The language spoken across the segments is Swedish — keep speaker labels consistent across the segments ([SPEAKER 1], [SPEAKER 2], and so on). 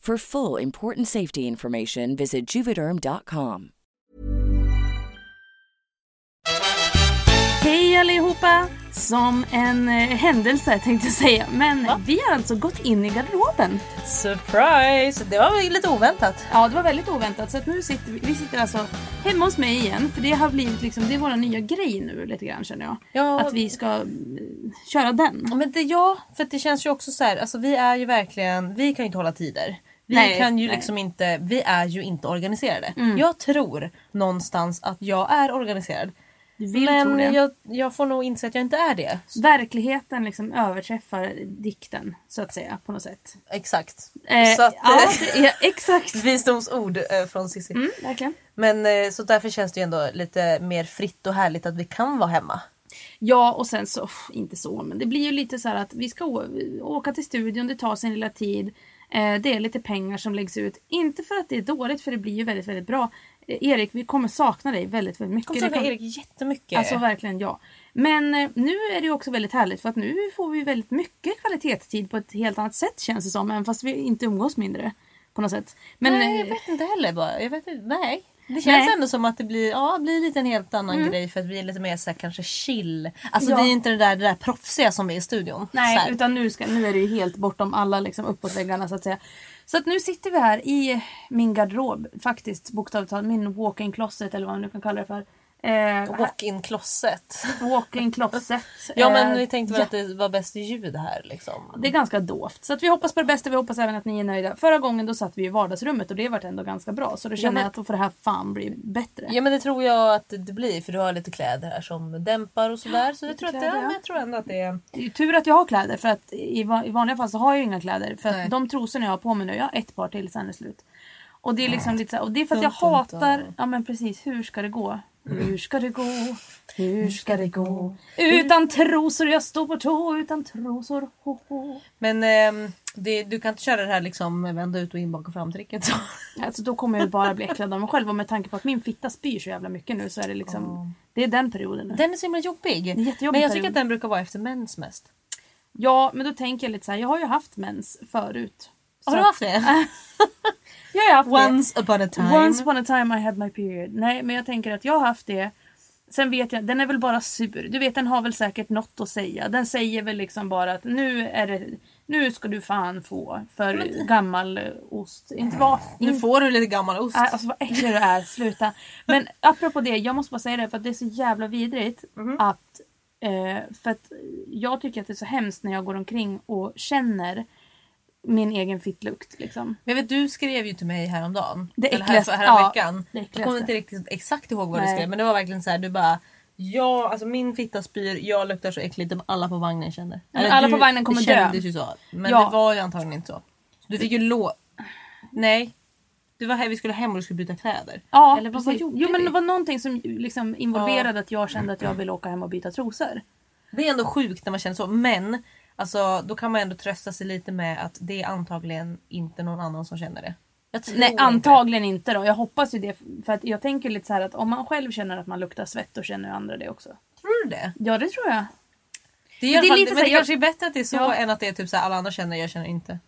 [SPEAKER 1] For full important safety information, visit juvederm.com.
[SPEAKER 2] Hej allihopa! Som en eh, händelse tänkte jag säga. Men vi har alltså gått in i garderoben.
[SPEAKER 3] Surprise! Det var väl lite oväntat.
[SPEAKER 2] Ja, det var väldigt oväntat. Så att nu sitter vi, vi sitter alltså hemma hos mig igen. För det har blivit liksom, det är vår nya grej nu lite grann känner jag.
[SPEAKER 3] Ja.
[SPEAKER 2] Att vi ska mm, köra den.
[SPEAKER 3] Ja, Men det, ja, för att det känns ju också så här, alltså vi är ju verkligen, vi kan ju inte hålla tider. Vi
[SPEAKER 2] Nej,
[SPEAKER 3] kan ju
[SPEAKER 2] nej.
[SPEAKER 3] liksom inte, vi är ju inte organiserade. Jag tror någonstans att jag är organiserad.
[SPEAKER 2] Du vill tro
[SPEAKER 3] Men
[SPEAKER 2] det.
[SPEAKER 3] jag, jag får nog inse att jag inte är det.
[SPEAKER 2] Verkligheten liksom överträffar dikten så att säga på något sätt.
[SPEAKER 3] Exakt.
[SPEAKER 2] Eh,
[SPEAKER 3] så att,
[SPEAKER 2] ja, det är, exakt.
[SPEAKER 3] Visdomsord eh, från Cissi.
[SPEAKER 2] Mm, verkligen.
[SPEAKER 3] Men eh, så därför känns det ju ändå lite mer fritt och härligt att vi kan vara hemma.
[SPEAKER 2] Ja och sen så, pff, inte så men det blir ju lite så här att vi ska å- åka till studion, det tar sin lilla tid. Eh, det är lite pengar som läggs ut. Inte för att det är dåligt för det blir ju väldigt väldigt bra. Eh, Erik vi kommer sakna dig väldigt väldigt mycket.
[SPEAKER 3] Kommer
[SPEAKER 2] Det
[SPEAKER 3] sakna
[SPEAKER 2] kommer-
[SPEAKER 3] Erik jättemycket.
[SPEAKER 2] Alltså verkligen ja. Men eh, nu är det ju också väldigt härligt för att nu får vi väldigt mycket kvalitetstid på ett helt annat sätt känns det som. Även fast vi inte umgås mindre. På något sätt. Men,
[SPEAKER 3] nej, jag
[SPEAKER 2] eh,
[SPEAKER 3] vet inte heller bara. Jag vet inte, nej. Mm. Det känns
[SPEAKER 2] Nej.
[SPEAKER 3] ändå som att det blir, ja, blir lite en helt annan grej för att vi är lite mer så här, kanske chill. Alltså
[SPEAKER 2] Ja.
[SPEAKER 3] vi är inte det där, det där proffsiga som vi är i studion. så
[SPEAKER 2] Nej,
[SPEAKER 3] här.
[SPEAKER 2] utan nu, ska, nu är det ju helt bortom alla liksom, uppåtväggarna så att säga. Så att nu sitter vi här i min garderob faktiskt, bokstavligt talat, min walk-in closet eller vad man nu kan kalla det för. Eh,
[SPEAKER 3] Walk-in closet.
[SPEAKER 2] walk-in closet.
[SPEAKER 3] Ja men
[SPEAKER 2] Eh,
[SPEAKER 3] vi tänkte väl
[SPEAKER 2] ja,
[SPEAKER 3] att det var bäst ljud här liksom.
[SPEAKER 2] det är ganska dovt. Så att vi hoppas på det bästa, vi hoppas även att ni är nöjda. Förra gången då satt vi i vardagsrummet och det vart ändå ganska bra. Så då känner
[SPEAKER 3] men-
[SPEAKER 2] jag att då får det här fan bli bättre.
[SPEAKER 3] Ja men det tror jag att det blir för du har lite kläder här som dämpar och sådär. Så jag tror, att det,
[SPEAKER 2] kläder,
[SPEAKER 3] ja,
[SPEAKER 2] ja.
[SPEAKER 3] men jag tror ändå att det är...
[SPEAKER 2] Det är ju tur att jag har kläder för att i, va- i vanliga fall så har jag ju inga kläder. För
[SPEAKER 3] Nej.
[SPEAKER 2] att de trosorna jag har på mig nu, jag har ett par till sen är slut. Och det är liksom lite så här, och det är för att jag
[SPEAKER 3] Dun, dun, dun.
[SPEAKER 2] hatar, ja men precis, hur ska det gå?
[SPEAKER 3] Mm.
[SPEAKER 2] Hur ska det gå? Hur ska det gå? Utan trosor jag står på tå, utan trosor ho, ho.
[SPEAKER 3] Men ehm, det, du kan inte köra det här liksom vända ut och in bak och fram tricket. så.
[SPEAKER 2] Alltså då kommer jag ju bara bli äcklad av mig själv och med tanke på att min fitta spyr så jävla mycket nu så är det liksom, det är den perioden nu.
[SPEAKER 3] Den är så himla jobbig.
[SPEAKER 2] är jättejobbig
[SPEAKER 3] men jag
[SPEAKER 2] period.
[SPEAKER 3] tycker att den brukar vara efter mens mest.
[SPEAKER 2] Ja men då tänker jag lite så här, jag har ju haft mens förut.
[SPEAKER 3] Har du
[SPEAKER 2] Så-
[SPEAKER 3] haft det?
[SPEAKER 2] Ja, jag har haft det.
[SPEAKER 3] eh, Once upon a time.
[SPEAKER 2] Once upon a time I had my period. Nej men jag tänker att jag har haft det. Sen vet jag, den är väl bara sur. Du vet den har väl säkert något att säga. Den säger väl liksom bara att nu är det, nu ska du fan få för gammal eh, ost. Inte vad,
[SPEAKER 3] Nu
[SPEAKER 2] inte,
[SPEAKER 3] får du lite gammal ost.
[SPEAKER 2] äh, Mm. alltså vad äcklig du är, sluta. Men apropå det, jag måste bara säga det för att det är så jävla vidrigt att eh, för att jag tycker att det är så hemskt när jag går omkring och känner min egen fittlukt liksom.
[SPEAKER 3] Men jag vet, du skrev ju till mig häromdagen.
[SPEAKER 2] Det
[SPEAKER 3] eller
[SPEAKER 2] äckligaste,
[SPEAKER 3] Här, för,
[SPEAKER 2] ja,
[SPEAKER 3] veckan.
[SPEAKER 2] det
[SPEAKER 3] jag kommer inte
[SPEAKER 2] äckligaste.
[SPEAKER 3] riktigt exakt ihåg vad
[SPEAKER 2] Nej.
[SPEAKER 3] du skrev men det var verkligen så här, du bara Ja, alltså min fitta spyr, jag luktar så äckligt typ alla på vagnen känner.
[SPEAKER 2] men
[SPEAKER 3] Eller
[SPEAKER 2] alla
[SPEAKER 3] du-
[SPEAKER 2] på vagnen kommer
[SPEAKER 3] det
[SPEAKER 2] dö.
[SPEAKER 3] kändes ju så. Men
[SPEAKER 2] Ja.
[SPEAKER 3] det var ju antagligen inte så. så du fick ju lå... Nej. Du var här, vi skulle hem och du skulle byta kläder.
[SPEAKER 2] Ja,
[SPEAKER 3] Eller vad, vad
[SPEAKER 2] precis.
[SPEAKER 3] gjorde Mm.
[SPEAKER 2] jo, men
[SPEAKER 3] vi?
[SPEAKER 2] det var någonting som liksom
[SPEAKER 3] Mm.
[SPEAKER 2] involverade att jag kände att jag ville åka hem och byta trosor.
[SPEAKER 3] Det är ändå sjukt när man känner så men Alltså då kan man ändå trösta sig lite med att det är antagligen inte någon annan som känner det. Jag tror
[SPEAKER 2] Nej
[SPEAKER 3] inte.
[SPEAKER 2] antagligen inte då. Jag hoppas ju det. För att jag tänker lite så här att om man själv känner att man luktar svett då känner ju andra det också.
[SPEAKER 3] Tror du det?
[SPEAKER 2] Ja det tror jag.
[SPEAKER 3] Det är, i alla
[SPEAKER 2] det är
[SPEAKER 3] fall,
[SPEAKER 2] lite
[SPEAKER 3] men
[SPEAKER 2] så
[SPEAKER 3] det
[SPEAKER 2] här-
[SPEAKER 3] kanske är bättre att det är så
[SPEAKER 2] Ja.
[SPEAKER 3] än att det är typ så här, alla andra känner jag känner inte.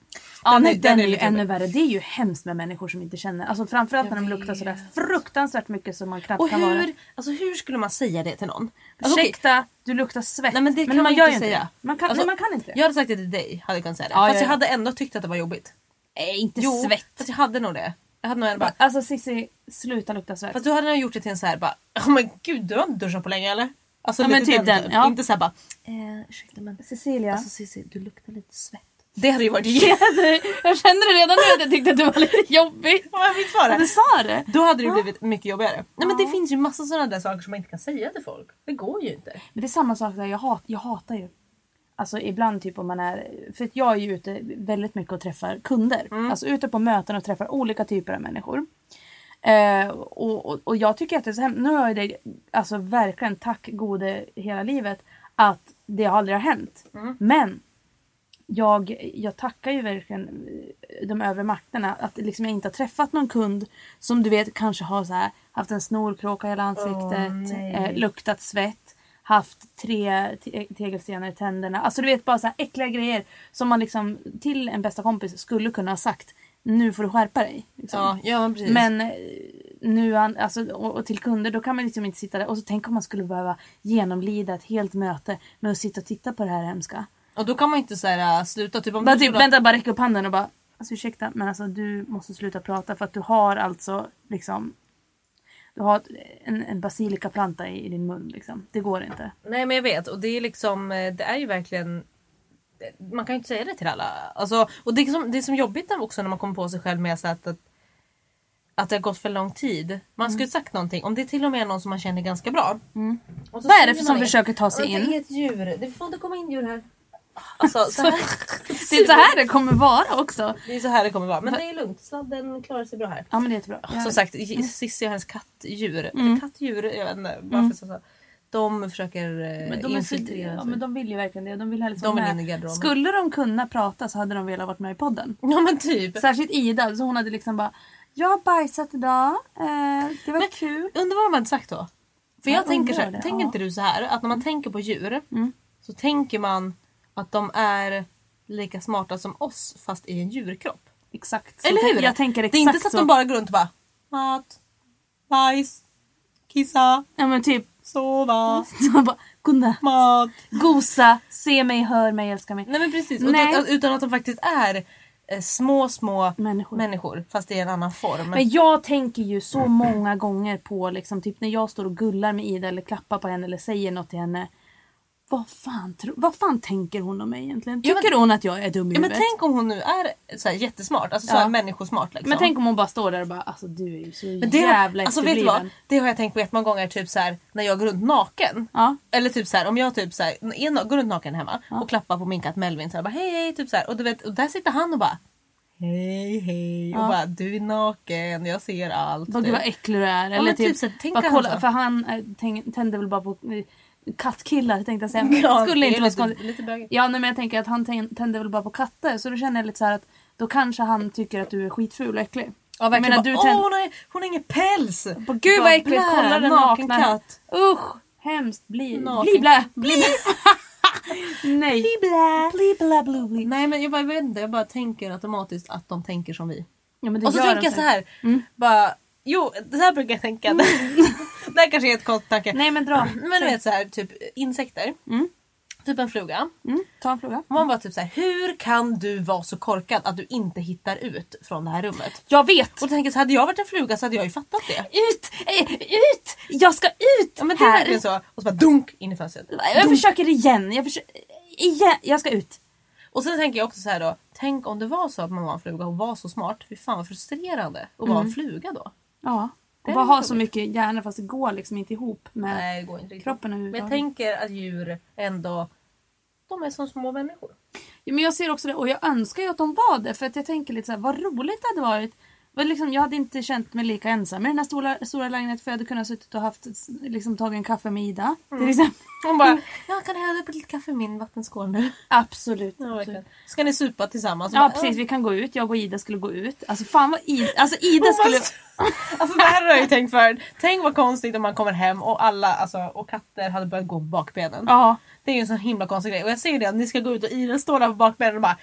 [SPEAKER 2] Ja,
[SPEAKER 3] Den
[SPEAKER 2] nej, den,
[SPEAKER 3] är- den
[SPEAKER 2] är,
[SPEAKER 3] är
[SPEAKER 2] ju
[SPEAKER 3] lite
[SPEAKER 2] ännu
[SPEAKER 3] jobbig.
[SPEAKER 2] värre. Det är ju hemskt med människor som inte känner. Alltså framförallt när de
[SPEAKER 3] Jag
[SPEAKER 2] luktar sådär
[SPEAKER 3] vet.
[SPEAKER 2] fruktansvärt mycket som man knappt
[SPEAKER 3] Och
[SPEAKER 2] kan vara.
[SPEAKER 3] hur, alltså, hur skulle man säga det till någon? Alltså, okej,
[SPEAKER 2] Ursäkta, du luktar svett.
[SPEAKER 3] Nej men det kan man,
[SPEAKER 2] gör
[SPEAKER 3] inte
[SPEAKER 2] ju
[SPEAKER 3] säga.
[SPEAKER 2] det. Man kan, nej,
[SPEAKER 3] Alltså,
[SPEAKER 2] man kan inte det.
[SPEAKER 3] Jag hade sagt det till dig, hade jag kunnat säga det.
[SPEAKER 2] Ja,
[SPEAKER 3] fast
[SPEAKER 2] ja,
[SPEAKER 3] jag
[SPEAKER 2] ja.
[SPEAKER 3] hade ändå tyckt att det var jobbigt.
[SPEAKER 2] Nej, inte
[SPEAKER 3] fast jag hade nog det. Jag hade nog ändå bara,
[SPEAKER 2] Alltså Cissi, sluta lukta svett.
[SPEAKER 3] fast du hade nog gjort det till en så här bara, oh men gud du har inte duschat på länge eller? Alltså
[SPEAKER 2] Ja,
[SPEAKER 3] lite
[SPEAKER 2] men typ den, ja.
[SPEAKER 3] Inte såhär bara, eh, ursäkta men
[SPEAKER 2] Cecilia.
[SPEAKER 3] alltså Cissi du luktar lite svett. Det hade ju varit jätte...
[SPEAKER 2] jag kände det redan nu att jag tyckte att det var lite jobbigt.
[SPEAKER 3] Vad visst var
[SPEAKER 2] Du
[SPEAKER 3] det?
[SPEAKER 2] sa det.
[SPEAKER 3] Då hade det ju blivit mycket jobbigare. Nej men det finns ju massa sådana där saker som man inte kan säga till folk. Det går ju inte.
[SPEAKER 2] Men det är samma sak där, jag, hat, jag hatar ju. Alltså ibland typ om man är, för att jag är ju ute väldigt mycket och träffar kunder. Alltså ute på möten och träffar olika typer av människor. Eh, och, och, och jag tycker att det är så hemskt, nu har jag det, alltså verkligen tack gode hela livet att det aldrig har hänt.
[SPEAKER 3] Mm.
[SPEAKER 2] Men jag, jag tackar ju verkligen eh, de övre makterna att liksom jag inte har träffat någon kund som du vet kanske har så här, haft en snorkråka i hela ansiktet,
[SPEAKER 3] nej.
[SPEAKER 2] eh, luktat svett, haft tre te- tegelstenar i tänderna. Alltså du vet bara så här äckliga grejer som man liksom till en bästa kompis skulle kunna ha sagt nu får du skärpa dig. Liksom.
[SPEAKER 3] Ja, ja men precis.
[SPEAKER 2] Men eh, nu, an- alltså, och, och till kunder, då kan man liksom inte sitta där. Och så tänk om man skulle behöva genomlida ett helt möte med att sitta och titta på det här hemska.
[SPEAKER 3] Och då kan man ju inte såhär sluta typ om
[SPEAKER 2] Bara
[SPEAKER 3] du
[SPEAKER 2] typ,
[SPEAKER 3] skulle-
[SPEAKER 2] vänta, bara räcka upp handen och bara alltså, ursäkta men alltså du måste sluta prata för att du har alltså liksom du har ett- en, en basilikaplanta i, i din mun liksom. Det går inte.
[SPEAKER 3] Nej men jag vet och det är liksom, eh, det är ju verkligen man kan ju inte säga det till alla. Alltså, och det är, som, det är som jobbigt när- också när man kommer på sig själv med så att, att, att det har gått för lång tid. Man skulle sagt någonting, om det till och med är någon som man känner ganska bra. Och så
[SPEAKER 2] Vad är det
[SPEAKER 3] säger
[SPEAKER 2] för som
[SPEAKER 3] man
[SPEAKER 2] försöker ta sig
[SPEAKER 3] Ja, men
[SPEAKER 2] in?
[SPEAKER 3] Det är ett djur, det får inte komma in djur här. Alltså, så här,
[SPEAKER 2] Det är så här det kommer vara också.
[SPEAKER 3] det är så här det kommer vara. Men det är lugnt, sladden klarar sig bra här.
[SPEAKER 2] Ja Mm. men det är jättebra. Jag-
[SPEAKER 3] Som sagt, Cissi och hennes kattdjur, eller kattdjur, jag vet inte varför så, så, de försöker eh,
[SPEAKER 2] Mm. men de, är så,
[SPEAKER 3] infiltrera
[SPEAKER 2] ja,
[SPEAKER 3] sig.
[SPEAKER 2] men de vill ju verkligen det. De vill helst
[SPEAKER 3] De
[SPEAKER 2] vara
[SPEAKER 3] vill in i
[SPEAKER 2] med.
[SPEAKER 3] garderoben.
[SPEAKER 2] Skulle de kunna prata så hade de velat varit med i podden.
[SPEAKER 3] Ja men typ.
[SPEAKER 2] Särskilt Ida, så hon hade liksom bara Jag har bajsat idag, eh, det var
[SPEAKER 3] Men-
[SPEAKER 2] kul.
[SPEAKER 3] Undrar vad de hade sagt då? För jag,
[SPEAKER 2] Jag
[SPEAKER 3] tänker så här,
[SPEAKER 2] undrar det,
[SPEAKER 3] tänker
[SPEAKER 2] ja. Mm.
[SPEAKER 3] inte du så här att när man tänker på djur så tänker man att de är lika smarta som oss fast i en djurkropp.
[SPEAKER 2] Exakt så.
[SPEAKER 3] Eller hur?
[SPEAKER 2] Jag tänker exakt
[SPEAKER 3] det är inte så att de bara går runt och bara mat, bajs, kissa,
[SPEAKER 2] Ja men typ
[SPEAKER 3] sova,
[SPEAKER 2] så man bara, Godnatt,
[SPEAKER 3] mat.
[SPEAKER 2] gosa, se mig, hör mig, älska mig.
[SPEAKER 3] Nej men precis. Och
[SPEAKER 2] Nej.
[SPEAKER 3] det- alltså, Utan att de faktiskt är eh, små små
[SPEAKER 2] Människor.
[SPEAKER 3] fast i en annan form.
[SPEAKER 2] Men jag tänker ju så många gånger på liksom, typ när jag står och gullar med Ida eller klappar på henne eller säger något till henne. Vad fan, tro, vad fan tänker hon om mig egentligen?
[SPEAKER 3] Ja,
[SPEAKER 2] Tycker
[SPEAKER 3] men-
[SPEAKER 2] hon att jag är dum i
[SPEAKER 3] ja, men
[SPEAKER 2] huvudet?
[SPEAKER 3] tänk om hon nu är så här jättesmart, alltså så
[SPEAKER 2] Ja.
[SPEAKER 3] här människosmart. Liksom.
[SPEAKER 2] men tänk om hon bara står där och bara alltså du är ju så
[SPEAKER 3] Men det
[SPEAKER 2] jävla
[SPEAKER 3] har, alltså, vet du vad?
[SPEAKER 2] efterbliven.
[SPEAKER 3] Det har jag tänkt på jättemånga gånger typ så här, när jag går runt naken.
[SPEAKER 2] Ja.
[SPEAKER 3] Eller typ så här, om jag typ så här, är na- går runt naken hemma och klappar på min katt Melvin så här, bara, hej hej typ så här, och, du vet, och där sitter han och bara hej hej och bara du är naken jag ser allt.
[SPEAKER 2] Vad,
[SPEAKER 3] typ.
[SPEAKER 2] gud vad äcklig du är. Eller
[SPEAKER 3] men
[SPEAKER 2] typ,
[SPEAKER 3] typ så här, tänk
[SPEAKER 2] bara
[SPEAKER 3] han
[SPEAKER 2] kolla,
[SPEAKER 3] så.
[SPEAKER 2] för han eh, tänk, tände väl bara på eh, kattkillar tänkte jag säga. Men
[SPEAKER 3] Ja,
[SPEAKER 2] det skulle
[SPEAKER 3] det
[SPEAKER 2] inte
[SPEAKER 3] är
[SPEAKER 2] vara så
[SPEAKER 3] lite-
[SPEAKER 2] konstigt.
[SPEAKER 3] lite bögigt.
[SPEAKER 2] Ja nej, men jag tänker att han tän- tände väl bara på katter så då känner jag lite så här att då kanske han tycker att du är skitful och äcklig.
[SPEAKER 3] Ja,
[SPEAKER 2] jag
[SPEAKER 3] verkligen,
[SPEAKER 2] menar,
[SPEAKER 3] bara,
[SPEAKER 2] du
[SPEAKER 3] Åh,
[SPEAKER 2] tänd-
[SPEAKER 3] hon, har, hon har ingen päls!
[SPEAKER 2] På, gud vad
[SPEAKER 3] Bara,
[SPEAKER 2] äckligt,
[SPEAKER 3] blä,
[SPEAKER 2] kolla den
[SPEAKER 3] naken
[SPEAKER 2] nakna.
[SPEAKER 3] katt.
[SPEAKER 2] Usch, hemskt. Bli,
[SPEAKER 3] Naken-
[SPEAKER 2] bli blä. Bli blä. nej.
[SPEAKER 3] Blibla, blibla, blibli. Nej men jag, bara, jag vet inte, jag bara tänker automatiskt att de tänker som vi.
[SPEAKER 2] Ja, men det
[SPEAKER 3] Och så
[SPEAKER 2] gör alltså Mm. de
[SPEAKER 3] tänker jag så
[SPEAKER 2] säkert.
[SPEAKER 3] här. Bara, jo, det här brukar jag tänka. det här kanske är ett konstigt tanke.
[SPEAKER 2] Mm. Nej Mm. men dra.
[SPEAKER 3] Men du vet så här, typ insekter. Typ en fluga.
[SPEAKER 2] Mm, ta en fråga.
[SPEAKER 3] Man bara typ så här, hur kan du vara så korkad att du inte hittar ut från det här rummet?
[SPEAKER 2] Jag vet.
[SPEAKER 3] Och då tänker jag så här, hade jag varit en fluga så hade jag ju fattat det.
[SPEAKER 2] Ut! eh, Ut! Jag ska ut
[SPEAKER 3] Ja men det är
[SPEAKER 2] här!
[SPEAKER 3] verkligen så. Och så bara dunk in i fönstret.
[SPEAKER 2] Jag försöker igen. Jag, försöker, igen. jag ska ut.
[SPEAKER 3] Och sen tänker jag också så här då, tänk om det var så att man var en fluga och var så smart. Fy fan vad frustrerande att vara en fluga då.
[SPEAKER 2] Ja.
[SPEAKER 3] Det
[SPEAKER 2] Och bara
[SPEAKER 3] är
[SPEAKER 2] ha
[SPEAKER 3] roligt.
[SPEAKER 2] så mycket hjärna fast det går liksom inte ihop med...
[SPEAKER 3] Nej det går inte riktigt.
[SPEAKER 2] Kroppen är
[SPEAKER 3] Men jag
[SPEAKER 2] överhuvudtaget.
[SPEAKER 3] tänker att djur ändå, de är som små människor.
[SPEAKER 2] Ja, men jag ser också det och jag önskar ju att de var det för att jag tänker lite så här, vad roligt det hade varit. Vad Och liksom, jag hade inte känt mig lika ensam i den här stora, stora lägenheten för jag hade kunnat suttit och haft, liksom, tagit en kaffe med Ida. Till exempel.
[SPEAKER 3] Hon bara, jag kan hälla upp lite kaffe i min vattenskål nu. Typ.
[SPEAKER 2] Absolut. absolut.
[SPEAKER 3] Verkligen. Ska ni supa tillsammans?
[SPEAKER 2] Ja
[SPEAKER 3] Bara,
[SPEAKER 2] precis, vi kan gå ut. Jag och Ida skulle gå ut. Alltså fan vad Ida, alltså Ida
[SPEAKER 3] Hon bara
[SPEAKER 2] skulle...
[SPEAKER 3] st- Alltså det här har jag ju tänkt förut. Tänk vad konstigt om man kommer hem och alla, alltså, och katter hade börjat gå på bakbenen.
[SPEAKER 2] Ja.
[SPEAKER 3] Det är ju en sån himla konstig grej. Och jag ser ju det, att ni ska gå ut och Ida står där på bakbenen och bara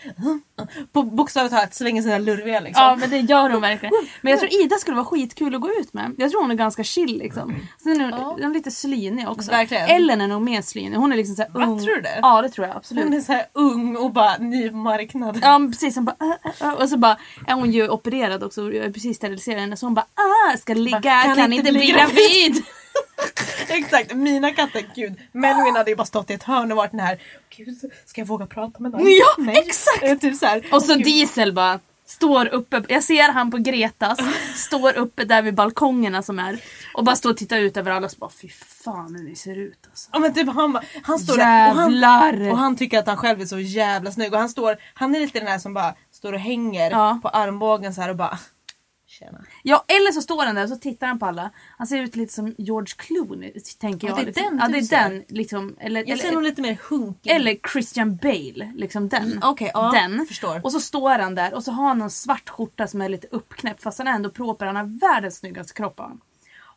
[SPEAKER 3] på bokstavligt talat svänger sina lurviga liksom.
[SPEAKER 2] ja men det gör hon verkligen. Men jag tror Ida skulle vara skitkul att gå ut med. Jag tror hon är ganska chill liksom. Sen är hon,
[SPEAKER 3] Ja.
[SPEAKER 2] hon är lite slynig också.
[SPEAKER 3] Verkligen.
[SPEAKER 2] Ellen är nog mer slynig. Hon är liksom såhär
[SPEAKER 3] Va, tror du det?
[SPEAKER 2] Ja det tror jag absolut.
[SPEAKER 3] Hon är så här ung och bara ny på marknaden.
[SPEAKER 2] Ja men precis, hon bara, "Äh, äh, äh." och så bara är hon ju opererad också och jag har precis steriliserat henne så hon bara ah, ska ligga,
[SPEAKER 3] Bara,
[SPEAKER 2] kan, inte bli gravid.
[SPEAKER 3] Exakt, mina katter, gud. Melvin hade ju bara stått i ett hörn och varit den här, gud ska jag våga prata med någon?
[SPEAKER 2] Ja, exakt!
[SPEAKER 3] Eh, Typ så här,
[SPEAKER 2] Och så
[SPEAKER 3] gud.
[SPEAKER 2] Diesel bara står uppe, jag ser han på Gretas, står uppe där vid balkongerna som är och bara står och tittar ut över alla och så bara fy fan hur ni ser ut alltså.
[SPEAKER 3] Ja men typ han, bara- han står där och han,
[SPEAKER 2] Jävlar!
[SPEAKER 3] och han tycker att han själv är så jävla snygg och han står, han är lite den här som bara står och hänger
[SPEAKER 2] Ja.
[SPEAKER 3] på armbågen så här och bara Tjena.
[SPEAKER 2] Ja eller så står han där och så tittar han på alla, han ser ut lite som George Clooney tänker
[SPEAKER 3] Ja,
[SPEAKER 2] jag.
[SPEAKER 3] det är
[SPEAKER 2] liksom.
[SPEAKER 3] den
[SPEAKER 2] ja
[SPEAKER 3] du
[SPEAKER 2] det är
[SPEAKER 3] ser.
[SPEAKER 2] den liksom, eller,
[SPEAKER 3] Jag ser
[SPEAKER 2] eller,
[SPEAKER 3] nog lite mer hunkig
[SPEAKER 2] eller Christian Bale, liksom den.
[SPEAKER 3] Mm, okej, ja,
[SPEAKER 2] den.
[SPEAKER 3] förstår.
[SPEAKER 2] Och så står han där och så har han en svart skjorta som är lite uppknäppt fast han är ändå proper, han har världens snyggaste kropp har han.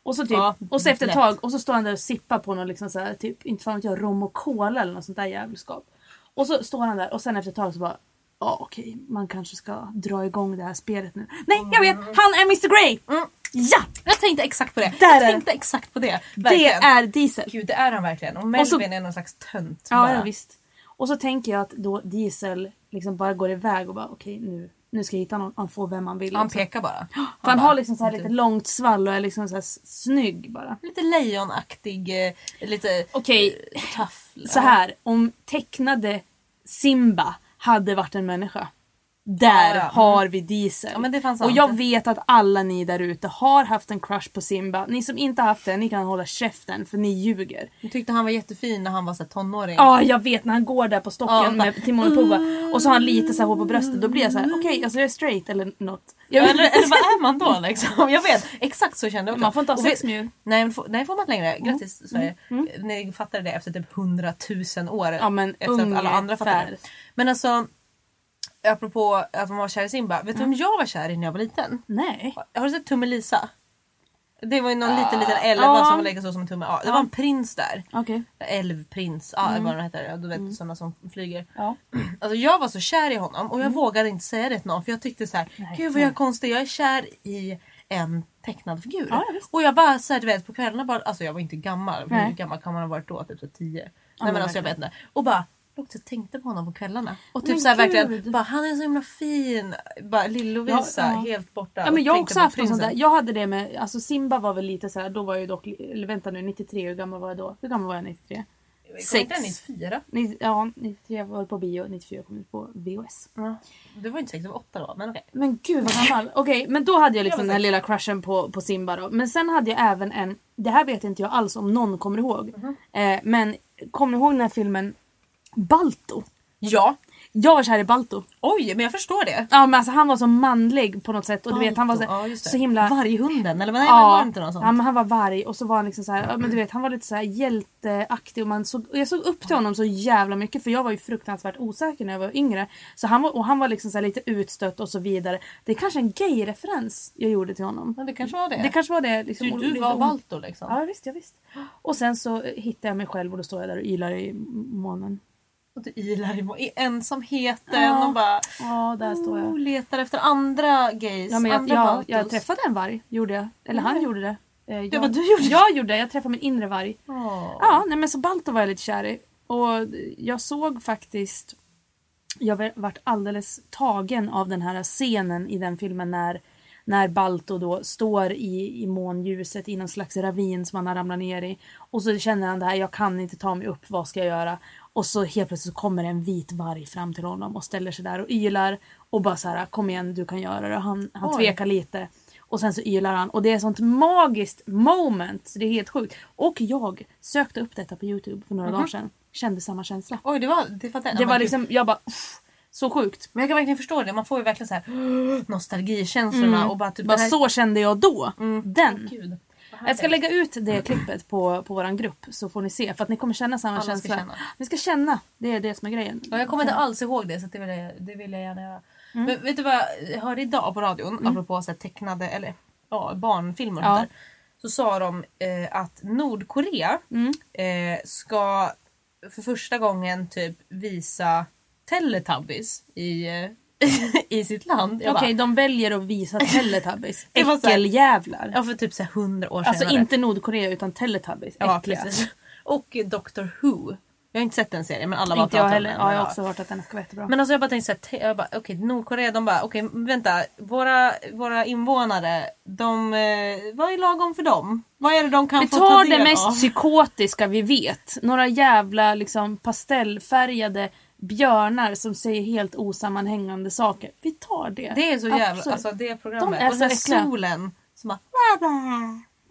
[SPEAKER 2] Och så, typ,
[SPEAKER 3] Ja,
[SPEAKER 2] och så efter ett
[SPEAKER 3] lätt.
[SPEAKER 2] tag och så står han där och sippar på någon liksom så här, typ, inte fan vet jag, rom och cola eller något sånt där jävelskap. Och så står han där och sen efter ett tag så bara Ja okej, man kanske ska dra igång det här spelet nu. Nej jag vet! Han är Mr Grey!
[SPEAKER 3] Mm.
[SPEAKER 2] Ja!
[SPEAKER 3] Jag tänkte exakt på det.
[SPEAKER 2] Där är
[SPEAKER 3] jag
[SPEAKER 2] det.
[SPEAKER 3] tänkte exakt på det.
[SPEAKER 2] Det
[SPEAKER 3] Verkligen.
[SPEAKER 2] är Diesel.
[SPEAKER 3] Gud det är han verkligen. Och Melvin
[SPEAKER 2] Och så-
[SPEAKER 3] är någon slags tönt.
[SPEAKER 2] Ja,
[SPEAKER 3] bara.
[SPEAKER 2] ja visst. Och så tänker jag att då Diesel liksom bara går iväg och bara okej nu, nu ska jag hitta någon, han får vem man vill.
[SPEAKER 3] Han
[SPEAKER 2] också.
[SPEAKER 3] pekar bara. Han,
[SPEAKER 2] För han
[SPEAKER 3] bara,
[SPEAKER 2] har liksom så här lite långt svall och är liksom så här s- snygg bara.
[SPEAKER 3] Lite lejonaktig, eh, lite eh, liksom.
[SPEAKER 2] Okej,
[SPEAKER 3] tuff.
[SPEAKER 2] så här om tecknade Simba hade varit en människa. Där
[SPEAKER 3] Ja, ja. Mm.
[SPEAKER 2] har vi Diesel.
[SPEAKER 3] Ja, men det fanns
[SPEAKER 2] och
[SPEAKER 3] allt.
[SPEAKER 2] jag vet att alla ni där ute har haft en crush på Simba. Ni som inte har haft det, ni kan hålla käften för ni ljuger.
[SPEAKER 3] Jag tyckte han var jättefin när han var så här tonåring.
[SPEAKER 2] Ja jag vet när han går där på stocken
[SPEAKER 3] Ja, Mm. han bara,
[SPEAKER 2] med Timon och Pumba och så har han lite så här hår på bröstet då blir jag så här: okej alltså jag är straight eller något. Jag
[SPEAKER 3] Eller, eller vad är man då liksom? Jag vet, exakt så kände jag också.
[SPEAKER 2] Man får inte ha
[SPEAKER 3] Och
[SPEAKER 2] sex
[SPEAKER 3] vi-
[SPEAKER 2] med djur. Mm.
[SPEAKER 3] Nej, men får- nej får man inte längre. Grattis Sverige. Ni fattade det efter typ hundratusen år.
[SPEAKER 2] Ja, men
[SPEAKER 3] efter att alla andra fattade det.
[SPEAKER 2] ungefär.
[SPEAKER 3] Men alltså, apropå att man var kär i Simba. Vet du
[SPEAKER 2] Mm.
[SPEAKER 3] vem jag var kär i när jag var liten?
[SPEAKER 2] Nej.
[SPEAKER 3] Har du sett Tummelisa? Det var ju någon liten liten älva
[SPEAKER 2] Ah. Ja.
[SPEAKER 3] som var lika stor som en tumme. Ja, det var en prins där.
[SPEAKER 2] Okej.
[SPEAKER 3] Älvprins, ja,
[SPEAKER 2] Mm.
[SPEAKER 3] vad de heter. Ja, Du vet sådana som flyger.
[SPEAKER 2] Ja.
[SPEAKER 3] Alltså jag var så kär i honom och
[SPEAKER 2] Mm.
[SPEAKER 3] jag vågade inte säga det till någon för jag tyckte så här, gud vad jag är konstig, jag är kär i en tecknad figur.
[SPEAKER 2] Ja, ja, visst.
[SPEAKER 3] och jag bara så här, du vet på kvällarna bara, alltså jag var inte gammal,
[SPEAKER 2] Nej.
[SPEAKER 3] hur gammal kan man ha varit då? Typ så 10? Nej
[SPEAKER 2] men
[SPEAKER 3] men alltså jag vet
[SPEAKER 2] verkligen.
[SPEAKER 3] inte. Och bara låg och tänkte på honom på kvällarna. Och typ
[SPEAKER 2] Men
[SPEAKER 3] så här, verkligen,
[SPEAKER 2] gud.
[SPEAKER 3] bara, han är så himla fin. Bara Lill-Lovisa
[SPEAKER 2] Ja, ja.
[SPEAKER 3] helt borta.
[SPEAKER 2] Ja men jag har
[SPEAKER 3] Och tänkte
[SPEAKER 2] också
[SPEAKER 3] på
[SPEAKER 2] haft en sån
[SPEAKER 3] prinsen.
[SPEAKER 2] där, jag hade det med, alltså Simba var väl lite så här, då var jag ju dock, eller vänta nu 93, hur gammal var jag då? Hur gammal var jag 93?
[SPEAKER 3] Kom inte
[SPEAKER 2] sex.
[SPEAKER 3] den i fyra?
[SPEAKER 2] Ni, ja 93 var jag på bio, 94 kom ut på VHS.
[SPEAKER 3] Du var inte sex, du var åtta då. Men okej.
[SPEAKER 2] Men gud vad gammal. Okej men då hade jag
[SPEAKER 3] Jag
[SPEAKER 2] liksom
[SPEAKER 3] var
[SPEAKER 2] den här
[SPEAKER 3] sex.
[SPEAKER 2] lilla crushen på, på Simba då. Men sen hade jag även en, det här vet inte jag alls om någon kommer ihåg.
[SPEAKER 3] Mhm.
[SPEAKER 2] Eh, men kommer ni ihåg den här filmen Balto?
[SPEAKER 3] Ja.
[SPEAKER 2] Jag var kär i Balto.
[SPEAKER 3] Oj, men jag förstår det.
[SPEAKER 2] Ja men alltså han var så manlig på något sätt och du vet han var så,
[SPEAKER 3] Ja, just det.
[SPEAKER 2] så himla...
[SPEAKER 3] Varghunden eller vad nej, men var det
[SPEAKER 2] Ja,
[SPEAKER 3] inte något sånt?
[SPEAKER 2] ja men han var varg och så var han liksom så här, ja, men du vet han var lite så här hjälteaktig och, man såg, och jag såg upp till honom så jävla mycket för jag var ju fruktansvärt osäker när jag var yngre. Så han var, och han var liksom så här lite utstött och så vidare. Det är kanske en gay-referens jag gjorde till honom.
[SPEAKER 3] Ja, det kanske var det.
[SPEAKER 2] Det kanske var det. Liksom,
[SPEAKER 3] du, du
[SPEAKER 2] lite
[SPEAKER 3] var
[SPEAKER 2] ont.
[SPEAKER 3] Balto liksom.
[SPEAKER 2] Ja visst, ja visst. Och sen så eh, hittade jag mig själv och då står jag där och ylar i molnen.
[SPEAKER 3] Och du ilar i, må- i ensamheten
[SPEAKER 2] Ja.
[SPEAKER 3] och bara
[SPEAKER 2] Ja där står
[SPEAKER 3] oh,
[SPEAKER 2] jag.
[SPEAKER 3] letar efter andra gays.
[SPEAKER 2] Ja, men jag,
[SPEAKER 3] andra
[SPEAKER 2] jag,
[SPEAKER 3] Baltos.
[SPEAKER 2] jag träffade en varg, gjorde jag. Eller han gjorde det. Eh, Jag,
[SPEAKER 3] vad du gjorde.
[SPEAKER 2] Jag gjorde det, jag träffade min inre varg.
[SPEAKER 3] Åh.
[SPEAKER 2] Ja, nej men så Balto var jag lite kär i. Och jag såg faktiskt... Jag vart alldeles tagen av den här scenen i den filmen när, när Balto då står i, i månljuset i någon slags ravin som han har ramlat ner i. Och så känner han det här, jag kan inte ta mig upp, vad ska jag göra? Och så helt plötsligt så kommer en vit varg fram till honom och ställer sig där och ylar och bara så här, kom igen du kan göra det. Och Han, han
[SPEAKER 3] Oj.
[SPEAKER 2] tvekar lite. Och sen så ylar han och det är ett sånt magiskt moment. Så det är helt sjukt. Och jag sökte upp detta på Youtube för några dagar sedan. Kände samma känsla.
[SPEAKER 3] Oj, det var det. Var den.
[SPEAKER 2] Det
[SPEAKER 3] Men
[SPEAKER 2] var
[SPEAKER 3] gud,
[SPEAKER 2] liksom, jag bara... "Uff." Så sjukt.
[SPEAKER 3] Men jag kan verkligen förstå det. Man får ju verkligen så här nostalgikänslorna och bara typ
[SPEAKER 2] Mm. Bara
[SPEAKER 3] det här-
[SPEAKER 2] så kände jag då. Den.
[SPEAKER 3] Gud. vad
[SPEAKER 2] Mm, Jag ska
[SPEAKER 3] härligt.
[SPEAKER 2] lägga ut det klippet på, på vår grupp så får ni se. För att ni kommer känna samma
[SPEAKER 3] Alla ska
[SPEAKER 2] känsla.
[SPEAKER 3] känna.
[SPEAKER 2] Ni ska känna. Det är det som är grejen.
[SPEAKER 3] Ja, jag kommer
[SPEAKER 2] Mm.
[SPEAKER 3] inte alls ihåg det så att det vill jag, det vill jag gärna göra. Men vet du vad jag hörde idag på radion apropå så här tecknade eller ja, barnfilmer och
[SPEAKER 2] Mm. Ja.
[SPEAKER 3] sånt där. Så sa de eh, att Nordkorea
[SPEAKER 2] Mm.
[SPEAKER 3] eh, ska för första gången typ visa Teletubbies i, eh, i sitt land. Jag
[SPEAKER 2] Okej,
[SPEAKER 3] bara,
[SPEAKER 2] de väljer att visa Teletubbies.
[SPEAKER 3] Det var så här-
[SPEAKER 2] Äckeljävlar.
[SPEAKER 3] Ja för typ så här 100 år
[SPEAKER 2] Alltså
[SPEAKER 3] senare.
[SPEAKER 2] inte Nordkorea utan Teletubbies.
[SPEAKER 3] ja,
[SPEAKER 2] Äckliga.
[SPEAKER 3] precis. Och Doctor Who. Jag har inte sett den serien men alla bara
[SPEAKER 2] Inte jag
[SPEAKER 3] pratar om
[SPEAKER 2] heller.
[SPEAKER 3] den.
[SPEAKER 2] Ja, jag
[SPEAKER 3] Ja.
[SPEAKER 2] har också hört att den ska vara jättebra.
[SPEAKER 3] Men alltså jag bara tänkte såhär, jag bara, okej Nordkorea de bara, okej vänta, våra, våra invånare, de, eh, vad är lagom för dem? Vad är det de kan
[SPEAKER 2] Vi
[SPEAKER 3] få ta
[SPEAKER 2] tar
[SPEAKER 3] del
[SPEAKER 2] det
[SPEAKER 3] av?
[SPEAKER 2] mest psykotiska vi vet. Några jävla liksom pastellfärgade björnar som säger helt osammanhängande saker. Vi tar det.
[SPEAKER 3] Det är så jävla,
[SPEAKER 2] Absolut.
[SPEAKER 3] alltså det programmet.
[SPEAKER 2] De är
[SPEAKER 3] och sen
[SPEAKER 2] så äckliga.
[SPEAKER 3] solen som bara,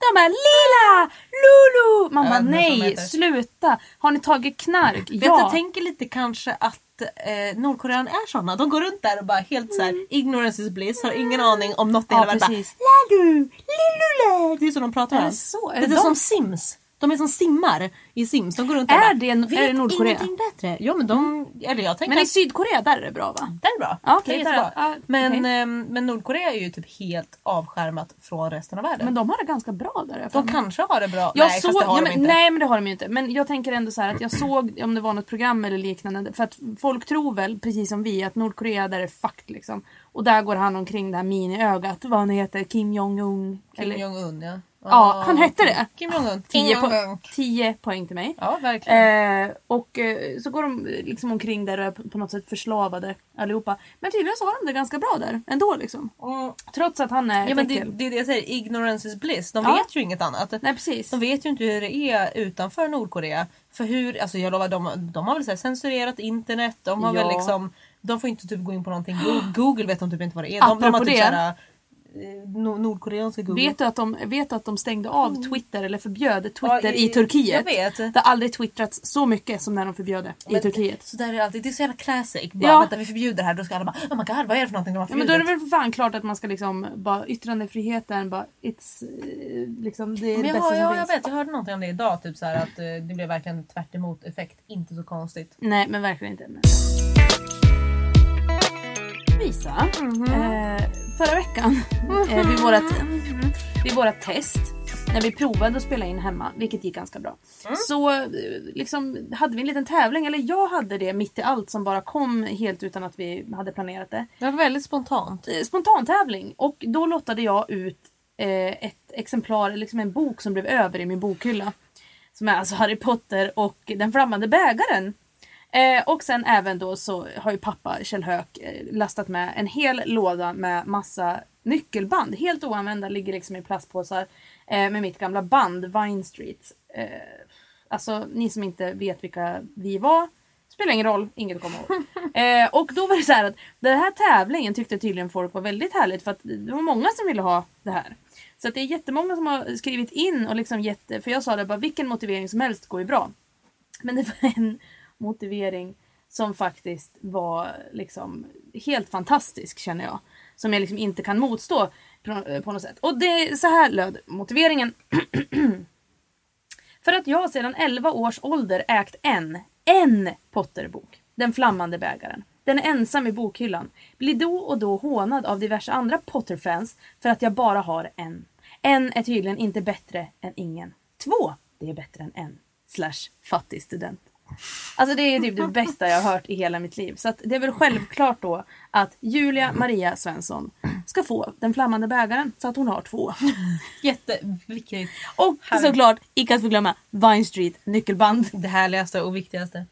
[SPEAKER 2] De är lila! Lulu! Man
[SPEAKER 3] Jag
[SPEAKER 2] bara
[SPEAKER 3] vet inte vad de
[SPEAKER 2] nej,
[SPEAKER 3] heter.
[SPEAKER 2] sluta! Har ni tagit knark?
[SPEAKER 3] vet du, jag
[SPEAKER 2] Ja!
[SPEAKER 3] tänker lite kanske att eh, Nordkorean är såna. De går runt där och bara helt såhär, ignorance is bliss, har ingen aning om något i
[SPEAKER 2] Mm. Ja,
[SPEAKER 3] hela världen.
[SPEAKER 2] precis.
[SPEAKER 3] Bara, Lalu, lilule. Det är så de pratar
[SPEAKER 2] Är
[SPEAKER 3] med
[SPEAKER 2] det så? Är det
[SPEAKER 3] Det är
[SPEAKER 2] de-
[SPEAKER 3] som Sims. De är som simmar i Sims. De går runt
[SPEAKER 2] Är
[SPEAKER 3] där och
[SPEAKER 2] det en- är
[SPEAKER 3] "Vet
[SPEAKER 2] det Nordkorea?" Mm.
[SPEAKER 3] ingenting bättre. Ja men de, eller jag tänker
[SPEAKER 2] Men i
[SPEAKER 3] att-
[SPEAKER 2] Sydkorea där är det bra va?
[SPEAKER 3] Det är bra.
[SPEAKER 2] Ja, okej,
[SPEAKER 3] det är jättebra.
[SPEAKER 2] där. Ja,
[SPEAKER 3] men,
[SPEAKER 2] okej.
[SPEAKER 3] ehm, men Nordkorea är ju typ helt avskärmat från resten av världen.
[SPEAKER 2] Men de har det ganska bra där.
[SPEAKER 3] de kanske har det bra.
[SPEAKER 2] Jag
[SPEAKER 3] nej,
[SPEAKER 2] såg,
[SPEAKER 3] fast det har
[SPEAKER 2] ja,
[SPEAKER 3] de
[SPEAKER 2] men,
[SPEAKER 3] inte.
[SPEAKER 2] Nej men det har de ju inte. Men jag tänker ändå så här att jag såg om det var något program eller liknande. För att folk tror väl precis som vi att Nordkorea där är fucked liksom. Och där går han omkring det här miniögat. Vad han heter, Kim Jong-Un.
[SPEAKER 3] Kim
[SPEAKER 2] eller-
[SPEAKER 3] Jong-Un ja.
[SPEAKER 2] Ja, han hette det.
[SPEAKER 3] Kim Jong-Un. Kim
[SPEAKER 2] 10
[SPEAKER 3] Jong-un.
[SPEAKER 2] po- 10 poäng till mig.
[SPEAKER 3] Ja, verkligen.
[SPEAKER 2] Eh, och eh, så går de eh, liksom omkring där och är på på något sätt förslavade allihopa. Men tydligen så har de det ganska bra där ändå liksom.
[SPEAKER 3] Mm.
[SPEAKER 2] Trots att han är
[SPEAKER 3] Ja,
[SPEAKER 2] ett
[SPEAKER 3] men det,
[SPEAKER 2] äckel.
[SPEAKER 3] det är det jag säger, ignorance is bliss. De
[SPEAKER 2] Ja.
[SPEAKER 3] vet ju inget annat.
[SPEAKER 2] Nej precis.
[SPEAKER 3] De vet ju inte hur det är utanför Nordkorea. För hur, alltså jag lovar, de, de har väl så här censurerat internet. De har
[SPEAKER 2] Ja.
[SPEAKER 3] väl liksom, de får inte typ gå in på någonting. Go- Google vet de typ inte vad det är. De,
[SPEAKER 2] Apropå
[SPEAKER 3] de har typ
[SPEAKER 2] det.
[SPEAKER 3] så här, eh, no- nordkoreanska Google.
[SPEAKER 2] Vet du, att de, vet du att de stängde av Twitter eller förbjöd Twitter
[SPEAKER 3] Mm. Ja,
[SPEAKER 2] i,
[SPEAKER 3] i-
[SPEAKER 2] Turkiet?
[SPEAKER 3] jag vet.
[SPEAKER 2] Det har aldrig twittrats så mycket som när de förbjöd det i
[SPEAKER 3] Men
[SPEAKER 2] Turkiet.
[SPEAKER 3] Så där är det alltid. Det är så jävla classic. Bara,
[SPEAKER 2] Ja.
[SPEAKER 3] Vänta vi förbjuder det här. Då ska alla bara oh my god vad är det för någonting de har
[SPEAKER 2] Ja, men
[SPEAKER 3] förbjudit?
[SPEAKER 2] då är det väl för fan klart att man ska liksom bara yttrandefriheten bara it's eh, liksom det, är det
[SPEAKER 3] Men jag,
[SPEAKER 2] bästa
[SPEAKER 3] har-
[SPEAKER 2] som
[SPEAKER 3] ja, jag
[SPEAKER 2] finns.
[SPEAKER 3] vet, jag hörde någonting om det idag. Typ så här, att eh, det blev verkligen tvärt emot effekt. Inte så konstigt.
[SPEAKER 2] Nej men verkligen inte. Men... Lisa, eh, förra veckan eh, vid, vårat, vid vårat test när vi provade att spela in hemma, vilket gick ganska bra. Så eh, liksom, hade vi en liten tävling, eller jag hade det mitt i allt som bara kom helt utan att vi hade planerat det.
[SPEAKER 3] Det var väldigt spontant.
[SPEAKER 2] Eh, Spontantävling och då lottade jag ut eh, ett exemplar, liksom en bok som blev över i min bokhylla. Som är alltså Harry Potter och Den flammande bägaren. Eh, och sen även då så har ju pappa Kjell Höök eh, lastat med en hel låda med massa nyckelband. Helt oanvända, ligger liksom i plastpåsar. Eh, med mitt gamla band Vine Street. Eh, alltså ni som inte vet vilka vi var. Spelar ingen roll, inget kommer ihåg. Eh, och då var det så här att den här tävlingen tyckte tydligen folk var väldigt härligt för att det var många som ville ha det här. Så att det är jättemånga som har skrivit in och liksom gett, för jag sa det bara vilken motivering som helst går ju bra. Men det var en motivering som faktiskt var liksom helt fantastisk känner jag. Som jag liksom inte kan motstå på, på något sätt. Och det, så här löd motiveringen. För att jag sedan 11 års ålder ägt en, en Potterbok. Den flammande bägaren. Den är ensam i bokhyllan. Blir då och då hånad av diverse andra Potterfans för att jag bara har en. En är tydligen inte bättre än ingen. Två, det är bättre än en. Slash fattig student. Alltså det är typ det bästa jag har hört i hela mitt liv. Så att det är väl självklart då att Julia Maria Svensson ska få den flammande bägaren så att hon har två.
[SPEAKER 3] Jätteviktigt.
[SPEAKER 2] Och såklart, icke att förglömma, Vine Street nyckelband.
[SPEAKER 3] Det härligaste och viktigaste.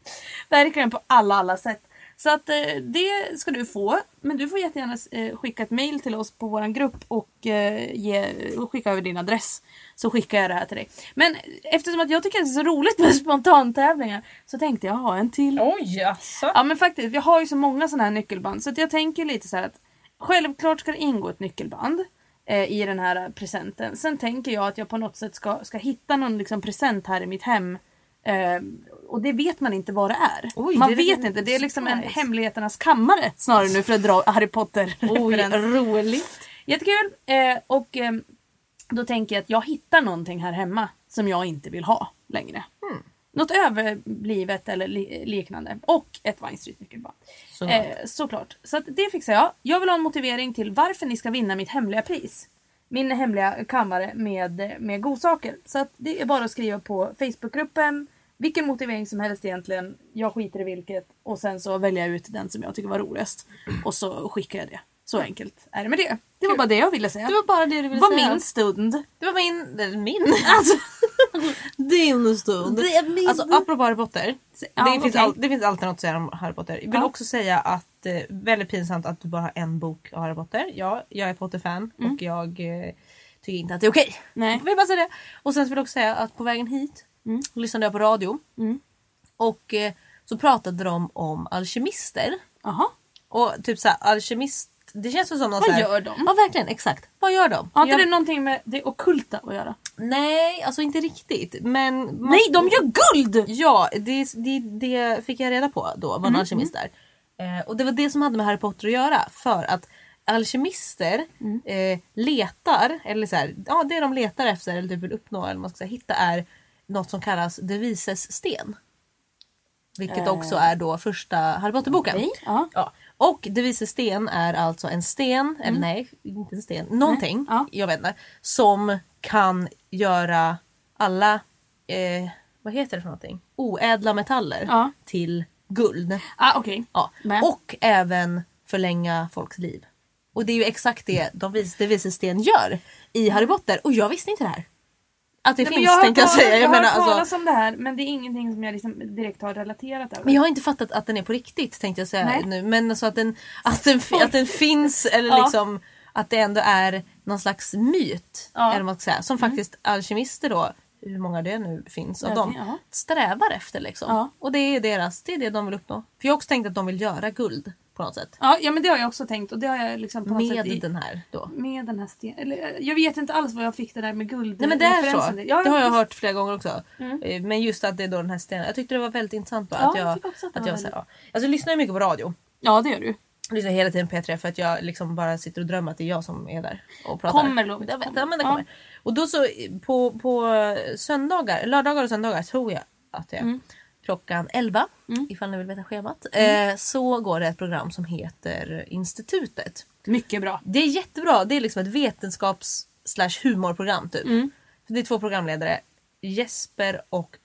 [SPEAKER 2] Verkligen på alla, alla sätt. Så att eh, det ska du få. Men du får jättegärna eh, skicka ett mail till oss på vår grupp och, eh, ge, och skicka över din adress. Så skickar jag det här till dig. Men eftersom att jag tycker att det är så roligt med spontantävlingar så tänkte jag ha en till.
[SPEAKER 3] Oj alltså.
[SPEAKER 2] Ja men faktiskt, vi har ju så många sådana här nyckelband så att jag tänker lite så här att självklart ska det ingå ett nyckelband eh, i den här presenten. Sen tänker jag att jag på något sätt ska, ska hitta någon liksom present här i mitt hem eh, Och det vet man inte vad det är.
[SPEAKER 3] Oj,
[SPEAKER 2] man
[SPEAKER 3] det är
[SPEAKER 2] vet
[SPEAKER 3] lite
[SPEAKER 2] inte, det är liksom en
[SPEAKER 3] surprise.
[SPEAKER 2] hemligheternas kammare snarare nu för att dra Harry Potter
[SPEAKER 3] Oj, roligt.
[SPEAKER 2] Jättekul! Eh, och eh, då tänker jag att jag hittar någonting här hemma som jag inte vill ha längre. Något överblivet eller li- liknande. Och ett Vine Street nyckelband.
[SPEAKER 3] Såklart.
[SPEAKER 2] Eh, såklart. Så att det fixar jag. Jag vill ha en motivering till varför ni ska vinna mitt hemliga pris. Min hemliga kammare med, eh, med godsaker. Så att det är bara att skriva på Facebookgruppen. Vilken motivering som helst egentligen. Jag skiter i vilket. Och sen så väljer jag ut den som jag tycker var roligast. Och så skickar jag det. Så enkelt är det med det. Det var bara det jag ville säga.
[SPEAKER 3] Det var bara det du ville
[SPEAKER 2] var
[SPEAKER 3] säga.
[SPEAKER 2] min stund.
[SPEAKER 3] Det var min... eller Min? Alltså, din stund.
[SPEAKER 2] Det är min.
[SPEAKER 3] Alltså apropå Harry Potter.
[SPEAKER 2] Ja,
[SPEAKER 3] det,
[SPEAKER 2] okej.
[SPEAKER 3] finns all, det finns alltid något att säga om Harry Potter. Jag vill
[SPEAKER 2] Ja.
[SPEAKER 3] också säga att eh, väldigt pinsamt att du bara har en bok av Harry Potter. Ja, jag är Potter-fan och jag eh, tycker inte att det är okej.
[SPEAKER 2] Mm. Nej. Mm.
[SPEAKER 3] Jag vill bara säga det. Och sen så vill jag också säga att på vägen hit lyssnade jag på radio. Och eh, så pratade de om alkemister.
[SPEAKER 2] Jaha.
[SPEAKER 3] Och typ såhär alkemist. Det känns ju som någon
[SPEAKER 2] Vad
[SPEAKER 3] så här-
[SPEAKER 2] gör de?
[SPEAKER 3] Ja verkligen exakt. Vad gör de?
[SPEAKER 2] Har inte
[SPEAKER 3] Jag-
[SPEAKER 2] det någonting med det ockulta att göra?
[SPEAKER 3] Nej, alltså inte riktigt. Men man-
[SPEAKER 2] Nej, de gör guld!
[SPEAKER 3] Ja, det, det, det fick jag reda på då, vad en
[SPEAKER 2] Mm,
[SPEAKER 3] alkemist är. Eh, och det var det som hade med Harry Potter att göra för att alkemister
[SPEAKER 2] Mm.
[SPEAKER 3] eh, letar, eller så här, ja det de letar efter eller typ vill uppnå eller vad man ska säga, hitta är något som kallas de vises sten. Vilket också är då första Harry Potter-boken.
[SPEAKER 2] Eh. Okej, ja.
[SPEAKER 3] Ja. Och de vises sten är alltså en sten, eller nej, inte en sten, någonting,
[SPEAKER 2] Mm. ja.
[SPEAKER 3] jag vet inte, som kan göra alla, eh, vad heter det för någonting, oädla metaller
[SPEAKER 2] Ja.
[SPEAKER 3] till guld.
[SPEAKER 2] Ah, okej.
[SPEAKER 3] Ja.
[SPEAKER 2] Men-
[SPEAKER 3] Och även förlänga folks liv. Och det är ju exakt det de vis, de vises sten gör i Harry Potter. Och jag visste inte det här. Att det
[SPEAKER 2] Nej, men
[SPEAKER 3] finns
[SPEAKER 2] har
[SPEAKER 3] tänkte jag
[SPEAKER 2] talat-
[SPEAKER 3] säga. Jag
[SPEAKER 2] jag
[SPEAKER 3] menar,
[SPEAKER 2] har hört talas
[SPEAKER 3] alltså,
[SPEAKER 2] om det här men det är ingenting som jag liksom direkt har relaterat över.
[SPEAKER 3] men jag har inte fattat att den är på riktigt tänkte jag säga
[SPEAKER 2] Nej.
[SPEAKER 3] nu. Men alltså att den, att den, att den finns eller
[SPEAKER 2] Ja.
[SPEAKER 3] liksom att det ändå är någon slags myt.
[SPEAKER 2] Ja. Mm.
[SPEAKER 3] Eller vad man ska säga, som faktiskt alkemister då, hur många det nu finns av
[SPEAKER 2] Ja,
[SPEAKER 3] dem,
[SPEAKER 2] det- ja.
[SPEAKER 3] strävar efter liksom.
[SPEAKER 2] Ja.
[SPEAKER 3] Och det är, deras, det är det de vill uppnå. För jag har också tänkt att de vill göra guld på något sätt.
[SPEAKER 2] Ja, ja men det har jag också tänkt och det har jag liksom på något
[SPEAKER 3] Med
[SPEAKER 2] sätt i-
[SPEAKER 3] den här då.
[SPEAKER 2] med den här stenen. Eller eh, jag vet inte alls vad jag fick det där med guld.
[SPEAKER 3] Nej men det är
[SPEAKER 2] referensen.
[SPEAKER 3] så.
[SPEAKER 2] Ja,
[SPEAKER 3] det har jag
[SPEAKER 2] visst. Mm.
[SPEAKER 3] hört flera gånger också. Eh, Men just att det är då den här stenen. Jag tyckte det var väldigt intressant. Då,
[SPEAKER 2] Ja,
[SPEAKER 3] att jag,
[SPEAKER 2] jag
[SPEAKER 3] att
[SPEAKER 2] tycker också att det
[SPEAKER 3] jag,
[SPEAKER 2] var
[SPEAKER 3] så här, ja. Alltså, jag lyssnar ju mycket på radio.
[SPEAKER 2] Ja det gör du.
[SPEAKER 3] Jag lyssnar hela tiden på P3 för att jag liksom bara sitter och drömmer att det är jag som är där och pratar.
[SPEAKER 2] Kommer, Lovit,
[SPEAKER 3] Jag vet,
[SPEAKER 2] kommer.
[SPEAKER 3] ja, men det
[SPEAKER 2] Ja.
[SPEAKER 3] kommer. Och då så på, på söndagar, lördagar och söndagar tror jag att det är.
[SPEAKER 2] Mm.
[SPEAKER 3] Klockan 11 ifall ni vill veta schemat.
[SPEAKER 2] Mm.
[SPEAKER 3] Eh, så går det ett program som heter Institutet.
[SPEAKER 2] Mycket bra.
[SPEAKER 3] Det är jättebra. Det är liksom ett vetenskaps slash humorprogram typ.
[SPEAKER 2] Mm.
[SPEAKER 3] För det är två programledare. Jesper och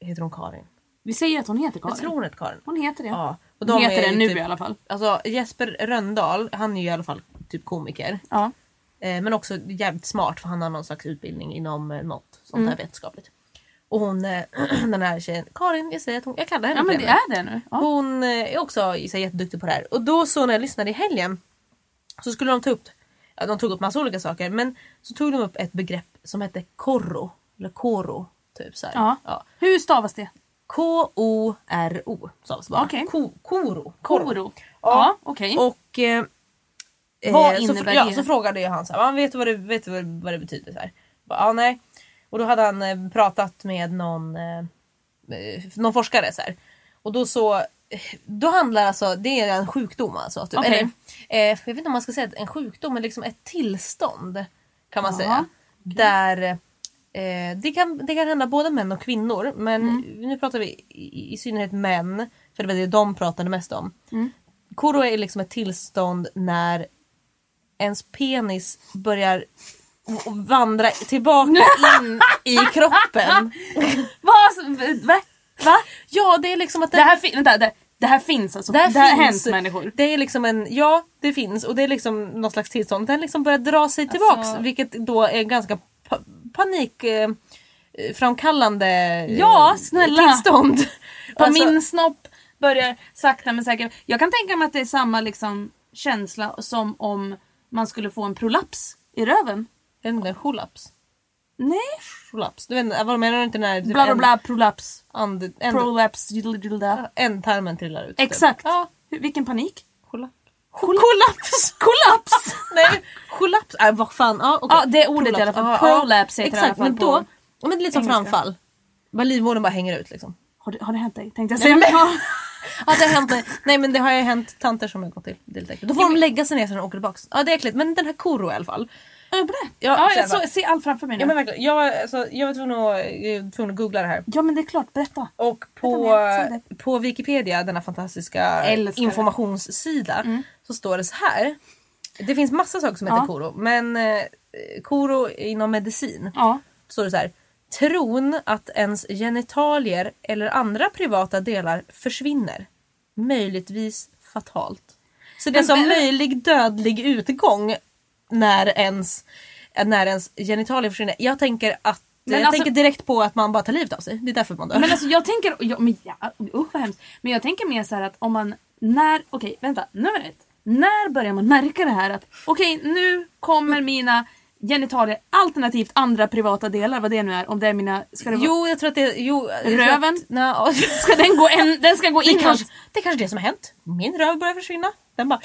[SPEAKER 3] heter hon Karin?
[SPEAKER 2] Vi säger att hon heter Karin.
[SPEAKER 3] Jag tror hon heter Karin.
[SPEAKER 2] Hon heter det.
[SPEAKER 3] Ja. Och
[SPEAKER 2] Hon heter
[SPEAKER 3] är
[SPEAKER 2] det nu
[SPEAKER 3] typ-
[SPEAKER 2] i alla fall.
[SPEAKER 3] Alltså Jesper Röndahl, han är ju i alla fall typ komiker.
[SPEAKER 2] Ja.
[SPEAKER 3] Eh, men också jävligt smart för han har någon slags utbildning inom eh, något sånt
[SPEAKER 2] Mm.
[SPEAKER 3] här vetenskapligt. Och hon, eh, den här tjejen, Karin, jag säger att hon, jag kallar henne
[SPEAKER 2] Ja
[SPEAKER 3] för
[SPEAKER 2] men
[SPEAKER 3] nu.
[SPEAKER 2] det är det nu. Ja.
[SPEAKER 3] Hon eh, är också så här, jätteduktig på det här. Och då så när jag lyssnade i helgen så skulle de ta upp, ja, de tog upp massa olika saker men så tog de upp ett begrepp som hette korro. Eller koro. Typ så här.
[SPEAKER 2] Ja.
[SPEAKER 3] Ja.
[SPEAKER 2] Hur stavas det?
[SPEAKER 3] K-O-R-O stavas bara.
[SPEAKER 2] Okej.
[SPEAKER 3] Ko- koro.
[SPEAKER 2] Koro.
[SPEAKER 3] Ja.
[SPEAKER 2] Ja, okej.
[SPEAKER 3] Och, eh,
[SPEAKER 2] Vad
[SPEAKER 3] eh, så,
[SPEAKER 2] innebär
[SPEAKER 3] Ja,
[SPEAKER 2] det?
[SPEAKER 3] så frågade jag han så här, "Ah, vet du vad det, vet du vad det, vad det betyder? Så här. Jag Bara, ah, nej. Och då hade han eh, pratat med någon, eh, eh, någon forskare. Så här. Och då så, då handlar alltså, det är en sjukdom alltså. Typ.
[SPEAKER 2] Okej.
[SPEAKER 3] Eller, eh, jag vet inte om man ska säga att en sjukdom, men liksom ett tillstånd kan man
[SPEAKER 2] Jaha,
[SPEAKER 3] säga. Där Eh, det, kan, det kan hända både män och kvinnor men
[SPEAKER 2] Mm.
[SPEAKER 3] nu pratar vi i, i synnerhet män för det var det de pratade mest om.
[SPEAKER 2] Mm.
[SPEAKER 3] Koro är liksom ett tillstånd när ens penis börjar v- vandra tillbaka in i kroppen.
[SPEAKER 2] Vad? Va? Va?
[SPEAKER 3] Ja det är liksom att
[SPEAKER 2] Det här, fin- vänta, det, det här finns alltså. Det, här har hänt människor.
[SPEAKER 3] Det är liksom en, ja det finns och det är liksom något slags tillstånd. Den liksom börjar dra sig tillbaks
[SPEAKER 2] Alltså-
[SPEAKER 3] vilket då är ganska pa- panik eh, framkallande eh,
[SPEAKER 2] Ja, snälla.
[SPEAKER 3] tillstånd.
[SPEAKER 2] På
[SPEAKER 3] Alltså-
[SPEAKER 2] min snopp börjar sakta men säkert. Jag kan tänka mig att det är samma liksom, känsla som om man skulle få en prolaps i röven.
[SPEAKER 3] Jag vet inte, kollaps.
[SPEAKER 2] Nej.
[SPEAKER 3] Kollaps. Du vet inte, vad menar du inte när typ
[SPEAKER 2] Bla bla bla prolaps.
[SPEAKER 3] And, and,
[SPEAKER 2] Prolaps. diddle, diddle, da.
[SPEAKER 3] en tarmen trillar ut. typ.
[SPEAKER 2] Exakt.
[SPEAKER 3] Ja,
[SPEAKER 2] Hur- Vilken panik.
[SPEAKER 3] kollaps. Kollaps!
[SPEAKER 2] Kollaps!
[SPEAKER 3] Nej, kollaps. Äh, vad fan. Ja, okej.
[SPEAKER 2] Ja, det är ordet i alla fall.
[SPEAKER 3] Ja, ja.
[SPEAKER 2] Prolaps heter det i alla
[SPEAKER 3] Exakt,
[SPEAKER 2] fall
[SPEAKER 3] men
[SPEAKER 2] på
[SPEAKER 3] då. Ja, men det är lite som
[SPEAKER 2] engelska.
[SPEAKER 3] framfall. Bara livmodern bara hänger ut liksom.
[SPEAKER 2] Har det, har det hänt dig? Tänkte jag
[SPEAKER 3] Nej,
[SPEAKER 2] säga.
[SPEAKER 3] men-
[SPEAKER 2] Ja.
[SPEAKER 3] Ja, det har hänt mig. Nej men det har ju hänt tanter som jag gått till. Det är lite äckligt. Då får de lägga sig ner sen och åker tillbaks. Ja det är äckligt men den här Koro i alla fall.
[SPEAKER 2] Ja, bra.
[SPEAKER 3] Ja,
[SPEAKER 2] Ja,
[SPEAKER 3] så här
[SPEAKER 2] jag
[SPEAKER 3] bara.
[SPEAKER 2] så, ser allt framför mig nu.
[SPEAKER 3] Ja men verkligen. Jag, var- alltså, jag var tvungen att, jag var tvungen att googla det här.
[SPEAKER 2] det är klart, berätta.
[SPEAKER 3] Och på,
[SPEAKER 2] Vänta, men,
[SPEAKER 3] på Wikipedia, denna fantastiska
[SPEAKER 2] Älskar det. Mm.
[SPEAKER 3] informationssida, så står det så här. Det finns massa saker som heter
[SPEAKER 2] Ja.
[SPEAKER 3] Koro men eh, Koro inom medicin.
[SPEAKER 2] Ja.
[SPEAKER 3] står det så här. Tron att ens genitalier eller andra privata delar försvinner. Möjligtvis fatalt. Så det är
[SPEAKER 2] Men-
[SPEAKER 3] alltså
[SPEAKER 2] men-
[SPEAKER 3] möjlig dödlig utgång när ens, när ens genitalier försvinner. Jag tänker att
[SPEAKER 2] Men
[SPEAKER 3] jag
[SPEAKER 2] alltså-
[SPEAKER 3] tänker direkt på att man bara tar livet av sig. Det är därför man dör.
[SPEAKER 2] Men alltså jag tänker, ja, men ja, usch vad hemskt. Men jag tänker mer så här att om man, när, okej vänta, nummer ett. När börjar man märka det här att okej nu kommer mina genitalier alternativt andra privata delar, vad det nu är, om det är mina, ska det vara,
[SPEAKER 3] jo, jag tror att det... Jo, jag tror
[SPEAKER 2] Röven?
[SPEAKER 3] Att, na,
[SPEAKER 2] ska den gå en, den ska gå
[SPEAKER 3] det,
[SPEAKER 2] in
[SPEAKER 3] kanske, det är kanske det som har hänt. Min röv börjar försvinna. Den bara...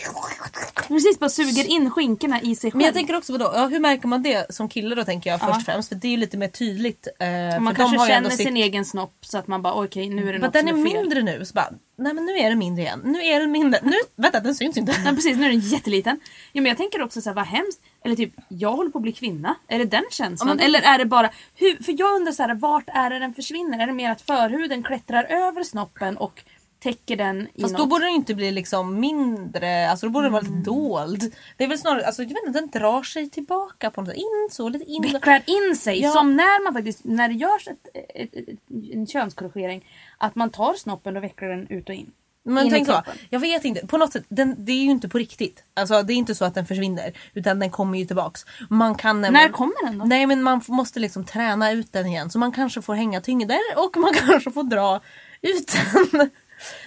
[SPEAKER 2] precis bara suger in skinkorna i sig själv.
[SPEAKER 3] Men jag tänker också vadå, ja, hur märker man det som kille då tänker jag först
[SPEAKER 2] Ja.
[SPEAKER 3] och främst för det är ju lite mer tydligt. Eh,
[SPEAKER 2] man
[SPEAKER 3] för de
[SPEAKER 2] kanske
[SPEAKER 3] har ju
[SPEAKER 2] känner
[SPEAKER 3] ändå sitt-
[SPEAKER 2] sin egen snopp så att man bara okej nu är det
[SPEAKER 3] Men
[SPEAKER 2] något
[SPEAKER 3] den är
[SPEAKER 2] som är fel.
[SPEAKER 3] mindre nu så bara, nej men nu är den mindre igen. Nu är den mindre. Nu, vänta den syns
[SPEAKER 2] Nej
[SPEAKER 3] inte.
[SPEAKER 2] precis, nu är den jätteliten. Jo, men jag tänker också så här, vad hemskt. Eller typ, jag håller på att bli kvinna. Är det den känslan?
[SPEAKER 3] Ja, men-
[SPEAKER 2] Eller är det bara... Hur, för jag undrar så här, vart är det den försvinner? Är det mer att förhuden klättrar över snoppen och täcker den i
[SPEAKER 3] Fast
[SPEAKER 2] något? Mm.
[SPEAKER 3] då borde den ju inte bli liksom mindre, alltså då borde den vara lite dold. Det är väl snarare, alltså jag vet inte, den drar sig tillbaka på något sätt. In så, lite in.
[SPEAKER 2] Vecklar in sig.
[SPEAKER 3] Ja.
[SPEAKER 2] Som när man faktiskt, när det görs ett, ett, ett, en könskorrigering, att man tar snoppen och vecklar den ut och in.
[SPEAKER 3] Men
[SPEAKER 2] in i
[SPEAKER 3] tänk så,
[SPEAKER 2] kroppen.
[SPEAKER 3] jag vet inte, på något sätt, den, det är ju inte på riktigt. Alltså det är inte så att den försvinner utan den kommer ju tillbaks. Man kan
[SPEAKER 2] När
[SPEAKER 3] nämligen-
[SPEAKER 2] kommer den då?
[SPEAKER 3] Nej men man f- måste liksom träna ut den igen så man kanske får hänga tyngder och man kanske får dra ut den. Hörde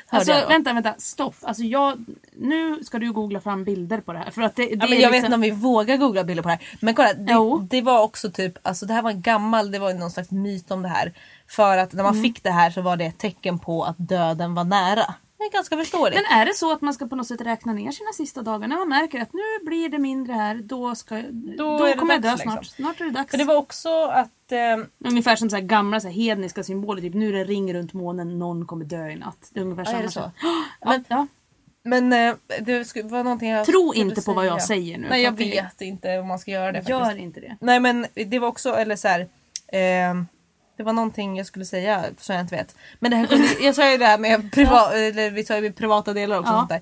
[SPEAKER 2] Alltså,
[SPEAKER 3] jag då?
[SPEAKER 2] vänta, vänta, stopp. Alltså, jag, nu ska du googla fram bilder på det här. För att det, det
[SPEAKER 3] Ja, men
[SPEAKER 2] är
[SPEAKER 3] jag vet
[SPEAKER 2] liksom...
[SPEAKER 3] inte om vi vågar googla bilder på det här. Men kolla, det,
[SPEAKER 2] Jo.
[SPEAKER 3] det var också typ, alltså det här var en gammal, det var någon slags myt om det här. För att när
[SPEAKER 2] Mm.
[SPEAKER 3] man fick det här så var det ett tecken på att döden var nära. Det är ganska förståeligt.
[SPEAKER 2] Men är det så att man ska på något sätt räkna ner sina sista dagar när man märker att nu blir det mindre här, då, ska, då,
[SPEAKER 3] är det
[SPEAKER 2] kommer jag dö
[SPEAKER 3] dags,
[SPEAKER 2] snart.
[SPEAKER 3] liksom.
[SPEAKER 2] Snart är det dags.
[SPEAKER 3] För det var också att eh,
[SPEAKER 2] Ungefär som så här gamla så här hedniska symboler, typ nu är det en ring runt månen, någon kommer dö i natt. Det är ungefär
[SPEAKER 3] Ja,
[SPEAKER 2] samma
[SPEAKER 3] är det
[SPEAKER 2] sak.
[SPEAKER 3] så?
[SPEAKER 2] Ja,
[SPEAKER 3] Men-
[SPEAKER 2] ja.
[SPEAKER 3] Men eh, det sku- var någonting jag
[SPEAKER 2] Tro
[SPEAKER 3] skulle
[SPEAKER 2] inte på vad jag säger nu,
[SPEAKER 3] Nej jag
[SPEAKER 2] för att det-
[SPEAKER 3] vet inte om man ska göra det faktiskt.
[SPEAKER 2] Gör inte det.
[SPEAKER 3] Nej men det var också, eller så här, eh, det var någonting jag skulle säga som jag inte vet. Men det här kunde, jag sa ju det här med priva, eller, vi sa ju privata delar också.
[SPEAKER 2] Ja.
[SPEAKER 3] Sånt där.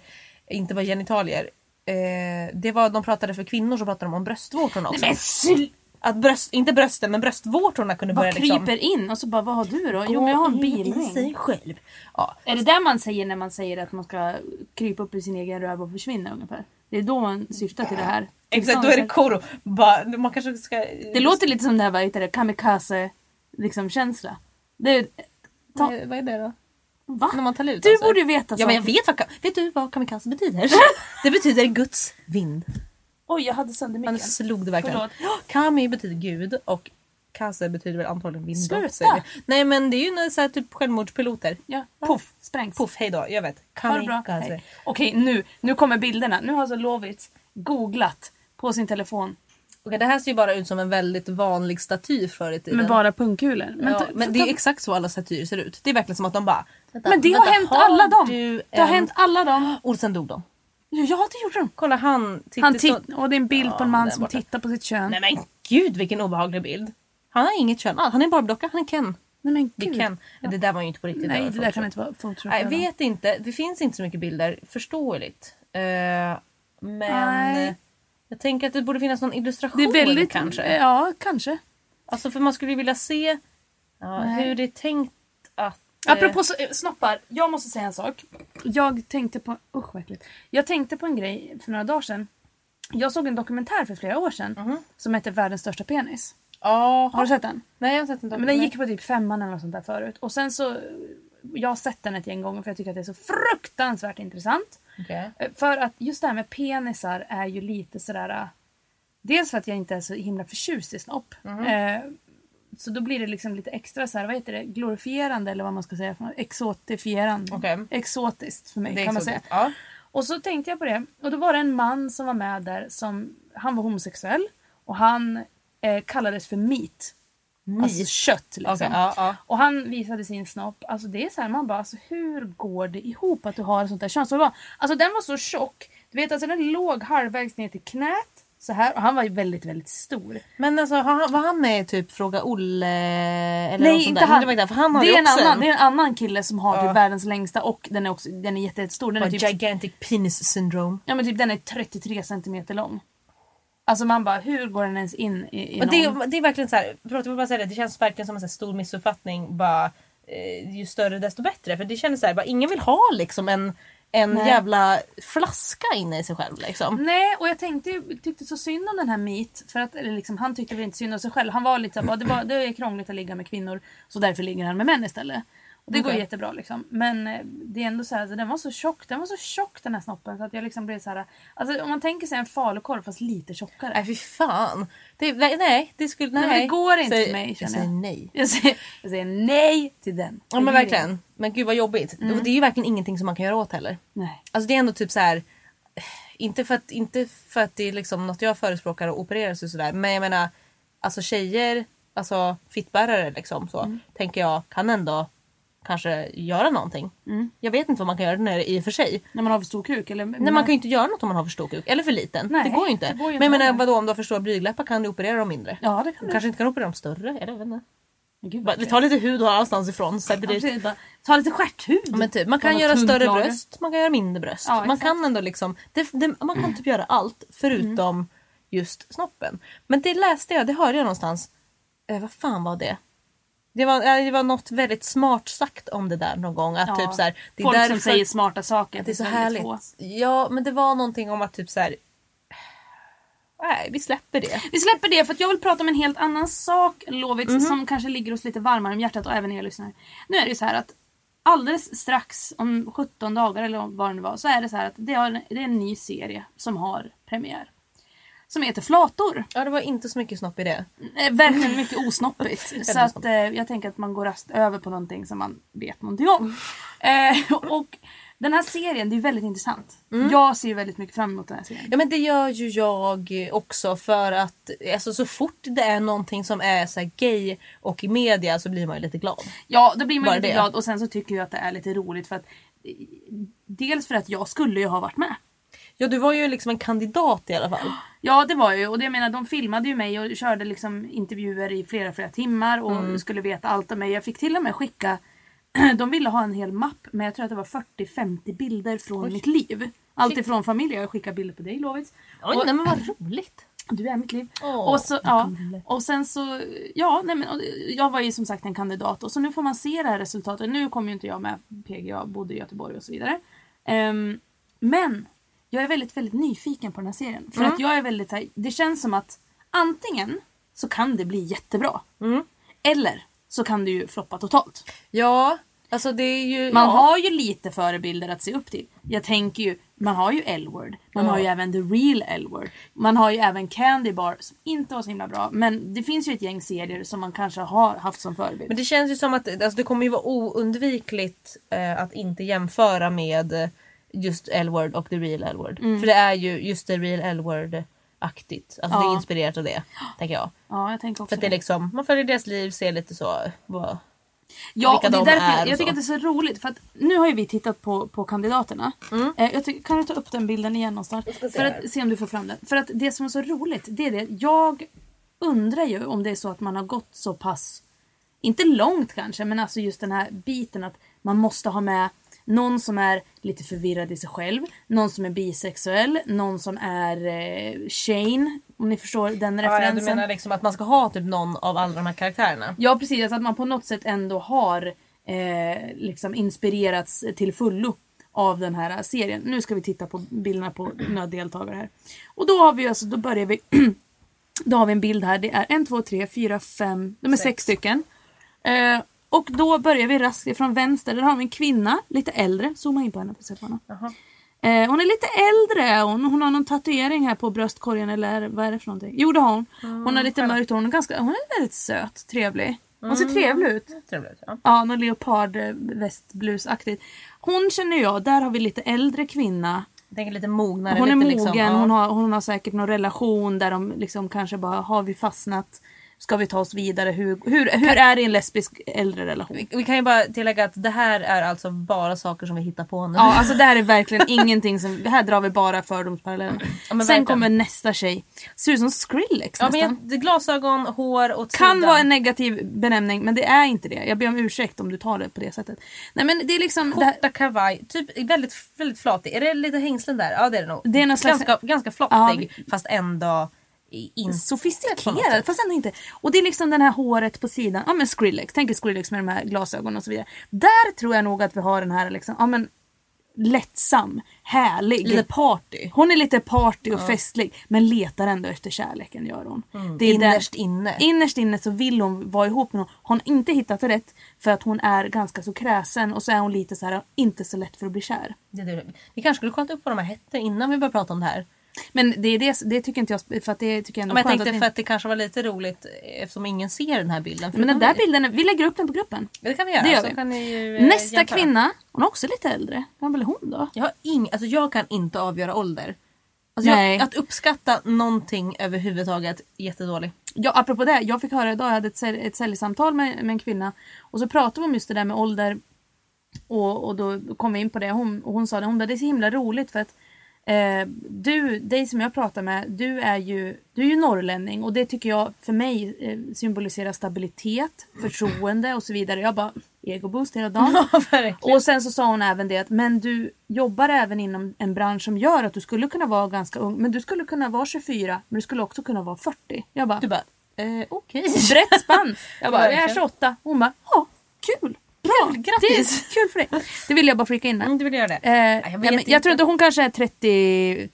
[SPEAKER 3] Inte bara genitalier. Eh, det var, de pratade för kvinnor så pratade de om bröstvårtorna också.
[SPEAKER 2] Men sl-
[SPEAKER 3] Att bröst, inte brösten men bröstvårtorna kunde börja
[SPEAKER 2] bara
[SPEAKER 3] liksom.
[SPEAKER 2] kryper in och så bara, vad har du då? Jo men jag har en
[SPEAKER 3] gå in i
[SPEAKER 2] bilring.
[SPEAKER 3] sig själv. Ja.
[SPEAKER 2] Är det där man säger när man säger att man ska krypa upp i sin egen röv och försvinna ungefär? Det är då man syftar till det här. Typ
[SPEAKER 3] Exakt, då är det koro. Bara, man kanske ska...
[SPEAKER 2] Det låter lite som det här vad heter det, kamikaze liksom, känsla. Det är, ta,
[SPEAKER 3] Vad är det då?
[SPEAKER 2] va?
[SPEAKER 3] När man tar livet
[SPEAKER 2] Du
[SPEAKER 3] av sig.
[SPEAKER 2] borde ju veta
[SPEAKER 3] Ja, men jag
[SPEAKER 2] saker.
[SPEAKER 3] vet, vad, ka- vet du vad kamikaze betyder? det betyder Guds vind.
[SPEAKER 2] Oj, jag hade sönder
[SPEAKER 3] Han
[SPEAKER 2] micken.
[SPEAKER 3] slog det verkligen.
[SPEAKER 2] Förlåt.
[SPEAKER 3] Kami betyder gud och kase betyder väl antagligen vind.
[SPEAKER 2] Sluta!
[SPEAKER 3] säger vi. Nej men det är ju när så här, typ självmordspiloter.
[SPEAKER 2] Ja,
[SPEAKER 3] Puff.
[SPEAKER 2] sprängs.
[SPEAKER 3] Puff, Alltså. hejdå. Jag vet.
[SPEAKER 2] Ha det bra.
[SPEAKER 3] Kamikaze.
[SPEAKER 2] Hej. Okej, nu, nu kommer bilderna. Nu har alltså Lovits googlat på sin telefon
[SPEAKER 3] Okej, det här ser ju bara ut som en väldigt vanlig staty förr i tiden.
[SPEAKER 2] med bara pungkulor. Men,
[SPEAKER 3] men, ja,
[SPEAKER 2] ta-
[SPEAKER 3] men
[SPEAKER 2] ta-
[SPEAKER 3] det är exakt så alla statyer ser ut. Det är verkligen som att de bara... Vänta,
[SPEAKER 2] men det har
[SPEAKER 3] vänta,
[SPEAKER 2] hänt alla dem.
[SPEAKER 3] du
[SPEAKER 2] Det har
[SPEAKER 3] en-
[SPEAKER 2] hänt alla dem.
[SPEAKER 3] Och sen dog de.
[SPEAKER 2] Jo, ja, det gjorde de.
[SPEAKER 3] Kolla han...
[SPEAKER 2] Han
[SPEAKER 3] Titti-
[SPEAKER 2] titt- och det är en bild på en
[SPEAKER 3] Ja,
[SPEAKER 2] man
[SPEAKER 3] där
[SPEAKER 2] som
[SPEAKER 3] borta.
[SPEAKER 2] tittar på sitt kön.
[SPEAKER 3] Nej men gud vilken obehaglig bild. Han har inget kön alls. Han är en barbdocka. Han är Ken.
[SPEAKER 2] Nej, men
[SPEAKER 3] Det, är
[SPEAKER 2] gud.
[SPEAKER 3] Ken. det där var ju inte på riktigt.
[SPEAKER 2] Nej,
[SPEAKER 3] var
[SPEAKER 2] det där kan
[SPEAKER 3] Photoshop.
[SPEAKER 2] inte vara Photoshop.
[SPEAKER 3] Nej, Jag vet inte. Det finns inte så mycket bilder. Förståeligt. Eh, men
[SPEAKER 2] Nej.
[SPEAKER 3] jag tänker att det borde finnas någon illustration
[SPEAKER 2] det är väldigt...
[SPEAKER 3] kanske.
[SPEAKER 2] Ja, kanske.
[SPEAKER 3] Alltså för man skulle ju vilja se ja, hur det är tänkt att... eh,
[SPEAKER 2] Apropå så- eh, snoppar, jag måste säga en sak. Jag tänkte på, usch vad äckligt. Jag tänkte på en grej för några dagar sedan. Jag såg en dokumentär för flera år sedan som hette Världens största penis.
[SPEAKER 3] Mhm. Ja.
[SPEAKER 2] Har du sett den?
[SPEAKER 3] Nej jag har sett inte.
[SPEAKER 2] Men den gick på typ femman eller något sånt där förut. Och sen så, eh, jag har sett den ett gäng gånger för jag tycker att det är så fruktansvärt intressant.
[SPEAKER 3] Okej.
[SPEAKER 2] Eh, För att just det här med penisar är ju lite sådär... eh, Dels för att jag inte är så himla förtjust i snopp.
[SPEAKER 3] Mhm.
[SPEAKER 2] Eh, så då blir det liksom lite extra så här, vad heter det, glorifierande eller vad man ska säga. för något. Exotifierande.
[SPEAKER 3] Okej.
[SPEAKER 2] Exotiskt för mig
[SPEAKER 3] Det är
[SPEAKER 2] kan man säga.
[SPEAKER 3] exotiskt. Ja.
[SPEAKER 2] Och så tänkte jag på det. Och då var det en man som var med där som, han var homosexuell. Och han eh, kallades för meat. Alltså kött liksom.
[SPEAKER 3] Okej, ja, ja.
[SPEAKER 2] Och han visade sin snopp. Alltså det är så här, man bara alltså, hur går det ihop att du har ett sånt där könsorgan? Alltså den var så tjock. Du vet alltså den låg halvvägs ner till knät. Så här, och han var ju väldigt väldigt stor.
[SPEAKER 3] Men alltså har han- var han med i typ Fråga Olle? Eller något
[SPEAKER 2] Nej
[SPEAKER 3] sånt
[SPEAKER 2] inte
[SPEAKER 3] där?
[SPEAKER 2] han.
[SPEAKER 3] Det, var inte han, för han har
[SPEAKER 2] det,
[SPEAKER 3] ju
[SPEAKER 2] är en
[SPEAKER 3] också
[SPEAKER 2] annan, det är en annan kille som har typ världens längsta och den är också den är jätte- jättestor. Den är typ,
[SPEAKER 3] Gigantic penis syndrome.
[SPEAKER 2] ja, men typ den är 33 centimeter lång. Alltså man bara hur går den ens in i, i
[SPEAKER 3] Och
[SPEAKER 2] någon?
[SPEAKER 3] det, det är verkligen så här, förlåt jag vill bara säga det, det känns verkligen som en så här stor missuppfattning. Bara, eh, ju större desto bättre. För det känns så här, bara, ingen vill ha liksom en, en
[SPEAKER 2] Nej.
[SPEAKER 3] jävla flaska inne i sig själv. Liksom.
[SPEAKER 2] Nej, och jag tänkte, ju- tyckte så synd om den här Meet. För att, eller liksom, han tyckte väl inte synd om sig själv. Han var lite såhär, bara, det, var, det är krångligt att ligga med kvinnor så därför ligger han med män istället. Och det går
[SPEAKER 3] Okej.
[SPEAKER 2] ju jättebra liksom. Men eh, det är ändå så här, alltså, den var så tjock, den var så tjock den här snoppen så att jag liksom blev så här. Alltså om man tänker sig en falukorv fast lite tjockare.
[SPEAKER 3] Nej fy fan. Det, nej, nej, det skulle... Nej.
[SPEAKER 2] men det går inte
[SPEAKER 3] Säg-
[SPEAKER 2] för mig,
[SPEAKER 3] Jag
[SPEAKER 2] känner
[SPEAKER 3] säger
[SPEAKER 2] jag.
[SPEAKER 3] nej.
[SPEAKER 2] Jag säger, jag säger nej till den.
[SPEAKER 3] Ja men verkligen. Men gud vad jobbigt.
[SPEAKER 2] Mm.
[SPEAKER 3] Och det är ju verkligen ingenting som man kan göra åt heller.
[SPEAKER 2] Nej.
[SPEAKER 3] Alltså det är ändå typ så här. Inte för att, inte för att det är liksom något jag förespråkar att operera sig och sådär. Men jag menar alltså tjejer, alltså fittbärare liksom så.
[SPEAKER 2] Mm.
[SPEAKER 3] Tänker jag kan ändå kanske göra någonting.
[SPEAKER 2] Mm.
[SPEAKER 3] Jag vet inte vad man kan göra när det i och för sig.
[SPEAKER 2] När man har för stor kuk eller?
[SPEAKER 3] Nej, man kan ju inte göra något om man har för stor kuk. Eller för liten.
[SPEAKER 2] Nej,
[SPEAKER 3] det går ju inte.
[SPEAKER 2] det går ju
[SPEAKER 3] men
[SPEAKER 2] inte
[SPEAKER 3] jag menar
[SPEAKER 2] heller.
[SPEAKER 3] vadå om du har för stora blygdläppar kan du operera dem mindre.
[SPEAKER 2] Ja det kan
[SPEAKER 3] Du
[SPEAKER 2] du.
[SPEAKER 3] kanske inte kan operera dem större. Eller, jag vet inte.
[SPEAKER 2] Gud,
[SPEAKER 3] Bara, Vi tar lite hud och har någonstans ifrån. Sätter
[SPEAKER 2] Ja,
[SPEAKER 3] dit
[SPEAKER 2] precis, bara, Ta lite stjärthud.
[SPEAKER 3] Ja, Men typ, man kan
[SPEAKER 2] Ta något
[SPEAKER 3] göra
[SPEAKER 2] tunt
[SPEAKER 3] större
[SPEAKER 2] lager.
[SPEAKER 3] bröst, man kan göra mindre bröst.
[SPEAKER 2] Ja,
[SPEAKER 3] man
[SPEAKER 2] exakt.
[SPEAKER 3] kan ändå liksom, det, det, man kan typ göra allt förutom just snoppen. Men det läste jag, det hörde jag någonstans. Eh, vad fan var det? Det var, eh, det var något väldigt smart sagt om det där någon gång. Att
[SPEAKER 2] Ja,
[SPEAKER 3] typ så här, det är
[SPEAKER 2] folk
[SPEAKER 3] därför,
[SPEAKER 2] som säger smarta saker.
[SPEAKER 3] att det är så
[SPEAKER 2] finns väldigt
[SPEAKER 3] härligt.
[SPEAKER 2] få.
[SPEAKER 3] Ja men det var någonting om att typ så här. Nej vi släpper det.
[SPEAKER 2] Vi släpper det för att jag vill prata om en helt annan sak Lovits
[SPEAKER 3] Mhm.
[SPEAKER 2] som kanske ligger oss lite varmare om hjärtat och även er lyssnare. Nu är det ju så här att alldeles strax om 17 dagar eller vad det nu var så är det så här att det är en, det är en ny serie som har premiär. Som heter Flator.
[SPEAKER 3] Ja det var inte så mycket snopp i det.
[SPEAKER 2] Eh, Verkligen mycket osnoppigt. så att eh, jag tänker att man går rast över på någonting som man vet någonting om. Eh, och den här serien, det är väldigt intressant.
[SPEAKER 3] Mm.
[SPEAKER 2] Jag ser ju väldigt mycket fram emot den här serien.
[SPEAKER 3] Ja men det gör ju jag också för att alltså, så fort det är någonting som är så här gay och i media så blir man ju lite glad.
[SPEAKER 2] Ja, då blir man
[SPEAKER 3] Bara
[SPEAKER 2] lite
[SPEAKER 3] det.
[SPEAKER 2] glad och sen så tycker jag att det är lite roligt för att eh, Dels för att jag skulle ju ha varit med.
[SPEAKER 3] Ja du var ju liksom en kandidat i alla fall.
[SPEAKER 2] Ja det var jag ju och det jag menar de filmade ju mig och körde liksom intervjuer i flera flera timmar och skulle veta allt om mig. Jag fick till och med skicka, de ville ha en hel mapp men jag tror att det var 40-50 bilder från mitt liv. Allt ifrån familj, jag skickar bilder på dig Lovits.
[SPEAKER 3] Oj,
[SPEAKER 2] Och-
[SPEAKER 3] nej men vad roligt.
[SPEAKER 2] Du är mitt liv.
[SPEAKER 3] Åh,
[SPEAKER 2] och, så, ja, och sen så, ja, nej men, och jag var ju som sagt en kandidat och så nu får man se det här resultatet. Nu kommer ju inte jag med PG, jag bodde i Göteborg och så vidare. Ehm, men jag är väldigt, väldigt nyfiken på den här serien. För att jag är väldigt, så här- det känns som att antingen så kan det bli jättebra. Eller så kan det ju floppa totalt.
[SPEAKER 3] Ja, alltså det är ju...
[SPEAKER 2] Man
[SPEAKER 3] ja.
[SPEAKER 2] har ju lite förebilder att se upp till. Jag tänker ju, man har ju L-word. Man har ju även the real L-word. Man har ju även Candy Bar som inte var så himla bra. Men det finns ju ett gäng serier som man kanske har haft som förebild.
[SPEAKER 3] Men det känns ju som att alltså, det kommer ju vara oundvikligt eh, att inte jämföra med eh, just L-word och the real L-word. För det är ju just the real L-word aktigt. Alltså det är
[SPEAKER 2] Ja.
[SPEAKER 3] inspirerat av det. Tänker jag.
[SPEAKER 2] ja, jag tänker också
[SPEAKER 3] För att det är liksom, man följer deras liv, ser lite så. Vad,
[SPEAKER 2] Ja,
[SPEAKER 3] vilka
[SPEAKER 2] och det är
[SPEAKER 3] de
[SPEAKER 2] därför
[SPEAKER 3] är
[SPEAKER 2] jag,
[SPEAKER 3] och
[SPEAKER 2] jag tycker
[SPEAKER 3] så.
[SPEAKER 2] att det är så roligt. För att nu har ju vi tittat på, på kandidaterna.
[SPEAKER 3] Mm.
[SPEAKER 2] Eh, jag tycker, kan du ta upp den bilden igen någonstans? För att se om du får fram den. För att det som är så roligt, det är det. Jag undrar ju om det är så att man har gått så pass, inte långt kanske, men alltså just den här biten att man måste ha med någon som är lite förvirrad i sig själv, någon som är bisexuell, någon som är eh, Shane, om ni förstår den
[SPEAKER 3] Ja,
[SPEAKER 2] referensen.
[SPEAKER 3] du menar liksom att man ska ha typ någon av alla de här karaktärerna?
[SPEAKER 2] Ja precis, alltså att man på något sätt ändå har eh, liksom inspirerats till fullo av den här serien. Nu ska vi titta på bilderna på några deltagare här. Och då har vi alltså, då börjar vi. då har vi en bild här. Det är en, två, tre, fyra, fem, de är sex,
[SPEAKER 3] Sex.
[SPEAKER 2] stycken. Eh, och då börjar vi raskt från vänster. Där har vi en kvinna, lite äldre. Zooma in på henne. På sätt hon, har. eh, hon är lite äldre. är Hon, hon har någon tatuering här på bröstkorgen eller vad är det för någonting? Jo det har hon.
[SPEAKER 3] Ah,
[SPEAKER 2] Hon har lite mörkt hår. Hon är, ganska, hon är väldigt söt, trevlig. Hon
[SPEAKER 3] Ah.
[SPEAKER 2] ser trevlig ut.
[SPEAKER 3] Trevligt. Ja.
[SPEAKER 2] Ja, någon leopardvästblusaktigt. Hon känner jag, där har vi lite äldre kvinna.
[SPEAKER 3] Jag tänker lite mognare.
[SPEAKER 2] Hon är
[SPEAKER 3] lite
[SPEAKER 2] mogen,
[SPEAKER 3] liksom, ja.
[SPEAKER 2] hon, har, hon har säkert någon relation där de liksom kanske bara, har vi fastnat? ska vi ta oss vidare? Hur, hur, hur är det i en lesbisk äldre relation?
[SPEAKER 3] Vi, vi kan ju bara tillägga att det här är alltså bara saker som vi hittar på nu.
[SPEAKER 2] Ja, alltså det här är verkligen ingenting som... Det här drar vi bara fördomsparallellen.
[SPEAKER 3] men verkligen.
[SPEAKER 2] Sen kommer nästa tjej. Ser ut som Skrillex
[SPEAKER 3] Ja, men
[SPEAKER 2] nästan.
[SPEAKER 3] jag, det är glasögon, hår och
[SPEAKER 2] kan vara en negativ benämning men det är inte det. Jag ber om ursäkt om du tar det på det sättet. Nej men det är liksom... Det, här,
[SPEAKER 3] Korta kavaj, typ väldigt, väldigt flatig. Är det lite hängslen där? Ja det är det nog.
[SPEAKER 2] Det är någon slags-
[SPEAKER 3] ganska, ganska
[SPEAKER 2] Ja,
[SPEAKER 3] flottig fast ändå i- inte på något
[SPEAKER 2] sofistikerad
[SPEAKER 3] sätt.
[SPEAKER 2] fast ändå inte. Och det är liksom den här håret på sidan. Ja men Skrillex. Tänk er Skrillex med de här glasögonen och så vidare. Där tror jag nog att vi har den här liksom, ja men lättsam, härlig.
[SPEAKER 3] Lite party.
[SPEAKER 2] Hon är lite party och festlig men letar ändå efter kärleken gör hon. Det är
[SPEAKER 3] Mm. Innerst
[SPEAKER 2] den-
[SPEAKER 3] inne.
[SPEAKER 2] Innerst inne så vill hon vara ihop med någon. Hon har inte hittat rätt för att hon är ganska så kräsen och så är hon lite så här inte så lätt för att bli kär.
[SPEAKER 3] Det är det. Vi kanske skulle kolla upp vad de här hette innan vi började prata om det här.
[SPEAKER 2] Men det, är det, det tycker inte jag för att det tycker jag ändå
[SPEAKER 3] Men jag
[SPEAKER 2] är skönt
[SPEAKER 3] tänkte
[SPEAKER 2] att vi-
[SPEAKER 3] för att det kanske var lite roligt eftersom ingen ser den här bilden.
[SPEAKER 2] Men den
[SPEAKER 3] förutom
[SPEAKER 2] där
[SPEAKER 3] vi.
[SPEAKER 2] bilden, vi lägger upp den på gruppen.
[SPEAKER 3] Det kan vi göra.
[SPEAKER 2] Det gör
[SPEAKER 3] så
[SPEAKER 2] vi.
[SPEAKER 3] Kan ni ju, eh,
[SPEAKER 2] Nästa
[SPEAKER 3] jämföra.
[SPEAKER 2] kvinna, hon är också lite äldre. Gammal är hon då?
[SPEAKER 3] Jag, har ing, alltså jag kan inte avgöra ålder. Alltså
[SPEAKER 2] Nej.
[SPEAKER 3] jag, att uppskatta någonting överhuvudtaget, jättedålig.
[SPEAKER 2] Ja, apropå det, jag fick höra idag, jag hade ett, sälj- ett säljsamtal med, med en kvinna och så pratade vi om just det där med ålder och, och då kom vi in på det hon, och hon sa det, hon bara, det är så himla roligt för att eh, du, dig som jag pratar med, du är ju, du är ju norrlänning och det tycker jag för mig eh, symboliserar stabilitet, förtroende och så vidare. Jag bara, egoboost hela dagen.
[SPEAKER 3] verkligen.
[SPEAKER 2] Och sen så sa hon även det att men du jobbar även inom en bransch som gör att du skulle kunna vara ganska ung. Men du skulle kunna vara 24 men du skulle också kunna vara 40. Jag bara,
[SPEAKER 3] Du bara, eh, okej.
[SPEAKER 2] brett spann. Jag bara, jag är
[SPEAKER 3] Verkligen.
[SPEAKER 2] 28. Hon bara, ja kul. Bra,
[SPEAKER 3] Kul,
[SPEAKER 2] Det
[SPEAKER 3] grattis."
[SPEAKER 2] är kul för dig. Det vill jag bara flika in med.
[SPEAKER 3] Mm, du vill göra det?
[SPEAKER 2] Eh,
[SPEAKER 3] Nej,
[SPEAKER 2] jag,
[SPEAKER 3] jag
[SPEAKER 2] men,
[SPEAKER 3] vet
[SPEAKER 2] jag tror inte
[SPEAKER 3] inte.
[SPEAKER 2] hon kanske är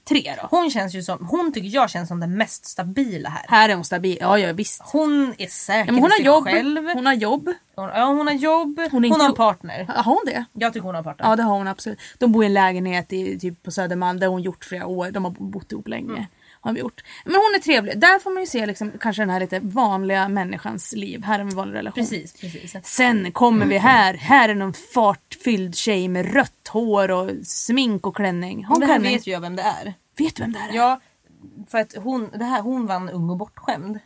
[SPEAKER 2] 33 då.
[SPEAKER 3] Hon känns ju som, hon tycker jag känns som den mest stabila här.
[SPEAKER 2] Här är hon stabil. Ja, ja visst.
[SPEAKER 3] Hon är säker
[SPEAKER 2] Ja, men hon
[SPEAKER 3] i
[SPEAKER 2] har
[SPEAKER 3] sig
[SPEAKER 2] jobb.
[SPEAKER 3] själv. Hon,
[SPEAKER 2] Hon har jobb.
[SPEAKER 3] ja, hon har jobb,
[SPEAKER 2] Hon
[SPEAKER 3] hon,
[SPEAKER 2] är
[SPEAKER 3] har en
[SPEAKER 2] inte-
[SPEAKER 3] partner.
[SPEAKER 2] Har hon det?
[SPEAKER 3] Jag tycker hon har en partner.
[SPEAKER 2] Ja det har hon absolut. De bor i en lägenhet i, typ på Södermalm där hon gjort flera år. De har bott ihop länge.
[SPEAKER 3] Mm.
[SPEAKER 2] Har vi gjort. Men hon är trevlig. Där får man ju se liksom, kanske den här lite vanliga människans liv. Här är en vanlig relation.
[SPEAKER 3] Precis, precis.
[SPEAKER 2] Mm. Sen kommer vi här. Här är någon fartfylld tjej med rött hår och smink och klänning. Hon
[SPEAKER 3] Det här
[SPEAKER 2] klänning. Vet,
[SPEAKER 3] vet ju jag vem det är.
[SPEAKER 2] vet du vem det här är?
[SPEAKER 3] Ja, för att hon, det här, hon vann Ung och bortskämd.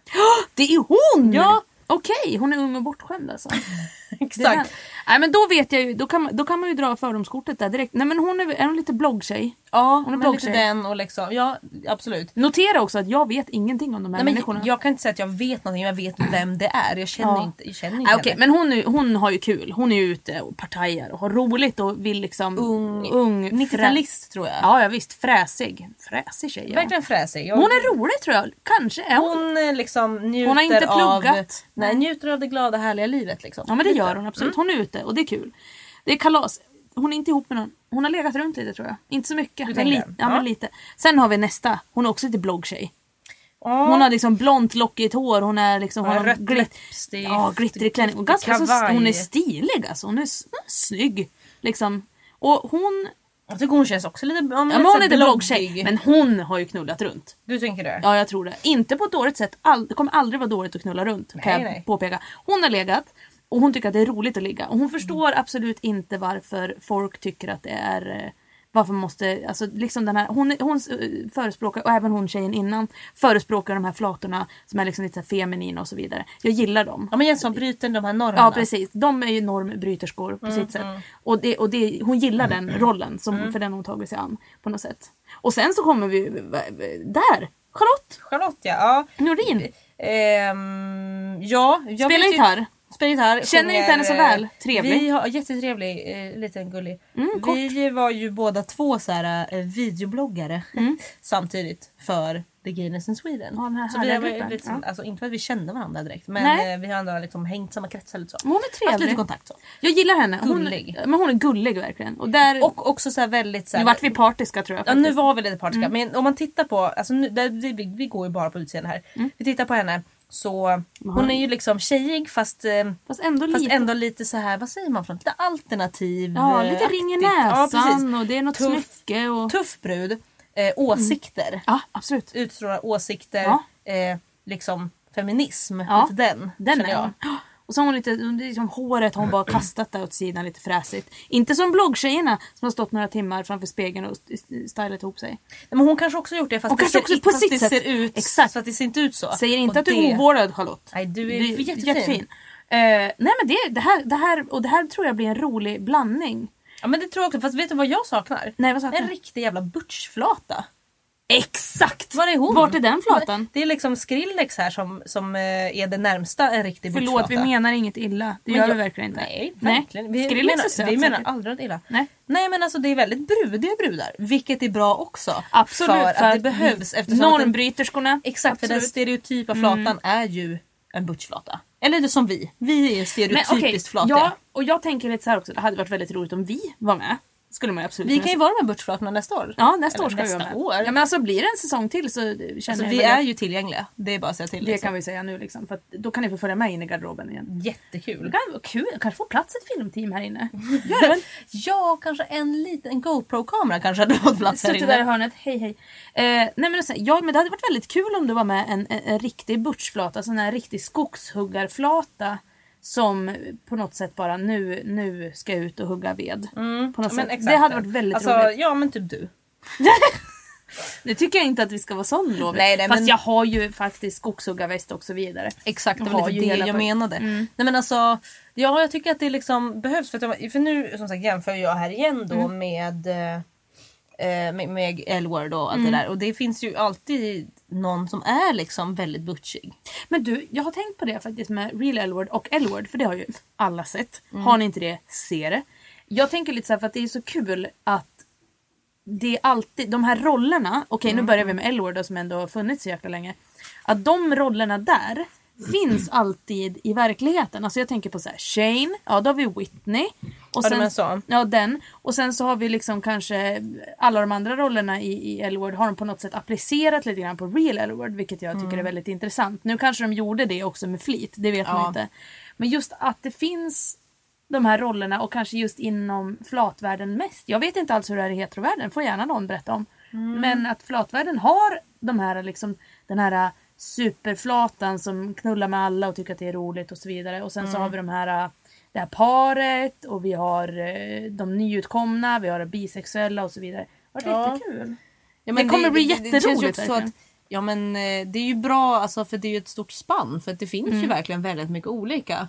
[SPEAKER 2] Det är hon!
[SPEAKER 3] Ja.
[SPEAKER 2] Okej, hon är ung och bortskämd alltså. Det är
[SPEAKER 3] Exakt.
[SPEAKER 2] den. Nej men då vet jag ju, då kan, man- då kan man ju dra fördomskortet där direkt. Nej men hon är, är hon lite bloggtjej?
[SPEAKER 3] Ja,
[SPEAKER 2] Hon är
[SPEAKER 3] men lite
[SPEAKER 2] bloggtjej.
[SPEAKER 3] den och liksom, ja absolut.
[SPEAKER 2] Notera också att jag vet ingenting om de här
[SPEAKER 3] Nej,
[SPEAKER 2] människorna.
[SPEAKER 3] men jag kan inte säga att jag vet någonting, men jag vet vem det är. Jag känner
[SPEAKER 2] Ja.
[SPEAKER 3] inte, jag känner inte
[SPEAKER 2] Ah, Okej
[SPEAKER 3] henne.
[SPEAKER 2] men hon, är- hon har ju kul. Hon är ju ute och partajar och har roligt och vill liksom...
[SPEAKER 3] Ung,
[SPEAKER 2] ung
[SPEAKER 3] 90-talist tror jag.
[SPEAKER 2] frä- Ja, ja visst. Fräsig. Fräsig tjej ja.
[SPEAKER 3] Verkligen fräsig. Jag-
[SPEAKER 2] Hon är rolig tror jag. Kanske är hon.
[SPEAKER 3] Hon eh, liksom njuter
[SPEAKER 2] Hon har inte
[SPEAKER 3] av,
[SPEAKER 2] pluggat.
[SPEAKER 3] nej, njuter av det glada härliga livet. Liksom.
[SPEAKER 2] Ja men det
[SPEAKER 3] Lite.
[SPEAKER 2] gör hon absolut. Hon är ute och det är kul. Det är kalas. Hon är inte ihop med någon. Hon har legat runt lite tror jag. Inte så mycket. Men,
[SPEAKER 3] tänker
[SPEAKER 2] li-
[SPEAKER 3] den?
[SPEAKER 2] ja,
[SPEAKER 3] Ja.
[SPEAKER 2] men lite. Sen har vi nästa. Hon är också lite bloggtjej.
[SPEAKER 3] Ja.
[SPEAKER 2] Hon har liksom blont lockigt hår. Hon är liksom...
[SPEAKER 3] Hon har
[SPEAKER 2] någon
[SPEAKER 3] rött
[SPEAKER 2] glit-
[SPEAKER 3] läppstift,
[SPEAKER 2] Ja, glittrig klänning. Och ganska så,
[SPEAKER 3] kavaj.
[SPEAKER 2] hon är stilig alltså. Hon är, s- hon är snygg. Liksom. Och hon
[SPEAKER 3] Jag tycker hon känns också lite, ja, men
[SPEAKER 2] Ja, men
[SPEAKER 3] lite
[SPEAKER 2] hon är inte
[SPEAKER 3] bloggig.
[SPEAKER 2] bloggtjej, men hon har ju knullat runt.
[SPEAKER 3] Du tänker det?
[SPEAKER 2] Ja jag tror det. Inte på ett dåligt sätt, All, det kommer aldrig vara dåligt att knulla runt kan
[SPEAKER 3] Nej,
[SPEAKER 2] jag
[SPEAKER 3] nej.
[SPEAKER 2] påpeka. Hon har legat och hon tycker att det är roligt att ligga och hon förstår absolut inte varför folk tycker att det är eh, varför man måste, alltså liksom den här, hon, är- hon eh, förespråkar, och även hon tjejen innan, förespråkar de här flatorna som är liksom lite så här feminina och så vidare. Jag gillar dem.
[SPEAKER 3] Ja, men en som bryter de här normerna.
[SPEAKER 2] Ja precis, de är ju normbryterskor på sitt sätt.
[SPEAKER 3] Mm,
[SPEAKER 2] Och, det, och det, hon gillar den rollen som, för den hon tagit sig an på något sätt. Och sen så kommer vi eh, där! Charlotte
[SPEAKER 3] Charlotte ja. ja.
[SPEAKER 2] Norin!
[SPEAKER 3] Ehm, ja jag
[SPEAKER 2] Spelar
[SPEAKER 3] vet ju-
[SPEAKER 2] gitarr.
[SPEAKER 3] Spelar gitarr.
[SPEAKER 2] Känner inte
[SPEAKER 3] sjunger,
[SPEAKER 2] henne så väl.
[SPEAKER 3] eh,
[SPEAKER 2] Trevlig. Mm,
[SPEAKER 3] Vi har, jättetrevlig, eh, liten gullig.
[SPEAKER 2] kort.
[SPEAKER 3] vi var ju båda två så här, eh, videobloggare samtidigt för The Gayness in Sweden.
[SPEAKER 2] Mm. Ja, den här
[SPEAKER 3] så vi
[SPEAKER 2] härliga
[SPEAKER 3] har ju
[SPEAKER 2] gruppen.
[SPEAKER 3] liksom,
[SPEAKER 2] Ja.
[SPEAKER 3] alltså, inte för att vi kände varandra direkt men
[SPEAKER 2] Nej.
[SPEAKER 3] eh, vi har ändå liksom hängt samma kretsar lite så.
[SPEAKER 2] Men Hon är
[SPEAKER 3] Haft lite
[SPEAKER 2] trevlig.
[SPEAKER 3] kontakt så.
[SPEAKER 2] Jag gillar henne. Hon,
[SPEAKER 3] Gullig.
[SPEAKER 2] Men hon är gullig verkligen. Och där...
[SPEAKER 3] Och också så här väldigt så här,
[SPEAKER 2] nu vart vi partiska tror jag
[SPEAKER 3] Ja nu
[SPEAKER 2] faktiskt. Mm.
[SPEAKER 3] var vi lite partiska men om man tittar på, alltså nu, där, vi, vi går ju bara på utseende här.
[SPEAKER 2] Mm.
[SPEAKER 3] Vi tittar på henne så hon är ju liksom tjejig fast, eh,
[SPEAKER 2] Fast ändå
[SPEAKER 3] fast
[SPEAKER 2] lite.
[SPEAKER 3] ändå lite så här vad säger man från lite alternativ.
[SPEAKER 2] ja,
[SPEAKER 3] eh,
[SPEAKER 2] lite ring i
[SPEAKER 3] aktigt. Ja,
[SPEAKER 2] näsan
[SPEAKER 3] precis.
[SPEAKER 2] och det är något
[SPEAKER 3] Tuff.
[SPEAKER 2] smycke och...
[SPEAKER 3] Tuff brud, eh, åsikter,
[SPEAKER 2] Ja absolut.
[SPEAKER 3] utstrålar åsikter,
[SPEAKER 2] Ja.
[SPEAKER 3] eh, liksom feminism.
[SPEAKER 2] Ja,
[SPEAKER 3] Lite den
[SPEAKER 2] Den
[SPEAKER 3] känner
[SPEAKER 2] är hon. Och så har hon lite, liksom håret har hon bara kastat där åt sidan lite fräsigt. Inte som bloggtjejerna som har stått några timmar framför spegeln och st- stylat ihop sig.
[SPEAKER 3] Men hon kanske också har gjort det fast
[SPEAKER 2] Hon
[SPEAKER 3] det,
[SPEAKER 2] kanske
[SPEAKER 3] ser,
[SPEAKER 2] också
[SPEAKER 3] i-
[SPEAKER 2] på
[SPEAKER 3] fast
[SPEAKER 2] sitt
[SPEAKER 3] det
[SPEAKER 2] sätt.
[SPEAKER 3] ser ut
[SPEAKER 2] Exakt.
[SPEAKER 3] så att det ser inte ut så.
[SPEAKER 2] Säger inte
[SPEAKER 3] Och
[SPEAKER 2] att du
[SPEAKER 3] det-
[SPEAKER 2] är ovårdad Charlotte.
[SPEAKER 3] Nej du är
[SPEAKER 2] Du är
[SPEAKER 3] jättefin.
[SPEAKER 2] jättefin. Eh, nej men det, det, här, det här, och det här tror jag blir en rolig blandning.
[SPEAKER 3] Ja men det tror jag också. Fast vet du vad jag saknar?
[SPEAKER 2] Nej, vad saknar
[SPEAKER 3] En
[SPEAKER 2] du?
[SPEAKER 3] riktig jävla butchflata.
[SPEAKER 2] Exakt!
[SPEAKER 3] Var är hon?
[SPEAKER 2] Vart är den flatan?
[SPEAKER 3] Det är liksom Skrillex här som, som eh, är det närmsta en riktig
[SPEAKER 2] Förlåt,
[SPEAKER 3] butchflata.
[SPEAKER 2] vi menar inget illa. Det
[SPEAKER 3] Men
[SPEAKER 2] gör
[SPEAKER 3] jag-
[SPEAKER 2] vi verkligen inte.
[SPEAKER 3] Nej, verkligen.
[SPEAKER 2] Nej.
[SPEAKER 3] Vi,
[SPEAKER 2] Skrillex
[SPEAKER 3] menar,
[SPEAKER 2] är söt.
[SPEAKER 3] vi menar
[SPEAKER 2] säkert.
[SPEAKER 3] aldrig illa.
[SPEAKER 2] Nej.
[SPEAKER 3] Nej men alltså det är väldigt brudiga brudar. Vilket är bra också.
[SPEAKER 2] Absolut.
[SPEAKER 3] För att det behövs. Eftersom att den,
[SPEAKER 2] normbryterskorna.
[SPEAKER 3] exakt för den
[SPEAKER 2] Absolut. Mm.
[SPEAKER 3] stereotypa flatan är ju en butchflata. Eller det är som vi. Vi
[SPEAKER 2] Men
[SPEAKER 3] är
[SPEAKER 2] okej,
[SPEAKER 3] stereotypiskt flatiga.
[SPEAKER 2] ja, och jag tänker lite så här också. Det hade varit väldigt roligt om vi var med. Skulle man ju absolut
[SPEAKER 3] Vi
[SPEAKER 2] kunna
[SPEAKER 3] kan
[SPEAKER 2] säga.
[SPEAKER 3] ju vara de här butchflatorna nästa år.
[SPEAKER 2] Ja, nästa
[SPEAKER 3] Eller
[SPEAKER 2] år ska vi vara
[SPEAKER 3] nästa
[SPEAKER 2] med.
[SPEAKER 3] år.
[SPEAKER 2] Ja, men alltså blir det en säsong till så känner
[SPEAKER 3] Alltså,
[SPEAKER 2] jag
[SPEAKER 3] vi
[SPEAKER 2] väl
[SPEAKER 3] är
[SPEAKER 2] att-
[SPEAKER 3] ju tillgängliga. Det är bara att säga till.
[SPEAKER 2] Det
[SPEAKER 3] liksom.
[SPEAKER 2] kan vi säga nu liksom. För att då kan ni få följa med in i garderoben igen. Det
[SPEAKER 3] Jättekul.
[SPEAKER 2] kan vara kul. Jag kanske får plats i ett filmteam här inne. Gör det väl?
[SPEAKER 3] Ja, kanske en liten en GoPro-kamera kanske hade fått plats här
[SPEAKER 2] Suttit där i
[SPEAKER 3] inne.
[SPEAKER 2] hörnet, hej hej. Eh, nej men, sen, ja, men det hade varit väldigt kul om du var med en, en, en riktig butchflata, alltså en här riktig skogshuggarflata. Som på något sätt bara nu, nu ska jag ut och hugga ved. på något
[SPEAKER 3] Mm, Men
[SPEAKER 2] sätt.
[SPEAKER 3] exakt.
[SPEAKER 2] Det hade varit väldigt
[SPEAKER 3] alltså,
[SPEAKER 2] roligt.
[SPEAKER 3] Ja men typ du.
[SPEAKER 2] Nu tycker jag inte att vi ska vara sån Lovit.
[SPEAKER 3] Nej, nej,
[SPEAKER 2] Fast
[SPEAKER 3] men-
[SPEAKER 2] jag har ju faktiskt skogshuggarväst och så vidare.
[SPEAKER 3] Exakt, det
[SPEAKER 2] Jag
[SPEAKER 3] var
[SPEAKER 2] har ju
[SPEAKER 3] lite
[SPEAKER 2] hela
[SPEAKER 3] det jag
[SPEAKER 2] poj-
[SPEAKER 3] menade. Nej men alltså, ja jag tycker att det liksom behövs. För, att jag, för nu som sagt jämför jag här igen då med, eh, med, med L-word och allt det där. Och det finns ju alltid någon som är liksom väldigt butchig.
[SPEAKER 2] Men du, jag har tänkt på det faktiskt med Real Elward och Elward, för det har ju alla sett.
[SPEAKER 3] Mm.
[SPEAKER 2] Har ni inte det, se det. Jag tänker lite så här för att det är så kul att det är alltid, de här rollerna, okej
[SPEAKER 3] Mm.
[SPEAKER 2] nu börjar vi med Elward då, som ändå har funnits så jäkla länge. Att de rollerna där finns
[SPEAKER 3] Mm.
[SPEAKER 2] alltid i verkligheten. Alltså jag tänker på så här, Shane, ja då har vi Whitney. Och
[SPEAKER 3] Ja, de är så.
[SPEAKER 2] Ja den. Och sen så har vi liksom kanske alla de andra rollerna i, i Elward har de på något sätt applicerat lite grann på real Elward vilket jag tycker är väldigt intressant. Nu kanske de gjorde det också med flit, det vet man
[SPEAKER 3] Ja.
[SPEAKER 2] inte. Men just att det finns de här rollerna och kanske just inom flatvärlden mest. Jag vet inte alls hur det är i heterovärlden, får gärna någon berätta om. Men att flatvärlden har de här liksom, den här superflatan som knullar med alla och tycker att det är roligt och så vidare. Och sen så har vi de här, det här paret och vi har eh, de nyutkomna, vi har de bisexuella och så vidare. Det var
[SPEAKER 3] Ja.
[SPEAKER 2] jättekul.
[SPEAKER 3] Ja,
[SPEAKER 2] Det kommer bli
[SPEAKER 3] Det känns ju
[SPEAKER 2] jätteroligt,
[SPEAKER 3] också så
[SPEAKER 2] verkligen.
[SPEAKER 3] att, ja, men, eh, det är ju bra alltså, för det är ju ett stort spann för att det finns ju verkligen väldigt mycket olika.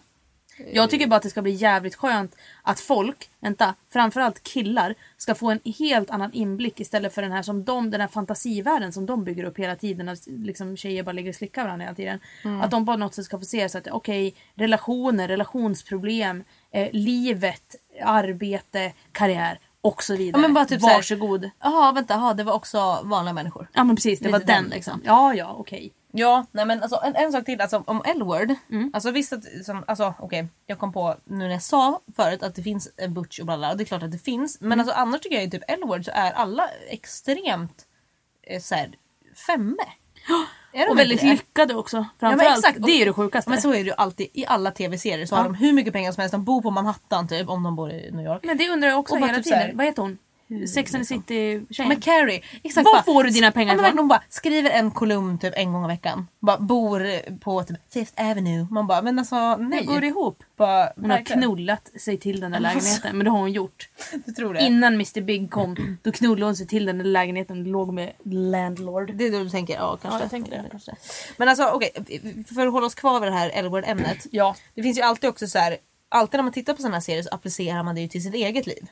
[SPEAKER 2] Jag tycker bara att det ska bli jävligt skönt att folk, vänta, framförallt killar, ska få en helt annan inblick istället för den här som de, den här fantasivärlden som de bygger upp hela tiden. Att liksom tjejer bara ligger och slickar varandra hela tiden.
[SPEAKER 3] Mm.
[SPEAKER 2] Att de på något sätt ska få se så att okej, relationer, relationsproblem, eh, livet, arbete, karriär och så vidare.
[SPEAKER 3] Ja, men bara typ så här-
[SPEAKER 2] Varsågod.
[SPEAKER 3] Jaha vänta, aha, det var också vanliga människor.
[SPEAKER 2] Ja men precis, det
[SPEAKER 3] Lite
[SPEAKER 2] var den
[SPEAKER 3] den,
[SPEAKER 2] liksom. Ja ja, okej.
[SPEAKER 3] Ja, nej men alltså, en, en sak till alltså, om L-word.
[SPEAKER 2] Mm.
[SPEAKER 3] Alltså visst att, som, alltså okej, jag kom på nu när jag sa förut att det finns en butch och bla bla, och det är klart att det finns.
[SPEAKER 2] Mm.
[SPEAKER 3] Men alltså annars tycker jag ju typ L-word så är alla extremt eh, såhär femme. Är de
[SPEAKER 2] Och väldigt
[SPEAKER 3] inte det?
[SPEAKER 2] lyckade också.
[SPEAKER 3] men
[SPEAKER 2] Framförallt,
[SPEAKER 3] exakt.
[SPEAKER 2] det är ju det sjukaste.
[SPEAKER 3] Men så är det ju alltid i alla tv-serier. Så har de hur mycket pengar som helst, de bor på Manhattan typ om de bor i New York.
[SPEAKER 2] Men det undrar jag också
[SPEAKER 3] Och bara
[SPEAKER 2] hela
[SPEAKER 3] typ
[SPEAKER 2] tiden.
[SPEAKER 3] så här-
[SPEAKER 2] Vad heter hon? Sex and the City-tjejen?
[SPEAKER 3] Men Carrie, exakt
[SPEAKER 2] Var
[SPEAKER 3] bara-
[SPEAKER 2] får du dina pengar
[SPEAKER 3] ja,
[SPEAKER 2] ifrån?
[SPEAKER 3] men verkligen, Hon bara skriver en kolumn typ en gång i veckan. Bara bor på typ Fifth Avenue. Man bara men alltså nej.
[SPEAKER 2] Det går ihop.
[SPEAKER 3] Bara,
[SPEAKER 2] Hon har
[SPEAKER 3] verkligen.
[SPEAKER 2] knullat sig till den där lägenheten, men alltså- det har hon gjort.
[SPEAKER 3] Du tror det?
[SPEAKER 2] Innan Mr Big kom, då knullade hon sig till den där lägenheten och låg med landlord.
[SPEAKER 3] det är det du tänker? Ja, kanske.
[SPEAKER 2] Ja, jag tänker det.
[SPEAKER 3] Kanske. Men alltså okej, för att hålla oss kvar vid det här Elwood-ämnet.
[SPEAKER 2] Ja.
[SPEAKER 3] Det finns ju alltid också så här. Alltid när man tittar på sådana här serier så applicerar man det ju till sitt eget liv.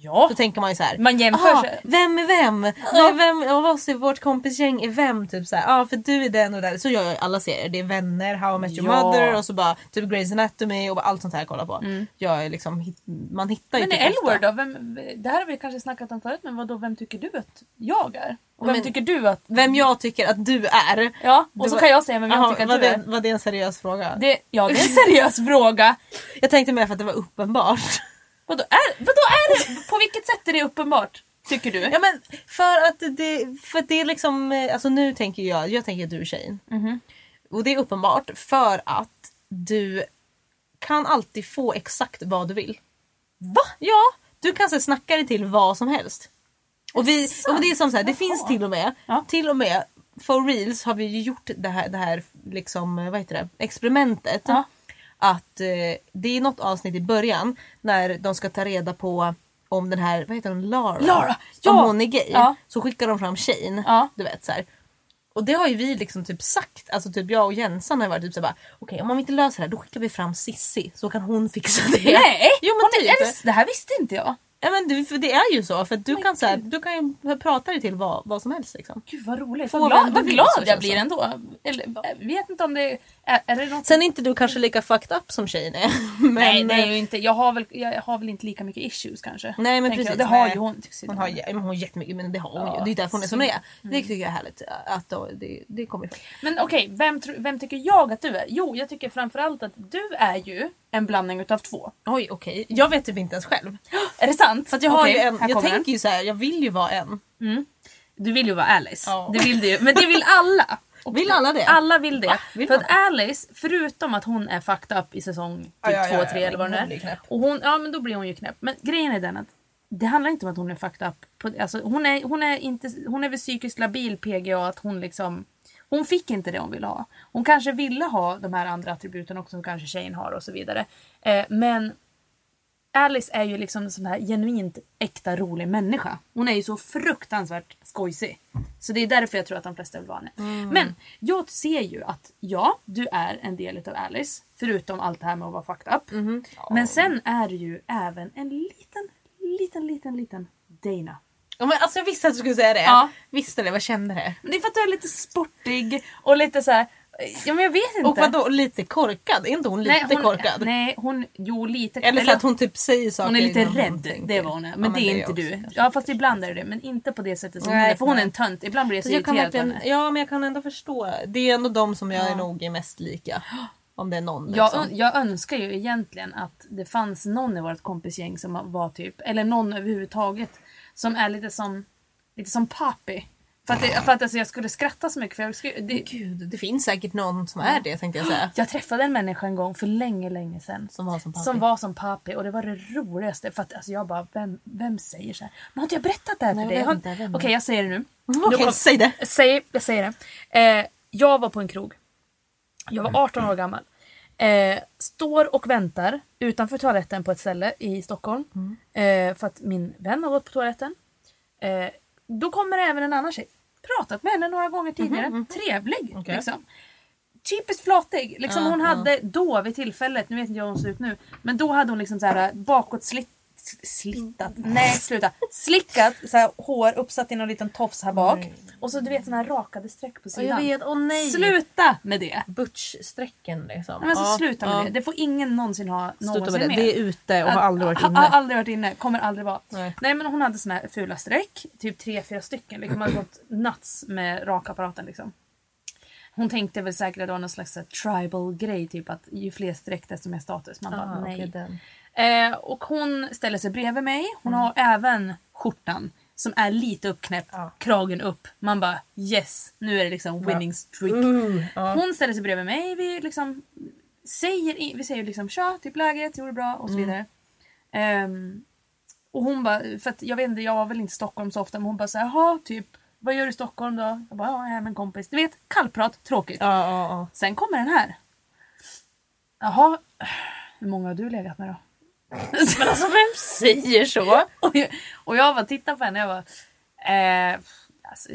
[SPEAKER 2] Ja.
[SPEAKER 3] Då tänker man ju så här.
[SPEAKER 2] Man jämför
[SPEAKER 3] "Aha,
[SPEAKER 2] sig."
[SPEAKER 3] Vem är vem? Ja. vem av oss i vårt kompisgäng är vem? Typ så här, ja för du är den och den. Så gör jag i alla serier. Det är vänner, How I Met Your
[SPEAKER 2] Ja.
[SPEAKER 3] Mother och så bara typ Grey's Anatomy och bara allt sånt här jag kollar på. Jag är liksom, hit- man hittar ju
[SPEAKER 2] Mm. Men
[SPEAKER 3] typ
[SPEAKER 2] Elward
[SPEAKER 3] ofta.
[SPEAKER 2] då? Vem, det här har vi kanske snackat om förut, men vadå, vem tycker du att jag är? Och vem
[SPEAKER 3] Men-
[SPEAKER 2] tycker du att...
[SPEAKER 3] Vem jag tycker att du är.
[SPEAKER 2] Ja,
[SPEAKER 3] Det
[SPEAKER 2] och så
[SPEAKER 3] var-
[SPEAKER 2] kan jag säga vem jag
[SPEAKER 3] Jaha,
[SPEAKER 2] tycker
[SPEAKER 3] var
[SPEAKER 2] att du
[SPEAKER 3] Det,
[SPEAKER 2] är.
[SPEAKER 3] var det en seriös fråga?
[SPEAKER 2] Det, ja, det är en seriös fråga.
[SPEAKER 3] Jag tänkte mer för att det var uppenbart.
[SPEAKER 2] Vadå är, vadå är det? På vilket sätt är det uppenbart? Tycker du?
[SPEAKER 3] Ja men för att det, för att det är liksom, eh, alltså nu tänker jag, jag tänker att du är tjejen. Och det är uppenbart för att du kan alltid få exakt vad du vill. Va? Ja, du kan så snacka dig till vad som helst. Och, vi, och det är som så här, det finns till och med,
[SPEAKER 2] Ja.
[SPEAKER 3] till och med for reals har vi ju gjort det här, det här liksom, eh, vad heter det, experimentet.
[SPEAKER 2] Ja.
[SPEAKER 3] att eh, det är något avsnitt i början när de ska ta reda på om den här, vad heter hon, Lara?
[SPEAKER 2] Lara,
[SPEAKER 3] Om
[SPEAKER 2] ja!
[SPEAKER 3] hon är gay.
[SPEAKER 2] Ja.
[SPEAKER 3] Så skickar de fram tjejen.
[SPEAKER 2] Ja.
[SPEAKER 3] Du vet så här. Och det har ju vi liksom typ sagt, alltså typ jag och Jensan har varit typ så här bara okej om vi inte löser det här då skickar vi fram Sissi så kan hon fixa det.
[SPEAKER 2] Nej!
[SPEAKER 3] Jo
[SPEAKER 2] Har
[SPEAKER 3] men
[SPEAKER 2] ni
[SPEAKER 3] typ.
[SPEAKER 2] ens- det här visste inte jag.
[SPEAKER 3] Ja, men du, för det är ju så för att du kan så här, du kan ju prata dig till vad, vad som helst liksom.
[SPEAKER 2] Gud vad roligt.
[SPEAKER 3] Får
[SPEAKER 2] Vad
[SPEAKER 3] vem
[SPEAKER 2] glad,
[SPEAKER 3] du
[SPEAKER 2] vad
[SPEAKER 3] vill,
[SPEAKER 2] glad
[SPEAKER 3] så
[SPEAKER 2] jag
[SPEAKER 3] känns
[SPEAKER 2] blir
[SPEAKER 3] det.
[SPEAKER 2] ändå. Eller, jag vet inte om det är, är det något...
[SPEAKER 3] Sen är inte du kanske lika fucked up som tjejen är. Men,
[SPEAKER 2] nej det är ju inte. Jag har, väl, jag har väl inte lika mycket issues kanske.
[SPEAKER 3] Nej, men
[SPEAKER 2] tänker jag.
[SPEAKER 3] precis.
[SPEAKER 2] Det har
[SPEAKER 3] Nej.
[SPEAKER 2] ju hon till sin
[SPEAKER 3] Hon har, jä- men hon har jättemycket men det har hon
[SPEAKER 2] Ja,
[SPEAKER 3] ju. Det är därför hon är som
[SPEAKER 2] så-
[SPEAKER 3] hon är. Det tycker jag är härligt. Att då, det, det kommer ifrån.
[SPEAKER 2] Men okej, vem, tro- vem tycker jag att du är? Jo, jag tycker framförallt att du är ju en blandning utav två.
[SPEAKER 3] Oj okej. Jag vet typ inte ens själv.
[SPEAKER 2] Är det sant?
[SPEAKER 3] För att jag har
[SPEAKER 2] Okej,
[SPEAKER 3] ju en,
[SPEAKER 2] här
[SPEAKER 3] jag
[SPEAKER 2] kommer
[SPEAKER 3] tänker ju så här, jag vill ju vara en.
[SPEAKER 2] den. Du vill ju vara Alice.
[SPEAKER 3] Ja.
[SPEAKER 2] Det vill du ju. Men det vill alla. Och
[SPEAKER 3] Vill alla det?
[SPEAKER 2] Alla vill det.
[SPEAKER 3] Va? Vill
[SPEAKER 2] för att Alice, förutom att hon är fucked up i säsong typ
[SPEAKER 3] Ja, ja, ja,
[SPEAKER 2] två,
[SPEAKER 3] ja,
[SPEAKER 2] tre eller vad
[SPEAKER 3] hon
[SPEAKER 2] det
[SPEAKER 3] blir
[SPEAKER 2] är.
[SPEAKER 3] knäpp.
[SPEAKER 2] Och hon, ja men då blir hon ju knäpp. Men grejen är den att det handlar inte om att hon är fucked up. På, alltså, hon, är, hon, är inte, hon är väl psykiskt labil PGA att hon liksom hon fick inte det hon ville ha. Hon kanske ville ha de här andra attributen också som kanske tjejen har och så vidare. Eh, men Alice är ju liksom en sån här genuint äkta rolig människa. Hon är ju så fruktansvärt skojsig. Så det är därför jag tror att de flesta vill vara henne.
[SPEAKER 3] Mm.
[SPEAKER 2] Men jag ser ju att ja, du är en del utav Alice. Förutom allt det här med att vara fucked up.
[SPEAKER 3] Mm-hmm.
[SPEAKER 2] Men sen är du ju även en liten, liten, liten, liten Dana.
[SPEAKER 3] Ja, men alltså jag visste att du skulle säga det.
[SPEAKER 2] Ja.
[SPEAKER 3] Visste det, jag kände det.
[SPEAKER 2] Men det är för att du är lite sportig och lite så här. eh, Ja men jag vet inte.
[SPEAKER 3] Och vadå lite korkad? Är inte hon lite
[SPEAKER 2] Nej, hon,
[SPEAKER 3] korkad?
[SPEAKER 2] Nej hon, jo lite.
[SPEAKER 3] Eller så att hon typ säger saker
[SPEAKER 2] Hon är lite
[SPEAKER 3] innan hon
[SPEAKER 2] rädd,
[SPEAKER 3] tänker.
[SPEAKER 2] det var hon. är. Men,
[SPEAKER 3] Ja,
[SPEAKER 2] det är inte
[SPEAKER 3] jag
[SPEAKER 2] du.
[SPEAKER 3] också.
[SPEAKER 2] Ja fast ibland är det det. Men inte på det sättet som
[SPEAKER 3] Nej,
[SPEAKER 2] hon är. För hon är
[SPEAKER 3] nej.
[SPEAKER 2] en tönt. Ibland blir jag så
[SPEAKER 3] Så jag kan
[SPEAKER 2] irriterad på
[SPEAKER 3] verkligen,
[SPEAKER 2] henne.
[SPEAKER 3] ja men jag kan ändå förstå. Det är ändå de som jag är nog är mest lika. Om det är någon
[SPEAKER 2] Jag,
[SPEAKER 3] liksom.
[SPEAKER 2] ön- jag önskar ju egentligen att det fanns någon i vårt kompisgäng som var typ, eller någon överhuvudtaget, som är lite som, lite som Papi. För att, det, för att alltså, jag skulle skratta så mycket för jag skulle, det,
[SPEAKER 3] Gud, det finns säkert någon som är det tänkte jag säga.
[SPEAKER 2] Jag träffade en människa en gång för länge, länge sedan.
[SPEAKER 3] Som var som Papi.
[SPEAKER 2] Som var som Papi och det var det roligaste. För att alltså, jag bara, vem, vem säger så här? Men har inte jag berättat det här för
[SPEAKER 3] Nej, jag
[SPEAKER 2] dig?
[SPEAKER 3] vet
[SPEAKER 2] Har-
[SPEAKER 3] inte,
[SPEAKER 2] Okej,
[SPEAKER 3] vem?
[SPEAKER 2] jag säger det nu.
[SPEAKER 3] Okej,
[SPEAKER 2] Nu kom-
[SPEAKER 3] säg det.
[SPEAKER 2] Jag säger, jag säger det. Eh, jag var på en krog. Jag var 18 år gammal. Eh, står och väntar utanför toaletten på ett ställe i Stockholm.
[SPEAKER 3] Mm.
[SPEAKER 2] Eh, för att min vän har gått på toaletten. Eh, då kommer det även en annan tjej. Pratat med henne några gånger tidigare. Trevlig
[SPEAKER 3] Mm-hmm, Okej.
[SPEAKER 2] liksom. Typiskt flatig. Liksom
[SPEAKER 3] Ja,
[SPEAKER 2] hon hade då vid tillfället, nu vet inte jag hur hon ser ut nu. Men då hade hon liksom så här bakåt slitt, slittat,
[SPEAKER 3] Mm.
[SPEAKER 2] nej sluta, slickat så här, hår uppsatt i någon liten tofs här bak. Och så du vet såna här rakade streck på
[SPEAKER 3] jag
[SPEAKER 2] sidan.
[SPEAKER 3] vet, åh nej.
[SPEAKER 2] Sluta med det!
[SPEAKER 3] Butch-strecken liksom.
[SPEAKER 2] Nej, men alltså,
[SPEAKER 3] Ja,
[SPEAKER 2] sluta med
[SPEAKER 3] ja.
[SPEAKER 2] det. Det får ingen någonsin ha någonsin
[SPEAKER 3] Sluta med det.
[SPEAKER 2] mer.
[SPEAKER 3] Det är ute och har aldrig varit
[SPEAKER 2] Ha- Har
[SPEAKER 3] inne.
[SPEAKER 2] aldrig varit inne, kommer aldrig vara.
[SPEAKER 3] Nej.
[SPEAKER 2] Nej, men hon hade såna här fula streck, typ tre fyra stycken. Liksom, hon hade gått nuts med rakapparaten liksom. Hon tänkte väl säkert att det var någon slags så här tribal grej, typ att ju fler streck desto mer status. Man bara
[SPEAKER 3] Ah,
[SPEAKER 2] nej.
[SPEAKER 3] okej, den.
[SPEAKER 2] Eh, och hon ställer sig bredvid mig. Hon har även skjortan som är lite uppknäppt,
[SPEAKER 3] Mm. Ja.
[SPEAKER 2] kragen upp. Man bara yes, nu är det liksom winning streak.
[SPEAKER 3] Mm. Uh,
[SPEAKER 2] Hon ställer sig bredvid mig. Vi liksom säger, i- vi säger liksom tja, typ läget, gjorde bra och så vidare. Ehm, och hon bara, för att jag vet inte, jag var väl inte i Stockholm så ofta men hon bara såhär, jaha typ vad gör du i Stockholm då? Jag bara, ja jag är här med en kompis. Du vet, kallprat, tråkigt.
[SPEAKER 3] Ja, ja, ja.
[SPEAKER 2] Sen kommer den här. Jaha, hur många har du legat med då?
[SPEAKER 3] Men alltså vem säger så?
[SPEAKER 2] Och jag, och jag bara tittade på henne och jag bara... Eh, alltså,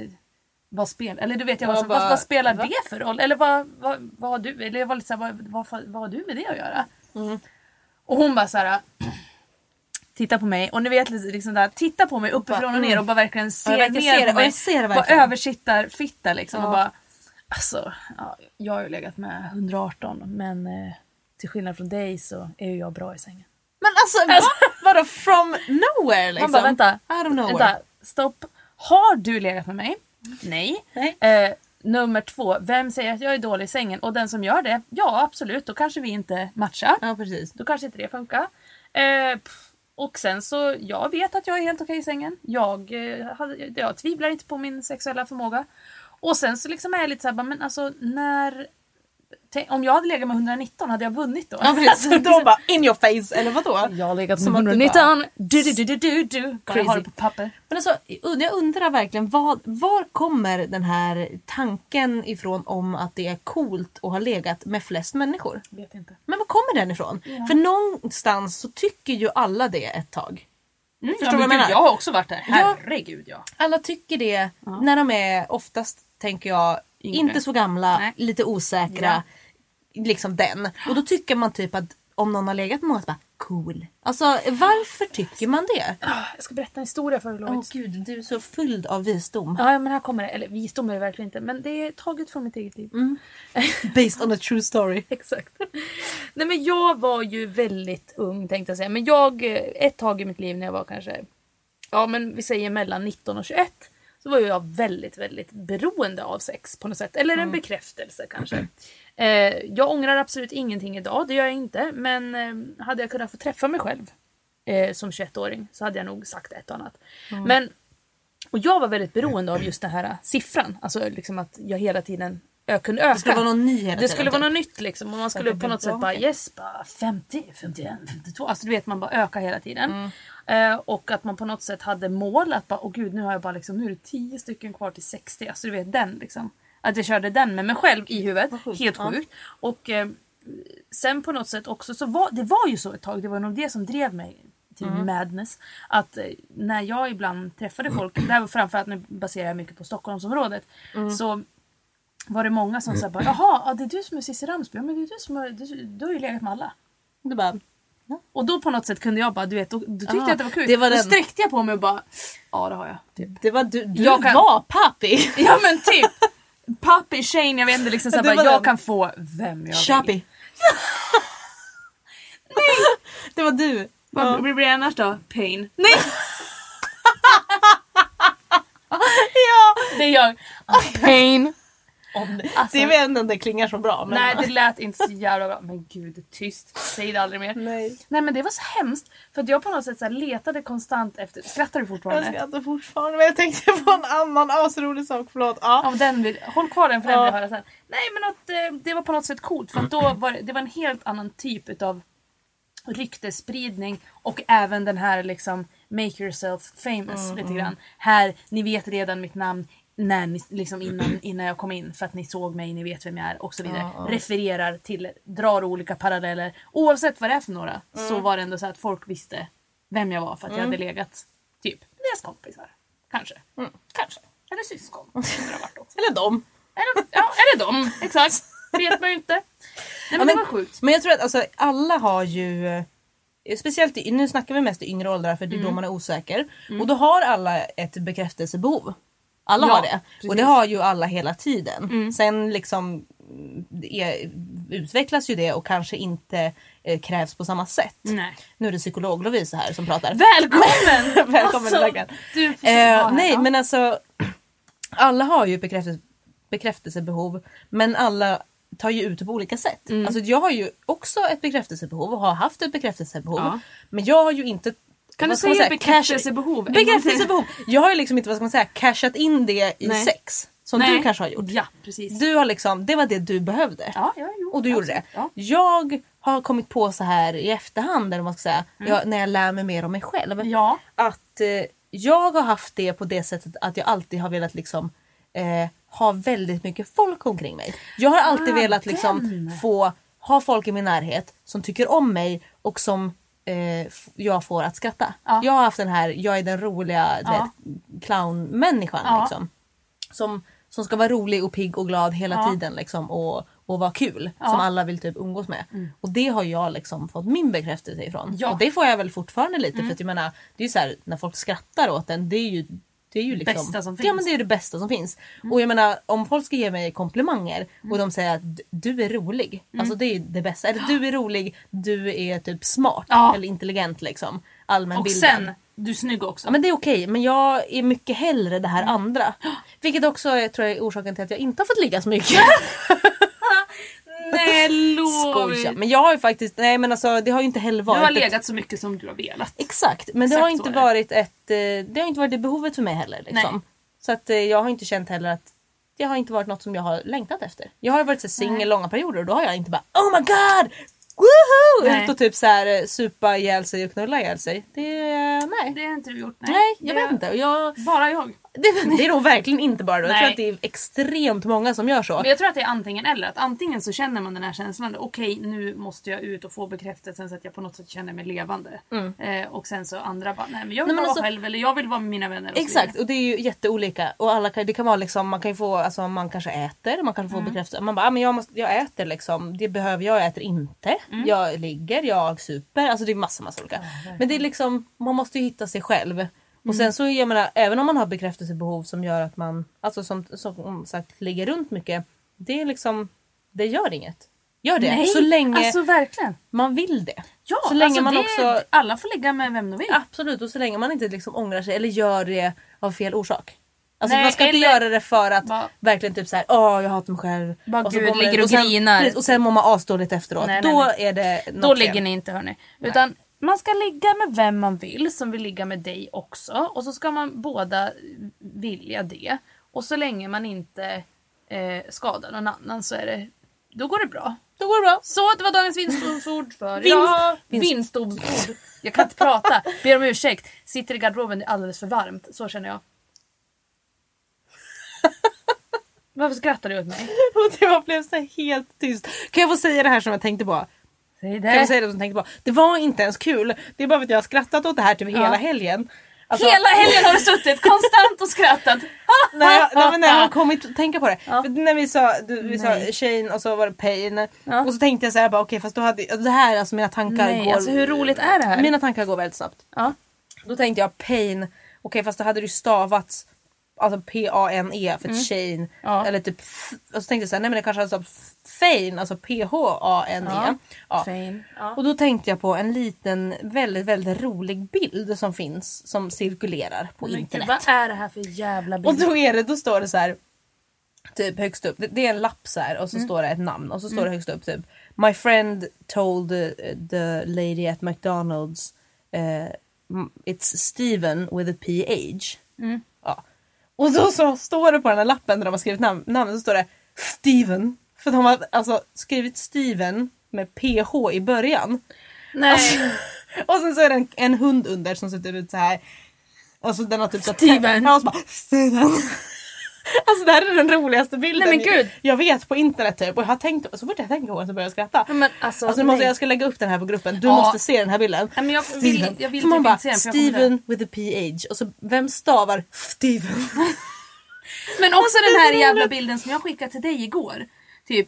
[SPEAKER 2] vad spelar... Eller du vet, jag var
[SPEAKER 3] Jag
[SPEAKER 2] så, vad,
[SPEAKER 3] bara,
[SPEAKER 2] vad spelar
[SPEAKER 3] va?
[SPEAKER 2] det för roll? Eller vad, vad, vad har du... Eller jag var lite så här, vad, vad, fa- vad har du med det att göra?
[SPEAKER 3] Mm.
[SPEAKER 2] Och hon bara så här... Titta på mig och ni vet lite liksom där, titta på mig uppifrån och ner och bara verkligen se
[SPEAKER 3] mm. Ja, jag verkligen ser
[SPEAKER 2] ner
[SPEAKER 3] det.
[SPEAKER 2] på mig. bara
[SPEAKER 3] Ja, jag ser det verkligen.
[SPEAKER 2] översittar fitta liksom och bara alltså ja, jag har ju legat med 118 men eh, till skillnad från dig så är ju jag bra i sängen.
[SPEAKER 3] Men alltså, va? vadå from nowhere liksom?
[SPEAKER 2] Han bara vänta,
[SPEAKER 3] Out of nowhere.
[SPEAKER 2] vänta, stopp. Har du legat med mig? Nej.
[SPEAKER 3] Nej.
[SPEAKER 2] Eh, nummer två, vem säger att jag är dålig i sängen? Och den som gör det, ja absolut, då kanske vi inte matchar.
[SPEAKER 3] Ja precis.
[SPEAKER 2] Då kanske inte det funkar. Eh, pff, och sen så, jag vet att jag är helt okej i sängen. Jag, eh, hade, jag tvivlar inte på min sexuella förmåga. Och sen så liksom är jag lite såhär, men alltså när tänk, om jag hade legat med 119 hade jag vunnit då.
[SPEAKER 3] Ja, precis.
[SPEAKER 2] Alltså,
[SPEAKER 3] Då bara in your face eller vadå?
[SPEAKER 2] jag har legat
[SPEAKER 3] Som
[SPEAKER 2] med
[SPEAKER 3] att du
[SPEAKER 2] 119. Du, du, du, du, du, du. Bara jag har
[SPEAKER 3] Crazy.
[SPEAKER 2] det på papper.
[SPEAKER 3] Men alltså, jag undrar verkligen vad, var kommer den här tanken ifrån om att det är coolt att ha legat med flest människor?
[SPEAKER 2] Vet inte.
[SPEAKER 3] Men var kommer den ifrån? För någonstans så tycker ju alla det ett tag.
[SPEAKER 2] Mm,
[SPEAKER 3] Förstår vad jag
[SPEAKER 2] men
[SPEAKER 3] menar?
[SPEAKER 2] gud, Jag har också varit där.
[SPEAKER 3] Ja.
[SPEAKER 2] Herregud ja.
[SPEAKER 3] Alla tycker det när de är oftast, tänker jag,
[SPEAKER 2] Yngre.
[SPEAKER 3] inte så gamla,
[SPEAKER 2] Nej.
[SPEAKER 3] lite osäkra. Liksom den. Och då tycker man typ att om någon har legat med många så bara cool. Alltså varför tycker man det?
[SPEAKER 2] Ah, Jag ska berätta en historia för dig Lovis.
[SPEAKER 3] Åh gud, du är så fylld av visdom.
[SPEAKER 2] Ja men här kommer det, eller visdom är det verkligen inte men det är taget från mitt eget liv.
[SPEAKER 3] Based on a true story.
[SPEAKER 2] Exakt. Nej men jag var ju väldigt ung tänkte jag säga. Men jag, eh, ett tag i mitt liv när jag var kanske, ja men vi säger mellan 19 och 21. Så var ju jag väldigt, väldigt beroende av sex på något sätt. Eller en bekräftelse kanske. Eh, jag ångrar absolut ingenting idag, det gör jag inte. Men eh, hade jag kunnat få träffa mig själv eh, som 21-åring så hade jag nog sagt ett och annat. Men och jag var väldigt beroende av just den här siffran. Alltså liksom att jag hela tiden ö- kunde öka. Det
[SPEAKER 3] skulle vara någon ny hela
[SPEAKER 2] Det
[SPEAKER 3] tiden,
[SPEAKER 2] skulle
[SPEAKER 3] typ.
[SPEAKER 2] vara något nytt liksom. Och man skulle
[SPEAKER 3] det
[SPEAKER 2] på
[SPEAKER 3] blir
[SPEAKER 2] något
[SPEAKER 3] bra,
[SPEAKER 2] sätt bara
[SPEAKER 3] okej.
[SPEAKER 2] yes, bara 50, 51, 52. Alltså du vet man bara ökar hela tiden.
[SPEAKER 3] Mm.
[SPEAKER 2] Eh, och att man på något sätt hade mål att bara åh gud nu har jag bara liksom, nu är det 10 stycken kvar till 60. Alltså du vet den liksom. Att jag körde den med mig själv i huvudet.
[SPEAKER 3] sjukt.
[SPEAKER 2] Helt
[SPEAKER 3] Ja.
[SPEAKER 2] sjukt. Och eh, sen på något sätt också så var det var ju så ett tag, det var nog det som drev mig till
[SPEAKER 3] Mm.
[SPEAKER 2] madness. Att eh, när jag ibland träffade folk, det här var framförallt, nu baserar jag mycket på Stockholmsområdet,
[SPEAKER 3] Mm.
[SPEAKER 2] så var det många som sa bara jaha, ja, det är du som är Cissi Ramsby, ja, men det är du som har, du, du har ju legat med alla.
[SPEAKER 3] Du bara,
[SPEAKER 2] Och då på något sätt kunde jag bara, du vet, då, då tyckte
[SPEAKER 3] Ah,
[SPEAKER 2] jag att det var kul.
[SPEAKER 3] det var
[SPEAKER 2] då
[SPEAKER 3] den.
[SPEAKER 2] sträckte jag på mig och bara, ja det har jag. Typ.
[SPEAKER 3] det var du, du
[SPEAKER 2] Jag kan-
[SPEAKER 3] var pappi!
[SPEAKER 2] Ja men typ! Puppy, Shane, jag vet inte liksom såhär,
[SPEAKER 3] Det
[SPEAKER 2] bara,
[SPEAKER 3] var
[SPEAKER 2] jag
[SPEAKER 3] den.
[SPEAKER 2] kan få vem jag vill.
[SPEAKER 3] Chappy. Nej! Det var du.
[SPEAKER 2] Vad blir det annars då? Pain? Nej!
[SPEAKER 3] Ja!
[SPEAKER 2] Det är jag. Ah, Pain.
[SPEAKER 3] Det är väl ändå om det klingar så bra. Men...
[SPEAKER 2] alltså- Nej det lät inte så jävla bra. Men gud tyst. Säg det aldrig mer.
[SPEAKER 3] Nej.
[SPEAKER 2] Nej men det var så hemskt. För att jag på något sätt så här letade konstant efter... Skrattar du
[SPEAKER 3] Jag
[SPEAKER 2] fortfarande?
[SPEAKER 3] skrattar fortfarande men jag tänkte på en annan asrolig sak, förlåt.
[SPEAKER 2] Ja,
[SPEAKER 3] Ja.
[SPEAKER 2] och den vill, håll kvar den för den
[SPEAKER 3] Ja.
[SPEAKER 2] vill jag höra sen. Nej men att eh, det var på något sätt coolt för att då var det, det var en helt annan typ utav ryktesspridning och även den här liksom make yourself famous lite grann. Här, ni vet redan mitt namn när ni, liksom innan, innan jag kom in för att ni såg mig, ni vet vem jag är och så vidare. Refererar till, drar olika paralleller. Oavsett vad det är för några så var det ändå så här att folk visste vem jag var för att jag hade legat typ med deras kompisar. Kanske. Kanske. Eller syskon. kunde det ha varit också.
[SPEAKER 3] Eller dem.
[SPEAKER 2] Är det, ja, är det dem? Exakt. Vet man ju inte. Nej, men,
[SPEAKER 3] Ja,
[SPEAKER 2] det var sjukt.
[SPEAKER 3] Men jag tror att alltså, alla har ju, eh, speciellt i, nu snackar vi mest i yngre åldrar för det är
[SPEAKER 2] Mm.
[SPEAKER 3] då man är osäker. Och då har alla ett bekräftelsebehov. Alla
[SPEAKER 2] Ja,
[SPEAKER 3] har det. Och det
[SPEAKER 2] precis.
[SPEAKER 3] har ju alla hela tiden. Sen liksom mm, det är, utvecklas ju det och kanske inte eh, krävs på samma sätt.
[SPEAKER 2] Nej.
[SPEAKER 3] Nu är det psykolog Lovisa här som pratar.
[SPEAKER 2] Välkommen!
[SPEAKER 3] Välkommen
[SPEAKER 2] Alltså,
[SPEAKER 3] Raggan.
[SPEAKER 2] Du får se vad
[SPEAKER 3] Eh,
[SPEAKER 2] här,
[SPEAKER 3] nej
[SPEAKER 2] ja.
[SPEAKER 3] men alltså alla har ju bekräftelse, bekräftelsebehov men alla tar ju ut det på olika sätt.
[SPEAKER 2] Mm.
[SPEAKER 3] Alltså jag har ju också ett bekräftelsebehov och har haft ett bekräftelsebehov
[SPEAKER 2] Ja.
[SPEAKER 3] men jag har ju inte
[SPEAKER 2] Kan
[SPEAKER 3] vad
[SPEAKER 2] du
[SPEAKER 3] ska man
[SPEAKER 2] säga
[SPEAKER 3] cash-
[SPEAKER 2] bekräftelsebehov en gång till?
[SPEAKER 3] Bekräftelsebehov! Jag har ju liksom inte vad ska man säga cashat in det i
[SPEAKER 2] Nej.
[SPEAKER 3] sex som
[SPEAKER 2] Nej.
[SPEAKER 3] du kanske har gjort.
[SPEAKER 2] Ja, precis.
[SPEAKER 3] Du har liksom, det var det du behövde.
[SPEAKER 2] Ja, jag gjorde
[SPEAKER 3] Och du gjorde det.
[SPEAKER 2] absolut, ja.
[SPEAKER 3] Jag har kommit på så här i efterhand, eller vad man ska säga,
[SPEAKER 2] Mm.
[SPEAKER 3] jag, när jag lär mig mer om mig själv.
[SPEAKER 2] Ja.
[SPEAKER 3] Att eh, jag har haft det på det sättet att jag alltid har velat liksom eh, ha väldigt mycket folk omkring mig. Jag har alltid
[SPEAKER 2] Ah,
[SPEAKER 3] velat liksom
[SPEAKER 2] den.
[SPEAKER 3] få ha folk i min närhet som tycker om mig och som eh, f- jag får att skratta.
[SPEAKER 2] Ja.
[SPEAKER 3] Jag har haft den här, jag är den roliga du
[SPEAKER 2] Ja.
[SPEAKER 3] vet, clownmänniskan.
[SPEAKER 2] Ja.
[SPEAKER 3] Liksom som, som ska vara rolig och pigg och glad hela
[SPEAKER 2] Ja.
[SPEAKER 3] tiden liksom, och, och vara kul.
[SPEAKER 2] Ja. Mm.
[SPEAKER 3] Som alla vill typ umgås med. Och det har jag liksom fått min bekräftelse ifrån.
[SPEAKER 2] Ja. Mm.
[SPEAKER 3] Och det får jag väl fortfarande lite för att jag menar, det är ju så här, när folk skrattar åt en det är ju det är ju liksom,
[SPEAKER 2] Bästa som
[SPEAKER 3] Ja
[SPEAKER 2] finns. Mm.
[SPEAKER 3] men det är det bästa som finns. Och jag menar om folk ska ge mig komplimanger och de säger att "D- du är rolig.
[SPEAKER 2] Mm.
[SPEAKER 3] Alltså det är ju det bästa. Eller du är rolig, du är typ smart
[SPEAKER 2] Ja.
[SPEAKER 3] eller intelligent liksom. Allmänbilden.
[SPEAKER 2] Och sen, du är snygg också.
[SPEAKER 3] Ja, men det är okej, men jag är mycket hellre det
[SPEAKER 2] Mm.
[SPEAKER 3] här andra. Vilket också jag tror jag är orsaken till att jag inte har fått ligga så mycket.
[SPEAKER 2] Nej,
[SPEAKER 3] eh, Skoja.
[SPEAKER 2] Lovis.
[SPEAKER 3] Men jag har ju faktiskt, nej men alltså det har ju inte heller
[SPEAKER 2] Du
[SPEAKER 3] varit...
[SPEAKER 2] har
[SPEAKER 3] ett-
[SPEAKER 2] legat så mycket som du har velat.
[SPEAKER 3] Exakt, men det
[SPEAKER 2] Exakt
[SPEAKER 3] har
[SPEAKER 2] så
[SPEAKER 3] inte
[SPEAKER 2] är det.
[SPEAKER 3] varit ett, eh, det har inte varit det behovet för mig heller. Liksom.
[SPEAKER 2] Nej.
[SPEAKER 3] Så att eh, jag har inte känt heller att det har inte varit något som jag har längtat efter. Jag har varit så här singel långa perioder och då har jag inte bara oh my god! Woohoo!
[SPEAKER 2] Nej.
[SPEAKER 3] Ut och typ så här eh, supa ihjäl sig och knulla ihjäl sig. Det, eh, nej.
[SPEAKER 2] Det har inte du gjort. Nej,
[SPEAKER 3] Nej, jag
[SPEAKER 2] Det-
[SPEAKER 3] vet inte. Och jag,
[SPEAKER 2] Bara jag.
[SPEAKER 3] det, det är nog verkligen inte bara du. Jag tror
[SPEAKER 2] Nej.
[SPEAKER 3] att det är extremt många som gör så.
[SPEAKER 2] Men jag tror att det är antingen eller. Att antingen så känner man den här känslan, okej nu måste jag ut och få bekräftelsen så att jag på något sätt känner mig levande. Eh, och sen så andra bara, nej men jag vill
[SPEAKER 3] Nej, men
[SPEAKER 2] bara
[SPEAKER 3] alltså-
[SPEAKER 2] vara själv eller jag vill vara med mina vänner. och så
[SPEAKER 3] Exakt
[SPEAKER 2] vidare.
[SPEAKER 3] och det är ju jätteolika och alla kan, det kan vara liksom man kan ju få alltså man kanske äter, man kan
[SPEAKER 2] Mm.
[SPEAKER 3] få bekräftelse. Man bara ah, men jag, måste, jag äter liksom, det behöver jag, jag äter inte.
[SPEAKER 2] Mm.
[SPEAKER 3] Jag ligger, jag super. Alltså det är massa massa olika. men det är liksom man måste ju hitta sig själv.
[SPEAKER 2] Mm.
[SPEAKER 3] Och sen så jag menar även om man har bekräftelsebehov som gör att man alltså som, som sagt ligger runt mycket. Det är liksom det gör inget. Gör det
[SPEAKER 2] Nej,
[SPEAKER 3] så länge
[SPEAKER 2] alltså verkligen.
[SPEAKER 3] man vill det.
[SPEAKER 2] Ja,
[SPEAKER 3] så länge
[SPEAKER 2] alltså,
[SPEAKER 3] man
[SPEAKER 2] det,
[SPEAKER 3] också
[SPEAKER 2] Alla får ligga med vem de vill.
[SPEAKER 3] Absolut och så länge man inte liksom ångrar sig eller gör det av fel orsak. Alltså
[SPEAKER 2] Nej,
[SPEAKER 3] man ska inte
[SPEAKER 2] eller-
[SPEAKER 3] göra det för att
[SPEAKER 2] Bara-
[SPEAKER 3] verkligen typ såhär åh jag hatar mig själv.
[SPEAKER 2] Bara,
[SPEAKER 3] så
[SPEAKER 2] "Gud,
[SPEAKER 3] går man
[SPEAKER 2] ligger
[SPEAKER 3] ut
[SPEAKER 2] och
[SPEAKER 3] sen,
[SPEAKER 2] grinar."
[SPEAKER 3] Precis, och sen mår man asdåligt efteråt.
[SPEAKER 2] Nej, nej,
[SPEAKER 3] då
[SPEAKER 2] nej.
[SPEAKER 3] är det något
[SPEAKER 2] Då ligger
[SPEAKER 3] fel.
[SPEAKER 2] ni inte hörni. Utan man ska ligga med vem man vill som vill ligga med dig också. Och så ska man båda vilja det. Och så länge man inte eh, skadar någon annan så är det, då går det bra.
[SPEAKER 3] Då går det bra.
[SPEAKER 2] Så det var dagens vinstdomsord för
[SPEAKER 3] Vinst-
[SPEAKER 2] idag.
[SPEAKER 3] vinst-
[SPEAKER 2] Vinstdomsord. Jag kan inte prata. Ber om ursäkt. Sitter i garderoben, det är alldeles för varmt. Så känner jag. Varför skrattar du åt mig?
[SPEAKER 3] Och det var, blev så här helt tyst. Kan jag få säga det här som jag tänkte på?
[SPEAKER 2] Säg
[SPEAKER 3] Kan jag säga det som jag tänkte på? Det var inte ens kul. Det är bara för att jag har skrattat åt det här typ hela helgen. Alltså-
[SPEAKER 2] Hela helgen har du suttit konstant och skrattat.
[SPEAKER 3] när jag, nej, men när jag har kommit att tänka på det.
[SPEAKER 2] Ja.
[SPEAKER 3] För När vi sa, du, vi sa
[SPEAKER 2] Nej.
[SPEAKER 3] Shane och så var det Pain.
[SPEAKER 2] Ja.
[SPEAKER 3] Och så tänkte jag så här, bara, okej fast då hade, det här alltså mina tankar
[SPEAKER 2] Nej,
[SPEAKER 3] går...
[SPEAKER 2] alltså hur roligt är det här?
[SPEAKER 3] Mina tankar går väldigt snabbt.
[SPEAKER 2] Ja.
[SPEAKER 3] Då tänkte jag Pain, okej fast då hade det ju stavats alltså P-A-N-E för Shane.
[SPEAKER 2] Mm. Ja.
[SPEAKER 3] Eller typ, f- och så tänkte jag så här, nej men det kanske hade stavats Fane, alltså P-H-A-N-E.
[SPEAKER 2] Ja.
[SPEAKER 3] E. Ja.
[SPEAKER 2] Fame. Ja.
[SPEAKER 3] Och då tänkte jag på en liten väldigt väldigt rolig bild som finns som cirkulerar på
[SPEAKER 2] Men gud,
[SPEAKER 3] internet.
[SPEAKER 2] vad är det här för jävla
[SPEAKER 3] Och
[SPEAKER 2] bild?
[SPEAKER 3] då är det, då står det så här typ högst upp, det, det är en lapp så här och så står det ett namn och så står det högst upp typ My friend told the, the lady at McDonalds eh, m- It's Steven with a PH. Ja. Och då så står det på den här lappen där de har skrivit nam- namnet så står det Steven. För de har alltså skrivit Steven med PH i början. Alltså-
[SPEAKER 2] Nej.
[SPEAKER 3] Och sen så är det en, en hund under som ser typ ut så här. Och så den har typ så
[SPEAKER 2] Steven.
[SPEAKER 3] Ja, och så bara Steven. Alltså det här är den roligaste bilden
[SPEAKER 2] Nej, men gud.
[SPEAKER 3] jag vet på internet typ. Och jag har tänkt, så fort jag tänker på den så börjar jag skratta.
[SPEAKER 2] Ja, men alltså,
[SPEAKER 3] alltså nu måste,
[SPEAKER 2] nej.
[SPEAKER 3] jag ska lägga upp den här på gruppen. Du
[SPEAKER 2] Ja.
[SPEAKER 3] måste se den här bilden.
[SPEAKER 2] Nej, men jag vill-
[SPEAKER 3] Steven.
[SPEAKER 2] jag vill
[SPEAKER 3] För man
[SPEAKER 2] typ
[SPEAKER 3] bara,
[SPEAKER 2] inte se den, för jag kommer
[SPEAKER 3] Steven with a PH. Och så vem stavar Steven?
[SPEAKER 2] Men också den här
[SPEAKER 3] det är
[SPEAKER 2] jävla bilden som jag skickade till dig igår. Typ,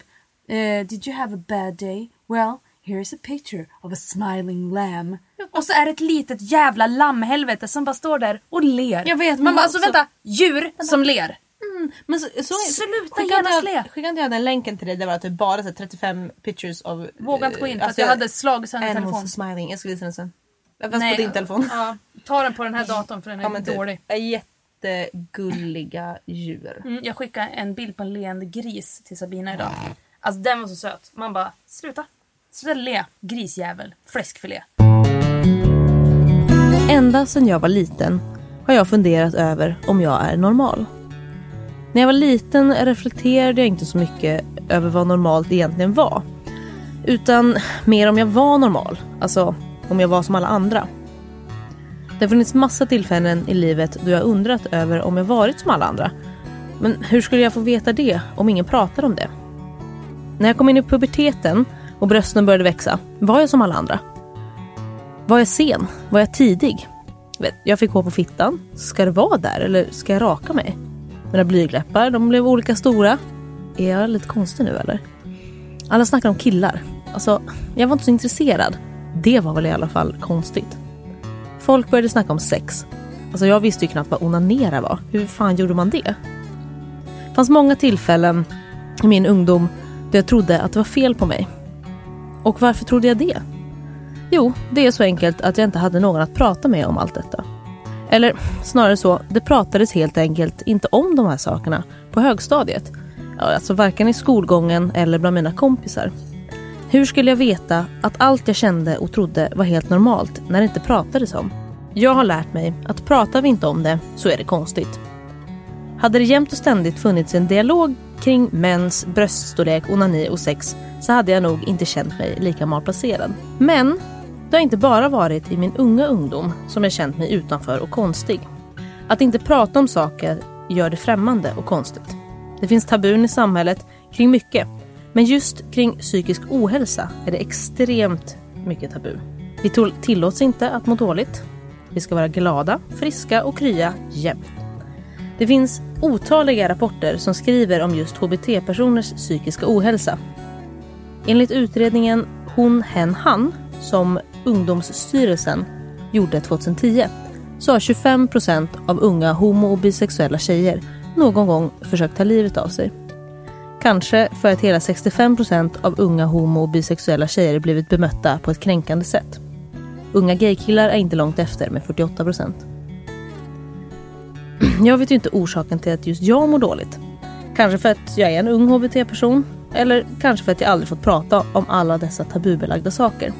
[SPEAKER 2] eh, did you have a bad day? Well, here's a picture of a smiling lamb. Och så är det ett litet jävla lammhelvete som bara står där och ler.
[SPEAKER 3] Jag vet, men
[SPEAKER 2] Man bara, alltså
[SPEAKER 3] också-
[SPEAKER 2] vänta, Mm. djur som ler.
[SPEAKER 3] Men så, så,
[SPEAKER 2] Sluta
[SPEAKER 3] skicka inte
[SPEAKER 2] genast
[SPEAKER 3] jag-
[SPEAKER 2] le.
[SPEAKER 3] Skicka inte jag den länken till dig där det var typ bara så här 35 pictures av...
[SPEAKER 2] Vågar inte gå in för
[SPEAKER 3] alltså,
[SPEAKER 2] att jag hade slagit sönder
[SPEAKER 3] Animals
[SPEAKER 2] telefonen.
[SPEAKER 3] smiling. Jag ska visa den sen. Fast på din telefon.
[SPEAKER 2] Ja, ta den på den här datorn för den är
[SPEAKER 3] Ja, men typ.
[SPEAKER 2] dålig.
[SPEAKER 3] Jättegulliga djur.
[SPEAKER 2] Mm, jag skickade en bild på en leende gris till Sabina idag. Alltså den var så söt. Man bara, sluta. Sluta le, grisjävel, fläskfilé.
[SPEAKER 3] Ända sedan jag var liten har jag funderat över om jag är normal. När jag var liten reflekterade jag inte så mycket över vad normalt egentligen var. Utan mer om jag var normal, alltså om jag var som alla andra. Det har funnits massa tillfällen i livet då jag undrat över om jag varit som alla andra. Men hur skulle jag få veta det om ingen pratar om det? När jag kom in i puberteten och brösten började växa, var jag som alla andra? Var jag sen? Var jag tidig? Vet, Jag fick hår på fittan. Ska det vara där eller ska jag raka mig? Mina blygläppar de blev olika stora. Är jag lite konstig nu eller? Alla snackar om killar. Alltså, jag var inte så intresserad. Det var väl i alla fall konstigt. Folk började snacka om sex. Alltså jag visste ju knappt vad onanera var. Hur fan gjorde man det? Det fanns många tillfällen i min ungdom då jag trodde att det var fel på mig. Och varför trodde jag det? Jo, det är så enkelt att jag inte hade någon att prata med om allt detta. Eller snarare så, det pratades helt enkelt inte om de här sakerna på högstadiet. Ja, Alltså varken i skolgången eller bland mina kompisar. Hur skulle jag veta att allt jag kände och trodde var helt normalt när det inte pratades om? Jag har lärt mig att pratar vi inte om det så är det konstigt. Hade det jämt och ständigt funnits en dialog kring mens, bröststorlek, onani och sex så hade jag nog inte känt mig lika malplacerad. Men det har inte bara varit i min unga ungdom som jag känt mig utanför och konstig. Att inte prata om saker gör det främmande och konstigt. Det finns tabun i samhället kring mycket. Men just kring psykisk ohälsa är det extremt mycket tabu. Vi tol- tillåts inte att må dåligt. Vi ska vara glada, friska och krya jämt. Det finns otaliga rapporter som skriver om just HBT-personers psykiska ohälsa. Enligt utredningen Hon, hen, han som Ungdomsstyrelsen gjorde 2010 så har 25 procent av unga homo och bisexuella tjejer någon gång försökt ta livet av sig. Kanske för att hela 65 procent av unga homo och bisexuella tjejer blivit bemötta på ett kränkande sätt. Unga gaykillar är inte långt efter med 48 procent. Jag vet ju inte orsaken till att just jag mår dåligt. Kanske för att jag är en ung HBT-person. Eller kanske för att jag aldrig fått prata om alla dessa tabubelagda saker.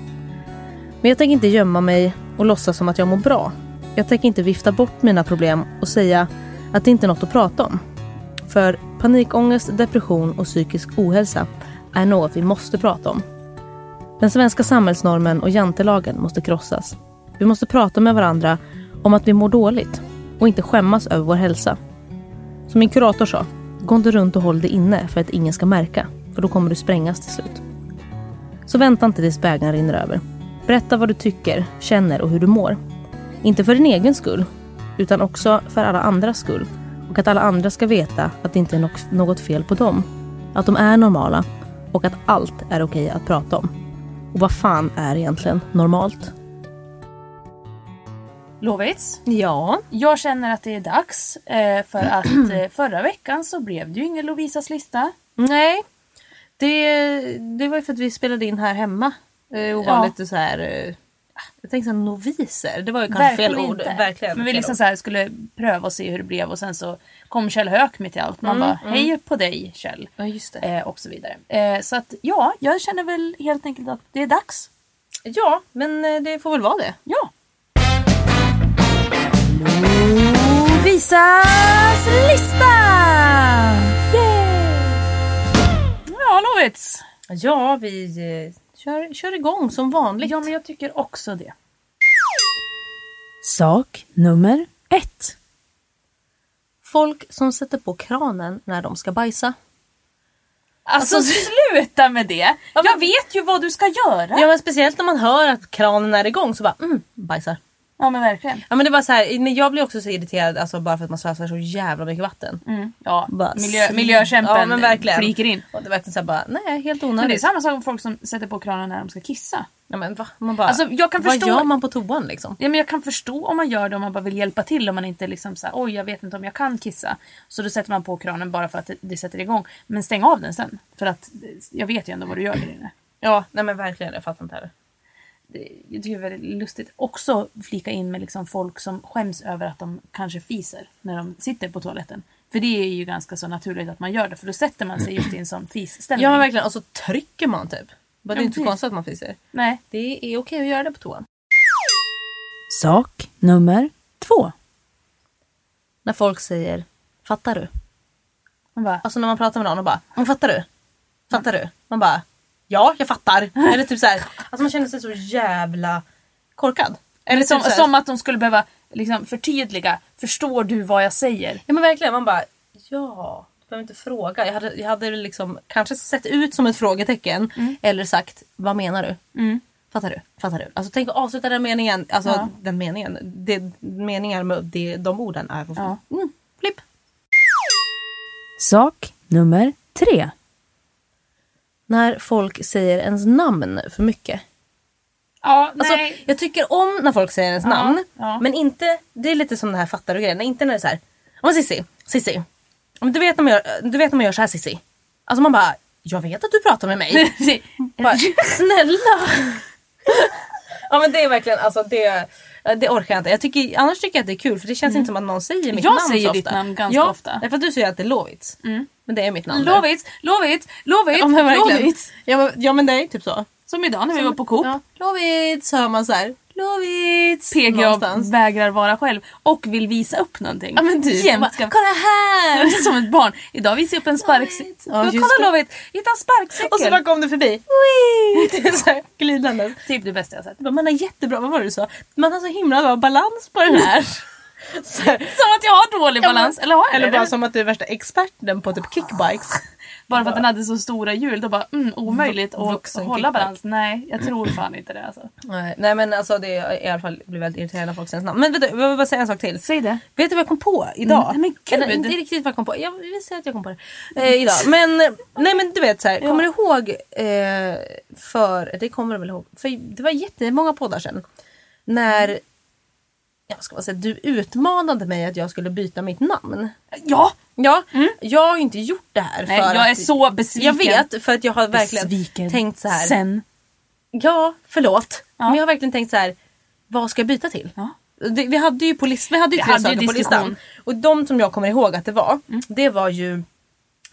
[SPEAKER 3] Men jag tänker inte gömma mig och låtsas som att jag mår bra. Jag tänker inte vifta bort mina problem och säga att det inte är något att prata om. För panikångest, depression och psykisk ohälsa är något vi måste prata om. Den svenska samhällsnormen och jantelagen måste krossas. Vi måste prata med varandra om att vi mår dåligt och inte skämmas över vår hälsa. Som min kurator sa, gå inte runt och håll det inne för att ingen ska märka, för då kommer du sprängas till slut. Så vänta inte tills bägaren rinner över. Berätta vad du tycker, känner och hur du mår. Inte för din egen skull, utan också för alla andras skull. Och att alla andra ska veta att det inte är no- något fel på dem. Att de är normala och att allt är okej att prata om. Och vad fan är egentligen normalt?
[SPEAKER 2] Lovits.
[SPEAKER 3] Ja.
[SPEAKER 2] Jag känner att det är dags eh, för att eh, förra veckan så blev det ju ingen Lovisas lista.
[SPEAKER 3] Nej. Det, det var ju för att vi spelade in här hemma. Eh, och var
[SPEAKER 2] Ja.
[SPEAKER 3] lite så här... Eh, jag tänkte såhär noviser. Det var ju kanske fel ord.
[SPEAKER 2] inte.
[SPEAKER 3] Verkligen.
[SPEAKER 2] Men vi
[SPEAKER 3] fel
[SPEAKER 2] liksom
[SPEAKER 3] ord.
[SPEAKER 2] så här skulle pröva och se hur det blev och sen så kom Kjell Höök mitt i allt. Man bara hej på dig Kjell.
[SPEAKER 3] Mm, Ja just det.
[SPEAKER 2] Eh, och så vidare. Eh, så att ja, jag känner väl helt enkelt att det är dags.
[SPEAKER 3] Ja men eh, det får väl vara det.
[SPEAKER 2] Ja.
[SPEAKER 3] Novisas lista!
[SPEAKER 2] Ja Lovits.
[SPEAKER 3] Ja vi eh, kör, kör igång som vanligt.
[SPEAKER 2] Ja men jag tycker också det.
[SPEAKER 4] Sak nummer ett.
[SPEAKER 3] Folk som sätter på kranen när de ska bajsa.
[SPEAKER 2] Alltså, sluta med det! Jag vet ju vad du ska göra.
[SPEAKER 3] Ja men speciellt när man hör att kranen är igång så bara mm, bajsar.
[SPEAKER 2] Ja, men verkligen.
[SPEAKER 3] Ja men det var så här, men jag blir också så irriterad alltså bara för att man slösar så jävla mycket vatten.
[SPEAKER 2] Mm, ja,
[SPEAKER 3] Bara
[SPEAKER 2] miljö,
[SPEAKER 3] sli-
[SPEAKER 2] miljökämpen
[SPEAKER 3] Ja, men verkligen.
[SPEAKER 2] friker in.
[SPEAKER 3] Och det är verkligen såhär bara, nej helt onödigt.
[SPEAKER 2] Men det är samma sak med folk som sätter på kranen när de ska kissa.
[SPEAKER 3] ja, men va? Man bara,
[SPEAKER 2] Alltså, jag kan
[SPEAKER 3] vad
[SPEAKER 2] förstå-
[SPEAKER 3] gör man på toan liksom?
[SPEAKER 2] Ja, men jag kan förstå om man gör det om man bara vill hjälpa till om man inte liksom såhär, oj jag vet inte om jag kan kissa. Så då sätter man på kranen bara för att det, det sätter igång. Men stäng av den sen. För att det- jag vet ju ändå vad du gör där inne.
[SPEAKER 3] Ja nej men verkligen jag fattar inte heller.
[SPEAKER 2] Det, jag tycker det är väldigt lustigt. Också flika in med liksom folk som skäms över att de kanske fiser när de sitter på toaletten. För det är ju ganska så naturligt att man gör det för då sätter man sig just i en sån fisställning.
[SPEAKER 3] Ja men verkligen och så trycker man typ. Bara, det är
[SPEAKER 2] Ja,
[SPEAKER 3] inte så
[SPEAKER 2] precis.
[SPEAKER 3] konstigt att man fiser.
[SPEAKER 2] Nej.
[SPEAKER 3] Det är okej att göra det på toan.
[SPEAKER 4] Sak nummer två.
[SPEAKER 3] När folk säger fattar du?
[SPEAKER 2] Man bara,
[SPEAKER 3] Alltså när man pratar med någon och bara "Mm, fattar du? Fattar du? Man bara ja jag fattar. Eller typ såhär, alltså man känner sig så jävla korkad. Eller
[SPEAKER 2] Som,
[SPEAKER 3] typ så här-
[SPEAKER 2] som att de skulle behöva liksom, förtydliga. Förstår du vad jag säger?
[SPEAKER 3] Ja men verkligen, man bara ja, du behöver inte fråga. Jag hade, jag hade liksom kanske sett ut som ett frågetecken
[SPEAKER 2] Mm.
[SPEAKER 3] eller sagt vad menar du? Fattar du? Fattar du? Alltså tänk att avsluta den meningen, alltså
[SPEAKER 2] Ja.
[SPEAKER 3] den meningen, det, meningar med det, de orden är
[SPEAKER 2] Ja.
[SPEAKER 3] mm, flipp.
[SPEAKER 4] Sak nummer tre.
[SPEAKER 3] När folk säger ens namn för mycket.
[SPEAKER 2] Ja,
[SPEAKER 3] Alltså, jag tycker om när folk säger ens namn.
[SPEAKER 2] ja.
[SPEAKER 3] Men inte, det är lite som det här fattar du grejen. Nej, Inte när det är så här. Om Cissi, Cissi. Om du, vet när man gör, du vet när man gör så här Cissi. Alltså man bara, jag vet att du pratar med mig. bara, snälla. ja men det är verkligen, alltså det, det orkar jag inte. Jag tycker, annars tycker jag att det är kul för det känns inte som att någon Mm. säger mitt
[SPEAKER 2] Jag
[SPEAKER 3] namn
[SPEAKER 2] säger
[SPEAKER 3] så
[SPEAKER 2] ditt
[SPEAKER 3] ofta. Mm.
[SPEAKER 2] namn ganska
[SPEAKER 3] ja,
[SPEAKER 2] ofta.
[SPEAKER 3] därför att du säger att det är Lovits. Men det är mitt namn.
[SPEAKER 2] Lovits, Lovits, Lovits,
[SPEAKER 3] Ja men verkligen.
[SPEAKER 2] Lovits.
[SPEAKER 3] Ja men, ja men det är typ så.
[SPEAKER 2] Som idag när vi var på Coop.
[SPEAKER 3] Ja. Lovits hör man så här. Lovits!
[SPEAKER 2] PGA
[SPEAKER 3] någonstans.
[SPEAKER 2] vägrar vara själv och vill visa upp någonting.
[SPEAKER 3] Ja, men typ.
[SPEAKER 2] Jämt.
[SPEAKER 3] Man ska-
[SPEAKER 2] Kolla här! Som ett barn. Idag visar jag upp en sparkcykel.
[SPEAKER 3] Ja, just
[SPEAKER 2] kolla
[SPEAKER 3] det.
[SPEAKER 2] Lovit! Hitta en sparkcykel!
[SPEAKER 3] Och så bara kom du förbi. Det är så här Glidandes.
[SPEAKER 2] Typ det bästa jag sett.
[SPEAKER 3] Man har jättebra, vad var det du sa? Man har så himla bra balans på den här. Så här.
[SPEAKER 2] Som att jag har dålig balans. Eller har jag
[SPEAKER 3] Eller
[SPEAKER 2] det?
[SPEAKER 3] bara som att du är värsta experten på typ kickbikes.
[SPEAKER 2] Bara för att den hade så stora hjul. Då bara mm, omöjligt att
[SPEAKER 3] Vuxen
[SPEAKER 2] hålla
[SPEAKER 3] kickback.
[SPEAKER 2] balans. Nej, jag tror fan inte det alltså.
[SPEAKER 3] Nej, nej men alltså det är, i alla fall blir väldigt irriterande när folk säger ens namn. Men vet du, jag vill bara säga en sak till.
[SPEAKER 2] Säg det.
[SPEAKER 3] Vet du vad jag kom på idag?
[SPEAKER 2] Mm, nej, men gud.
[SPEAKER 3] Eller inte riktigt vad jag kom på. Jag vill säga att jag kom på det. Eh, idag. Men, eh, nej men du vet så här. Kommer du ihåg eh, för, det kommer du väl ihåg, för det var jättemånga poddar sedan. När, jag ska bara säga, du utmanade mig att jag skulle byta mitt namn.
[SPEAKER 2] Ja!
[SPEAKER 3] Ja, jag har ju inte gjort det här.
[SPEAKER 2] Mm. Nej,
[SPEAKER 3] för
[SPEAKER 2] jag
[SPEAKER 3] att,
[SPEAKER 2] är så besviken.
[SPEAKER 3] Jag vet, för att jag har verkligen
[SPEAKER 4] Besviken.
[SPEAKER 3] tänkt så här.
[SPEAKER 4] Sen.
[SPEAKER 3] Ja, förlåt.
[SPEAKER 2] Ja.
[SPEAKER 3] Men jag har verkligen tänkt så här. Vad ska jag byta till?
[SPEAKER 2] Ja.
[SPEAKER 3] Det, vi hade ju, på list, vi hade ju
[SPEAKER 2] Vi
[SPEAKER 3] tre
[SPEAKER 2] hade ju
[SPEAKER 3] saker på
[SPEAKER 2] diskussion. Mm.
[SPEAKER 3] listan. Och de som jag kommer ihåg att det var. Det var ju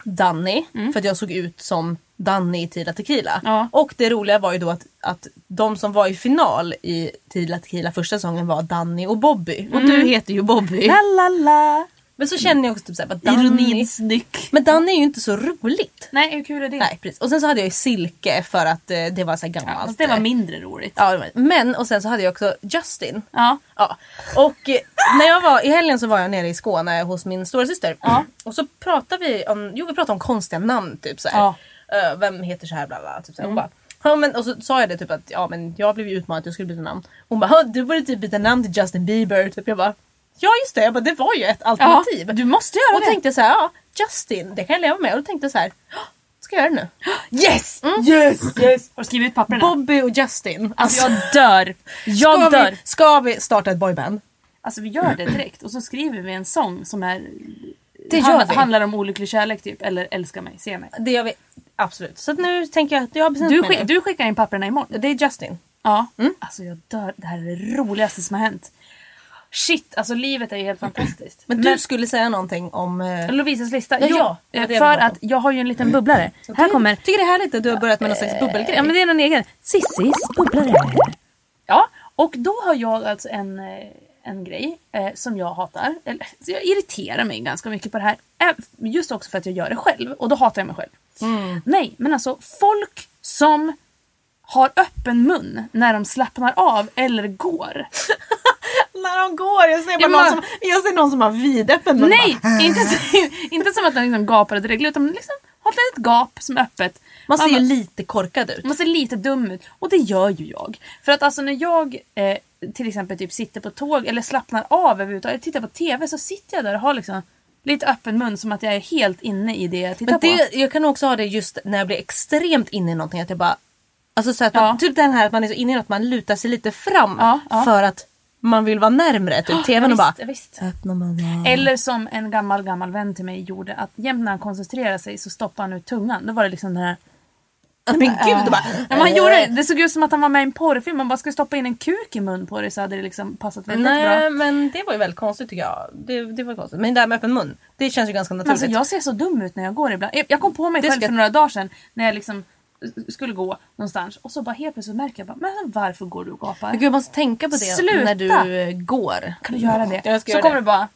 [SPEAKER 3] Danny. För att jag såg ut som Danny i Tila Tequila.
[SPEAKER 2] Ja.
[SPEAKER 3] Och det roliga var ju då att, att de som var i final i Tila Tequila första säsongen var Danny och Bobby.
[SPEAKER 2] Mm.
[SPEAKER 3] Och du heter ju Bobby.
[SPEAKER 2] La la la.
[SPEAKER 3] Men så känner jag också typ såhär, vad Danny...
[SPEAKER 2] Ironins nyck.
[SPEAKER 3] Men Danny är ju inte så roligt.
[SPEAKER 2] Nej, hur kul är det?
[SPEAKER 3] Nej, precis. Och sen så hade jag ju Silke för att eh, det var så här
[SPEAKER 2] Ja, fast
[SPEAKER 3] gammalt.
[SPEAKER 2] det var mindre roligt.
[SPEAKER 3] Ja, det var- men och sen så hade jag också Justin.
[SPEAKER 2] Ja.
[SPEAKER 3] Ja. Och eh, när jag var, i helgen så var jag nere i Skåne hos min storasyster. Och så pratade vi om, jo vi pratade om konstiga namn typ så här.
[SPEAKER 2] Ja. Mm.
[SPEAKER 3] Eh, vem heter så här bla bla. Typ så här. Hon bara, ja, men, och så sa jag det typ att ja, men jag blev ju utmanad att jag skulle byta namn. Hon bara, "Ja, du borde typ byta namn till Justin Bieber. Typ. Jag bara, ja just det, jag bara, det var ju ett alternativ.
[SPEAKER 2] du måste göra
[SPEAKER 3] och
[SPEAKER 2] det.
[SPEAKER 3] tänkte så här, ja Justin, det kan jag leva med. Och då tänkte jag så här, "Ja, ska jag göra det nu?
[SPEAKER 2] Yes! Yes! Mm. Yes! Har du skrivit ut papperna?
[SPEAKER 3] Bobby och Justin.
[SPEAKER 2] Alltså jag dör! Jag
[SPEAKER 3] ska,
[SPEAKER 2] dör!
[SPEAKER 3] vi, ska vi starta ett boyband?
[SPEAKER 2] Alltså vi gör det direkt och så skriver vi en sång som är...
[SPEAKER 3] Det
[SPEAKER 2] han-
[SPEAKER 3] gör vi.
[SPEAKER 2] Handlar om olycklig kärlek typ, eller älska mig, se mig.
[SPEAKER 3] Det gör vi absolut. Så att nu tänker jag att jag har bestämt
[SPEAKER 2] Du,
[SPEAKER 3] mig
[SPEAKER 2] skick,
[SPEAKER 3] nu.
[SPEAKER 2] du skickar in papperna imorgon.
[SPEAKER 3] Det är Justin.
[SPEAKER 2] Ja.
[SPEAKER 3] Mm.
[SPEAKER 2] Alltså jag dör, det här är det roligaste som har hänt. Shit, alltså livet är ju helt fantastiskt.
[SPEAKER 3] Mm. Men du skulle säga någonting om... eh,
[SPEAKER 2] Lovisas lista.
[SPEAKER 3] Ja,
[SPEAKER 2] Jo,
[SPEAKER 3] ja,
[SPEAKER 2] eh,
[SPEAKER 3] det var det jag
[SPEAKER 2] för
[SPEAKER 3] ville prata
[SPEAKER 2] att jag har Mm. ju en liten bubblare. Här kommer... Eh,
[SPEAKER 3] Tycker det är härligt att du har börjat med någon slags bubbelgrej.
[SPEAKER 2] Ja men det är någon egen.
[SPEAKER 4] Sissis bubblare.
[SPEAKER 2] Ja, och då har jag alltså en, eh, en grej eh, som jag hatar. Eller, så jag irriterar mig ganska mycket på det här. Ä- Just också för att jag gör det själv och då hatar jag mig själv. Nej, men alltså folk som har öppen mun när de slappnar av eller går.
[SPEAKER 3] När de går, jag ser, bara
[SPEAKER 2] Ja,
[SPEAKER 3] någon,
[SPEAKER 2] men- alltså-
[SPEAKER 3] som, jag ser någon som har vidöppen mun.
[SPEAKER 2] Nej,
[SPEAKER 3] bara- "Äh."
[SPEAKER 2] inte, så, inte som att de liksom gapar och dreglar utan liksom har ett litet gap som är öppet.
[SPEAKER 3] Man ser
[SPEAKER 2] bara-
[SPEAKER 3] ju lite korkad ut.
[SPEAKER 2] Man ser lite dum ut. Och det gör ju jag. För att alltså när jag eh, till exempel typ sitter på tåg eller slappnar av överhuvudtaget, tittar på TV så sitter jag där och har liksom lite öppen mun som att jag är helt inne i det jag tittar
[SPEAKER 3] Men
[SPEAKER 2] på.
[SPEAKER 3] det, jag kan också ha det just när jag blir extremt inne i någonting. Att jag bara, alltså så att man,
[SPEAKER 2] Ja.
[SPEAKER 3] Typ den här att man är så inne i något, man lutar sig lite fram
[SPEAKER 2] Ja, ja.
[SPEAKER 3] för att man vill vara närmre. Typ tvn och
[SPEAKER 2] Ja,
[SPEAKER 3] bara...
[SPEAKER 2] visst, Eh, ja, visst.
[SPEAKER 3] Öppnar man ögonen.
[SPEAKER 2] Eller som en gammal, gammal vän till mig gjorde att jämt när han koncentrerade sig så stoppade han ut tungan. Då var det liksom den här...
[SPEAKER 3] Men gud, och bara...
[SPEAKER 2] Ja, men han gjorde
[SPEAKER 3] Eh.
[SPEAKER 2] det. det såg ut som att han var med i en porrfilm. Man bara skulle stoppa in en kuk i mun på dig så hade det liksom passat väldigt bra.
[SPEAKER 3] Nej men det var ju väldigt konstigt tycker jag. Det, det var konstigt. Men det där med öppen mun, det känns ju ganska
[SPEAKER 2] Men
[SPEAKER 3] naturligt.
[SPEAKER 2] alltså, jag ser så dum ut när jag går ibland. Jag- Jag kom på mig
[SPEAKER 3] Det
[SPEAKER 2] själv
[SPEAKER 3] ska-
[SPEAKER 2] för några dagar sedan när jag liksom eh, skulle gå någonstans och så bara helt plötsligt märker jag bara, men alltså, varför går du och
[SPEAKER 3] Men
[SPEAKER 2] gapar?
[SPEAKER 3] Gud, jag måste tänka på det
[SPEAKER 2] Sluta!
[SPEAKER 3] när du eh, går.
[SPEAKER 2] Kan du göra det?
[SPEAKER 3] Jag ska
[SPEAKER 2] så
[SPEAKER 3] göra
[SPEAKER 2] kommer
[SPEAKER 3] det.
[SPEAKER 2] du bara,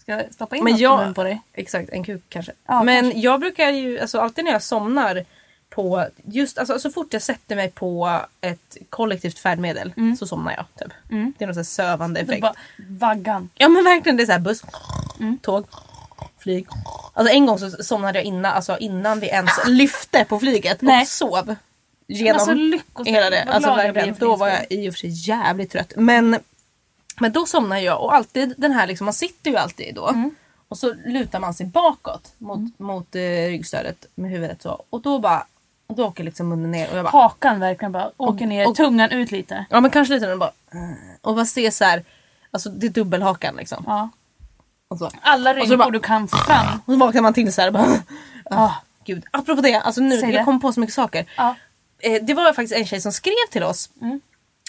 [SPEAKER 2] ska jag stoppa in
[SPEAKER 3] Men
[SPEAKER 2] något i
[SPEAKER 3] jag,
[SPEAKER 2] munnen på dig?
[SPEAKER 3] Exakt, en kuk kanske.
[SPEAKER 2] Ja,
[SPEAKER 3] men jag brukar ju, alltså alltid när jag somnar på, just alltså så fort jag sätter mig på ett kollektivt färdmedel så somnar jag typ. Det är någon sån här sövande
[SPEAKER 2] Mm. Du
[SPEAKER 3] effekt.
[SPEAKER 2] bara, vaggan.
[SPEAKER 3] Ja men verkligen det är så här buss,
[SPEAKER 2] Mm.
[SPEAKER 3] tåg, flyg. Alltså en gång så somnade jag innan, alltså innan vi ens lyfte på flyget
[SPEAKER 2] Nej.
[SPEAKER 3] och sov.
[SPEAKER 2] Men
[SPEAKER 3] Genom
[SPEAKER 2] alltså lyckosam.
[SPEAKER 3] hela det.
[SPEAKER 2] Vad
[SPEAKER 3] Alltså
[SPEAKER 2] glad jag
[SPEAKER 3] verkligen.
[SPEAKER 2] blir för
[SPEAKER 3] Då
[SPEAKER 2] din
[SPEAKER 3] var jag
[SPEAKER 2] skull.
[SPEAKER 3] i och för sig jävligt trött. Men, men då somnar jag och alltid den här liksom, man sitter ju alltid då.
[SPEAKER 2] Mm.
[SPEAKER 3] Och så lutar man sig bakåt mot, mot eh, ryggstödet med huvudet så. Och då bara, då åker liksom munnen ner och jag bara
[SPEAKER 2] Hakan verkligen bara åker ner,
[SPEAKER 3] och-
[SPEAKER 2] tungan ut lite.
[SPEAKER 3] Ja men kanske lite den bara eh, och bara se så här. Alltså det är dubbelhakan liksom.
[SPEAKER 2] Ja.
[SPEAKER 3] Och så.
[SPEAKER 2] Alla
[SPEAKER 3] Och så
[SPEAKER 2] rynkor
[SPEAKER 3] bara-
[SPEAKER 2] du kan fram.
[SPEAKER 3] Och så vaknar man till så här och bara...
[SPEAKER 2] Ah.
[SPEAKER 3] Gud. Apropå det, alltså nu,
[SPEAKER 2] Säg
[SPEAKER 3] jag
[SPEAKER 2] det.
[SPEAKER 3] kom på så mycket saker.
[SPEAKER 2] Ja. Mm.
[SPEAKER 3] Eh, det var faktiskt en tjej som skrev till oss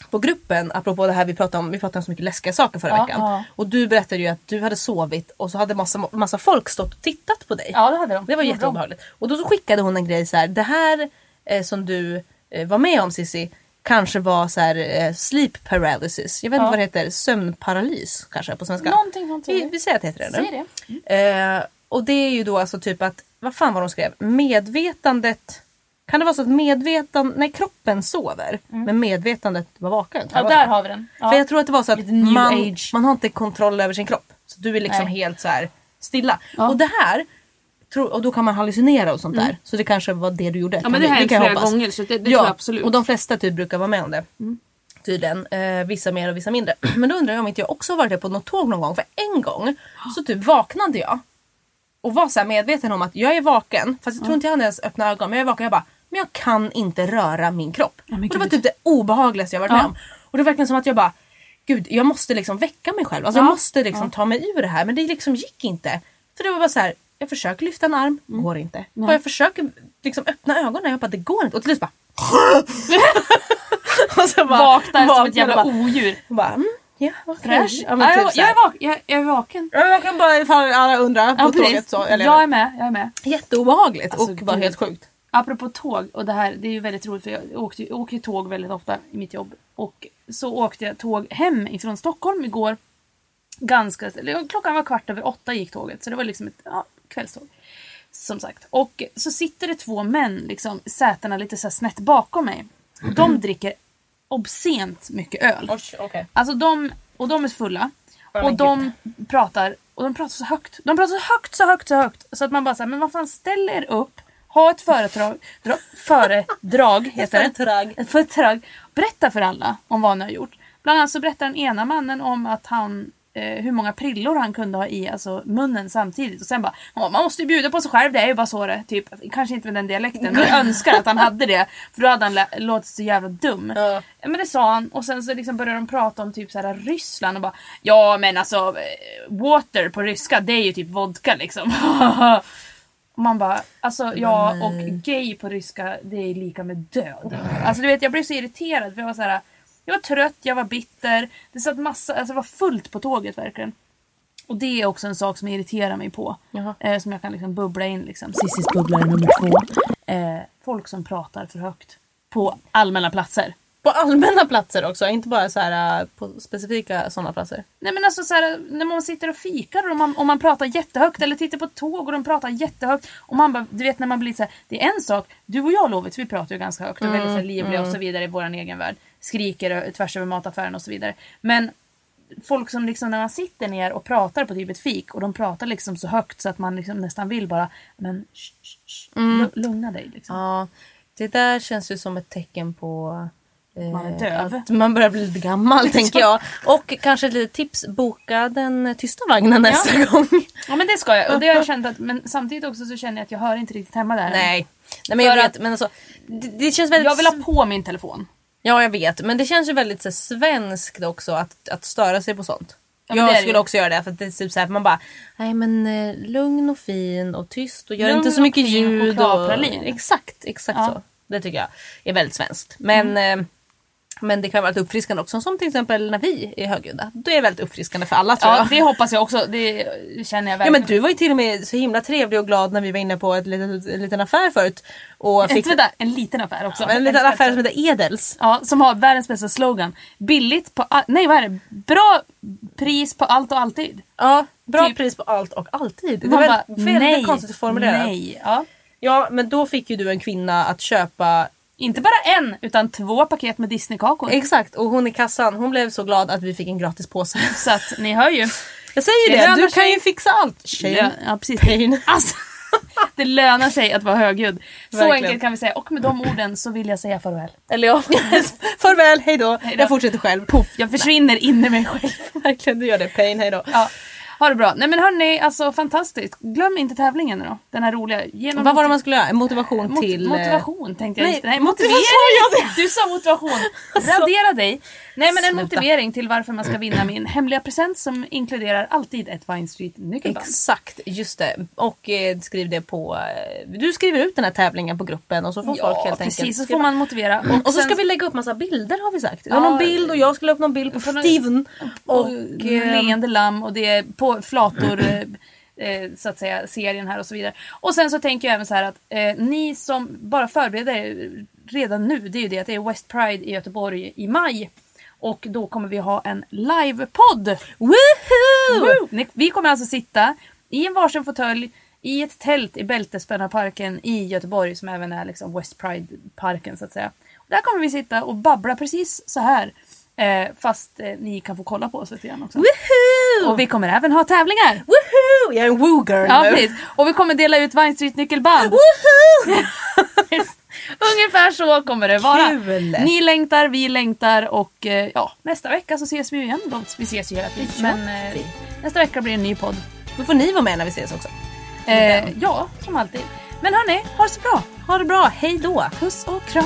[SPEAKER 3] på gruppen, apropå det här vi pratade om, vi pratade om så mycket läskiga saker förra
[SPEAKER 2] Ja,
[SPEAKER 3] veckan.
[SPEAKER 2] ja.
[SPEAKER 3] Och du berättade ju att du hade sovit och så hade massa, massa folk stått och tittat på dig.
[SPEAKER 2] Ja, det hade de.
[SPEAKER 3] Det var
[SPEAKER 2] Gjorde
[SPEAKER 3] jätteobehagligt. Och då så skickade hon en grej så här. det här eh, som du eh, var med om Sissi, kanske var så här, eh, sleep paralysis. Jag vet inte
[SPEAKER 2] Ja.
[SPEAKER 3] vad det heter, sömnparalys kanske på svenska.
[SPEAKER 2] Någonting sånt.
[SPEAKER 3] Vi, vi säger att det heter det nu.
[SPEAKER 2] Säg det. Mm.
[SPEAKER 3] Eh, och det är ju då alltså typ att, vad fan var de skrev? Medvetandet, kan det vara så att medvetandet, nej kroppen sover men medvetandet var vaken? Kan
[SPEAKER 2] Mm. Ja, där
[SPEAKER 3] det vara så?
[SPEAKER 2] har vi den. Ja.
[SPEAKER 3] För jag tror att det var så att
[SPEAKER 2] Lite new
[SPEAKER 3] man,
[SPEAKER 2] age.
[SPEAKER 3] man har inte kontroll över sin kropp. Så du är liksom
[SPEAKER 2] Nej.
[SPEAKER 3] helt så här stilla. Och det här, tro, och då kan man hallucinera och sånt där. Så det kanske var det du gjorde.
[SPEAKER 5] Mm. Ja men det har hänt flera gånger så det, det tror jag absolut. Mm.
[SPEAKER 3] Och de flesta typ brukar vara med om det. Tydligen. Eh, vissa mer och vissa mindre. Men då undrar jag om inte jag också har varit det på något tåg någon gång. För en gång så typ vaknade jag. Och var så här medveten om att jag är vaken. Fast jag tror inte jag hade ens öppna ögon. Men jag är vaken. Jag bara, men jag kan inte röra min kropp.
[SPEAKER 5] men
[SPEAKER 3] och det var
[SPEAKER 5] gud.
[SPEAKER 3] typ det obehagligaste jag varit med om. Och det var verkligen som att jag bara, gud jag måste liksom väcka mig själv. Alltså jag måste liksom ta mig ur det här. Men det liksom gick inte. För det var bara så här, jag försöker lyfta en arm, går inte. Och jag försöker liksom öppna ögonen, jag bara det går inte. Och till slut bara och så bara
[SPEAKER 2] Vaknar som ett
[SPEAKER 3] vaknar
[SPEAKER 2] jävla
[SPEAKER 3] och bara-
[SPEAKER 2] odjur.
[SPEAKER 3] och bara, mm, ja, vad
[SPEAKER 2] Fräsch.
[SPEAKER 3] kul.
[SPEAKER 2] Ja,
[SPEAKER 3] Ja, men typ
[SPEAKER 2] jag,
[SPEAKER 3] så
[SPEAKER 2] jag,
[SPEAKER 3] här.
[SPEAKER 2] är vak- jag, jag är vaken.
[SPEAKER 3] Ja, jag kan bara ifall alla undrar på
[SPEAKER 2] Ja,
[SPEAKER 3] tåget
[SPEAKER 2] precis.
[SPEAKER 3] så. Eller,
[SPEAKER 2] jag är med. Jag är med.
[SPEAKER 3] Jätteobehagligt
[SPEAKER 2] Alltså,
[SPEAKER 3] och bara
[SPEAKER 2] gud.
[SPEAKER 3] helt sjukt.
[SPEAKER 2] Apropå tåg, och det här det är ju väldigt roligt för jag, åkte, jag åker ju tåg väldigt ofta i mitt jobb. Och så åkte jag tåg hem ifrån Stockholm igår. Ganska, eller klockan var kvart över åtta gick tåget så det var liksom ett ja, kvällståg. Som sagt. Och så sitter det två män liksom i sätena lite så här snett bakom mig. De dricker obscent mycket öl.
[SPEAKER 3] Oj, okay.
[SPEAKER 2] Alltså de, och de är fulla.
[SPEAKER 3] men
[SPEAKER 2] Och de pratar, och de pratar så högt. De pratar så högt, så högt, så högt. Så att man bara säger men vad fan ställ er upp. Ha ett föredrag, dra, föredrag heter det.
[SPEAKER 3] föredrag.
[SPEAKER 2] Ett föredrag. Berätta för alla om vad ni har gjort. Bland annat så berättar den ena mannen om att han eh, hur många prillor han kunde ha i alltså, munnen samtidigt. Och sen bara, "Ja, man måste ju bjuda på sig själv, det är ju bara så det typ, Kanske inte med den dialekten, men jag önskar att han hade det. För då hade han lä- låtit så jävla dum.
[SPEAKER 3] Ja.
[SPEAKER 2] Ja, Men det sa han och sen så liksom började de prata om typ så här Ryssland och bara Ja men alltså eh, water på ryska det är ju typ vodka liksom. och man bara alltså ja och gay på ryska det är lika med död. Alltså du vet jag blev så irriterad för jag var så här jag var trött, jag var bitter. Det satt massa, alltså det var fullt på tåget verkligen. Och det är också en sak som irriterar mig på.
[SPEAKER 3] Jaha.
[SPEAKER 2] Eh, som jag kan liksom bubbla in liksom.
[SPEAKER 6] Cissis bubblare nummer två.
[SPEAKER 2] Eh, folk som pratar för högt. På allmänna platser.
[SPEAKER 3] På allmänna platser också, inte bara så här, äh, på specifika sådana platser.
[SPEAKER 2] Nej men alltså så här, när man sitter och fikar och man, och man pratar jättehögt eller tittar på tåg och de pratar jättehögt och man bara, du vet när man blir så här, det är en sak, du och jag Lovits vi pratar ju ganska högt och väldigt
[SPEAKER 3] Mm,
[SPEAKER 2] så här livliga och så vidare i våran egen värld. Skriker ö- tvärs över mataffären och så vidare. Men folk som liksom när man sitter ner och pratar på typ ett fik och de pratar liksom så högt så att man liksom nästan vill bara, men sh, sh, sh, lu- lugna dig liksom.
[SPEAKER 3] Mm. Ja, det där känns ju som ett tecken på eh,
[SPEAKER 2] Man är döv.
[SPEAKER 3] att man börjar bli lite gammal tänker jag. Och kanske ett litet tips, boka den tysta vagnen nästa gång.
[SPEAKER 2] Ja men det ska jag och det har jag känt att, men samtidigt också så känner jag att jag hör inte riktigt hemma där.
[SPEAKER 3] Nej. Nej men jag
[SPEAKER 2] För
[SPEAKER 3] vet, men alltså, det, det känns väldigt...
[SPEAKER 2] Jag vill ha på min telefon.
[SPEAKER 3] Ja jag vet, men det känns ju väldigt så, här, svenskt också att, att störa sig på sånt.
[SPEAKER 2] Ja, men det är
[SPEAKER 3] jag
[SPEAKER 2] det
[SPEAKER 3] skulle
[SPEAKER 2] ju.
[SPEAKER 3] också göra det för att det är typ så här, man bara nej men eh, lugn och fin och tyst och gör
[SPEAKER 2] Lugn
[SPEAKER 3] inte så
[SPEAKER 2] och
[SPEAKER 3] mycket
[SPEAKER 2] fin
[SPEAKER 3] ljud.
[SPEAKER 2] chokladpralin.
[SPEAKER 3] Exakt, exakt
[SPEAKER 2] Ja. Mm.
[SPEAKER 3] så. Det tycker jag är väldigt svenskt. Men, eh, men det kan vara lite uppfriskande också som till exempel när vi är högljudda. Då är det väldigt uppfriskande för alla tror
[SPEAKER 2] Ja
[SPEAKER 3] jag.
[SPEAKER 2] det hoppas jag också, det känner jag
[SPEAKER 3] Ja
[SPEAKER 2] verkligen.
[SPEAKER 3] men du var ju till och med så himla trevlig och glad när vi var inne på ett litet, en liten affär förut. Och fick
[SPEAKER 2] Ett, vänta, en liten affär också.
[SPEAKER 3] en liten affär som heter Edels.
[SPEAKER 2] Ja, som har världens bästa slogan. Billigt på... a- Nej vad är det? Bra pris på allt och alltid.
[SPEAKER 3] Ja, bra
[SPEAKER 2] Typ.
[SPEAKER 3] pris på allt och alltid. Det
[SPEAKER 2] Man
[SPEAKER 3] var
[SPEAKER 2] bara,
[SPEAKER 3] väldigt
[SPEAKER 2] nej,
[SPEAKER 3] konstigt formulerat.
[SPEAKER 2] Nej. Ja.
[SPEAKER 3] Ja, men då fick ju du en kvinna att köpa
[SPEAKER 2] Inte bara en, utan två paket med Disneykakor.
[SPEAKER 3] Exakt, och hon i kassan hon blev så glad att vi fick en gratis påse.
[SPEAKER 2] Så att ni hör ju.
[SPEAKER 3] Jag säger ju
[SPEAKER 2] Det
[SPEAKER 3] det,
[SPEAKER 2] lönar
[SPEAKER 3] du kan
[SPEAKER 2] sig.
[SPEAKER 3] ju fixa allt. Shame.
[SPEAKER 2] Ja, ja, precis.
[SPEAKER 3] Pain.
[SPEAKER 2] Alltså, det lönar sig att vara högljudd. Så
[SPEAKER 3] Verkligen.
[SPEAKER 2] enkelt kan vi säga. Och med de orden så vill jag säga farväl.
[SPEAKER 3] Eller ja, farväl, hejdå.
[SPEAKER 2] Hejdå.
[SPEAKER 3] Jag fortsätter själv. Puff.
[SPEAKER 2] Jag försvinner in i mig själv.
[SPEAKER 3] Verkligen, du gör det. Pain, hejdå.
[SPEAKER 2] Ja. Ha det bra. Nej men hörni, alltså fantastiskt. Glöm inte tävlingen nu då. Den här roliga. Genom
[SPEAKER 3] Vad var det man skulle göra? En Motivation
[SPEAKER 2] Mot-
[SPEAKER 3] till... eh,
[SPEAKER 2] Motivation tänkte jag
[SPEAKER 3] nej,
[SPEAKER 2] inte. Nej,
[SPEAKER 3] motivation
[SPEAKER 2] motivering! Du sa motivation. Radera dig. Nej men en
[SPEAKER 3] Alltså. Sluta.
[SPEAKER 2] motivering till varför man ska vinna min hemliga present som inkluderar alltid ett Vine Street nyckelband.
[SPEAKER 3] Exakt, just det. Och eh, skriv det på... eh, Du skriver ut den här tävlingen på gruppen och så får folk
[SPEAKER 2] Ja
[SPEAKER 3] helt enkelt
[SPEAKER 2] precis, så
[SPEAKER 3] skriva.
[SPEAKER 2] får man motivera.
[SPEAKER 3] Och så
[SPEAKER 2] Mm. sen-
[SPEAKER 3] ska vi lägga upp massa bilder har vi sagt. Det
[SPEAKER 2] Ja.
[SPEAKER 3] var någon bild och jag skulle upp någon bild på
[SPEAKER 2] På någon-
[SPEAKER 3] Steven.
[SPEAKER 2] och,
[SPEAKER 3] Och, eh,
[SPEAKER 2] leende lamm och det är på flator eh, eh, så att säga serien här och så vidare. Och sen så tänker jag även så här att eh, ni som bara förbereder er redan nu det är ju det att det är West Pride i Göteborg i maj. Och då kommer vi ha en livepodd! Woo! Ni- Vi kommer alltså sitta i en varsin fåtölj i ett tält i Bältespännarparken i Göteborg som även är liksom West Pride-parken så att säga. Och där kommer vi sitta och babbla precis så här. Eh, fast eh, ni kan få kolla på oss lite grann också.
[SPEAKER 3] Woohoo!
[SPEAKER 2] Och vi kommer även ha tävlingar!
[SPEAKER 3] Woohoo! Jag är en woo-girl
[SPEAKER 2] Ja,
[SPEAKER 3] nu.
[SPEAKER 2] precis. Och vi kommer dela ut Vine Street nyckelband.
[SPEAKER 3] Woohoo!
[SPEAKER 2] Ungefär så kommer det vara.
[SPEAKER 3] Kul!
[SPEAKER 2] Ni längtar, vi längtar och eh, ja, nästa vecka så ses vi ju igen. Då. Vi ses ju hela tiden.
[SPEAKER 3] Det gör
[SPEAKER 2] Men eh,
[SPEAKER 3] vi.
[SPEAKER 2] nästa vecka blir det en ny podd.
[SPEAKER 3] Då får ni vara med när vi ses också.
[SPEAKER 2] Eh, ja, som alltid. Men hörni, ha det så bra.
[SPEAKER 3] Ha det bra, hej då!
[SPEAKER 2] Puss och kram.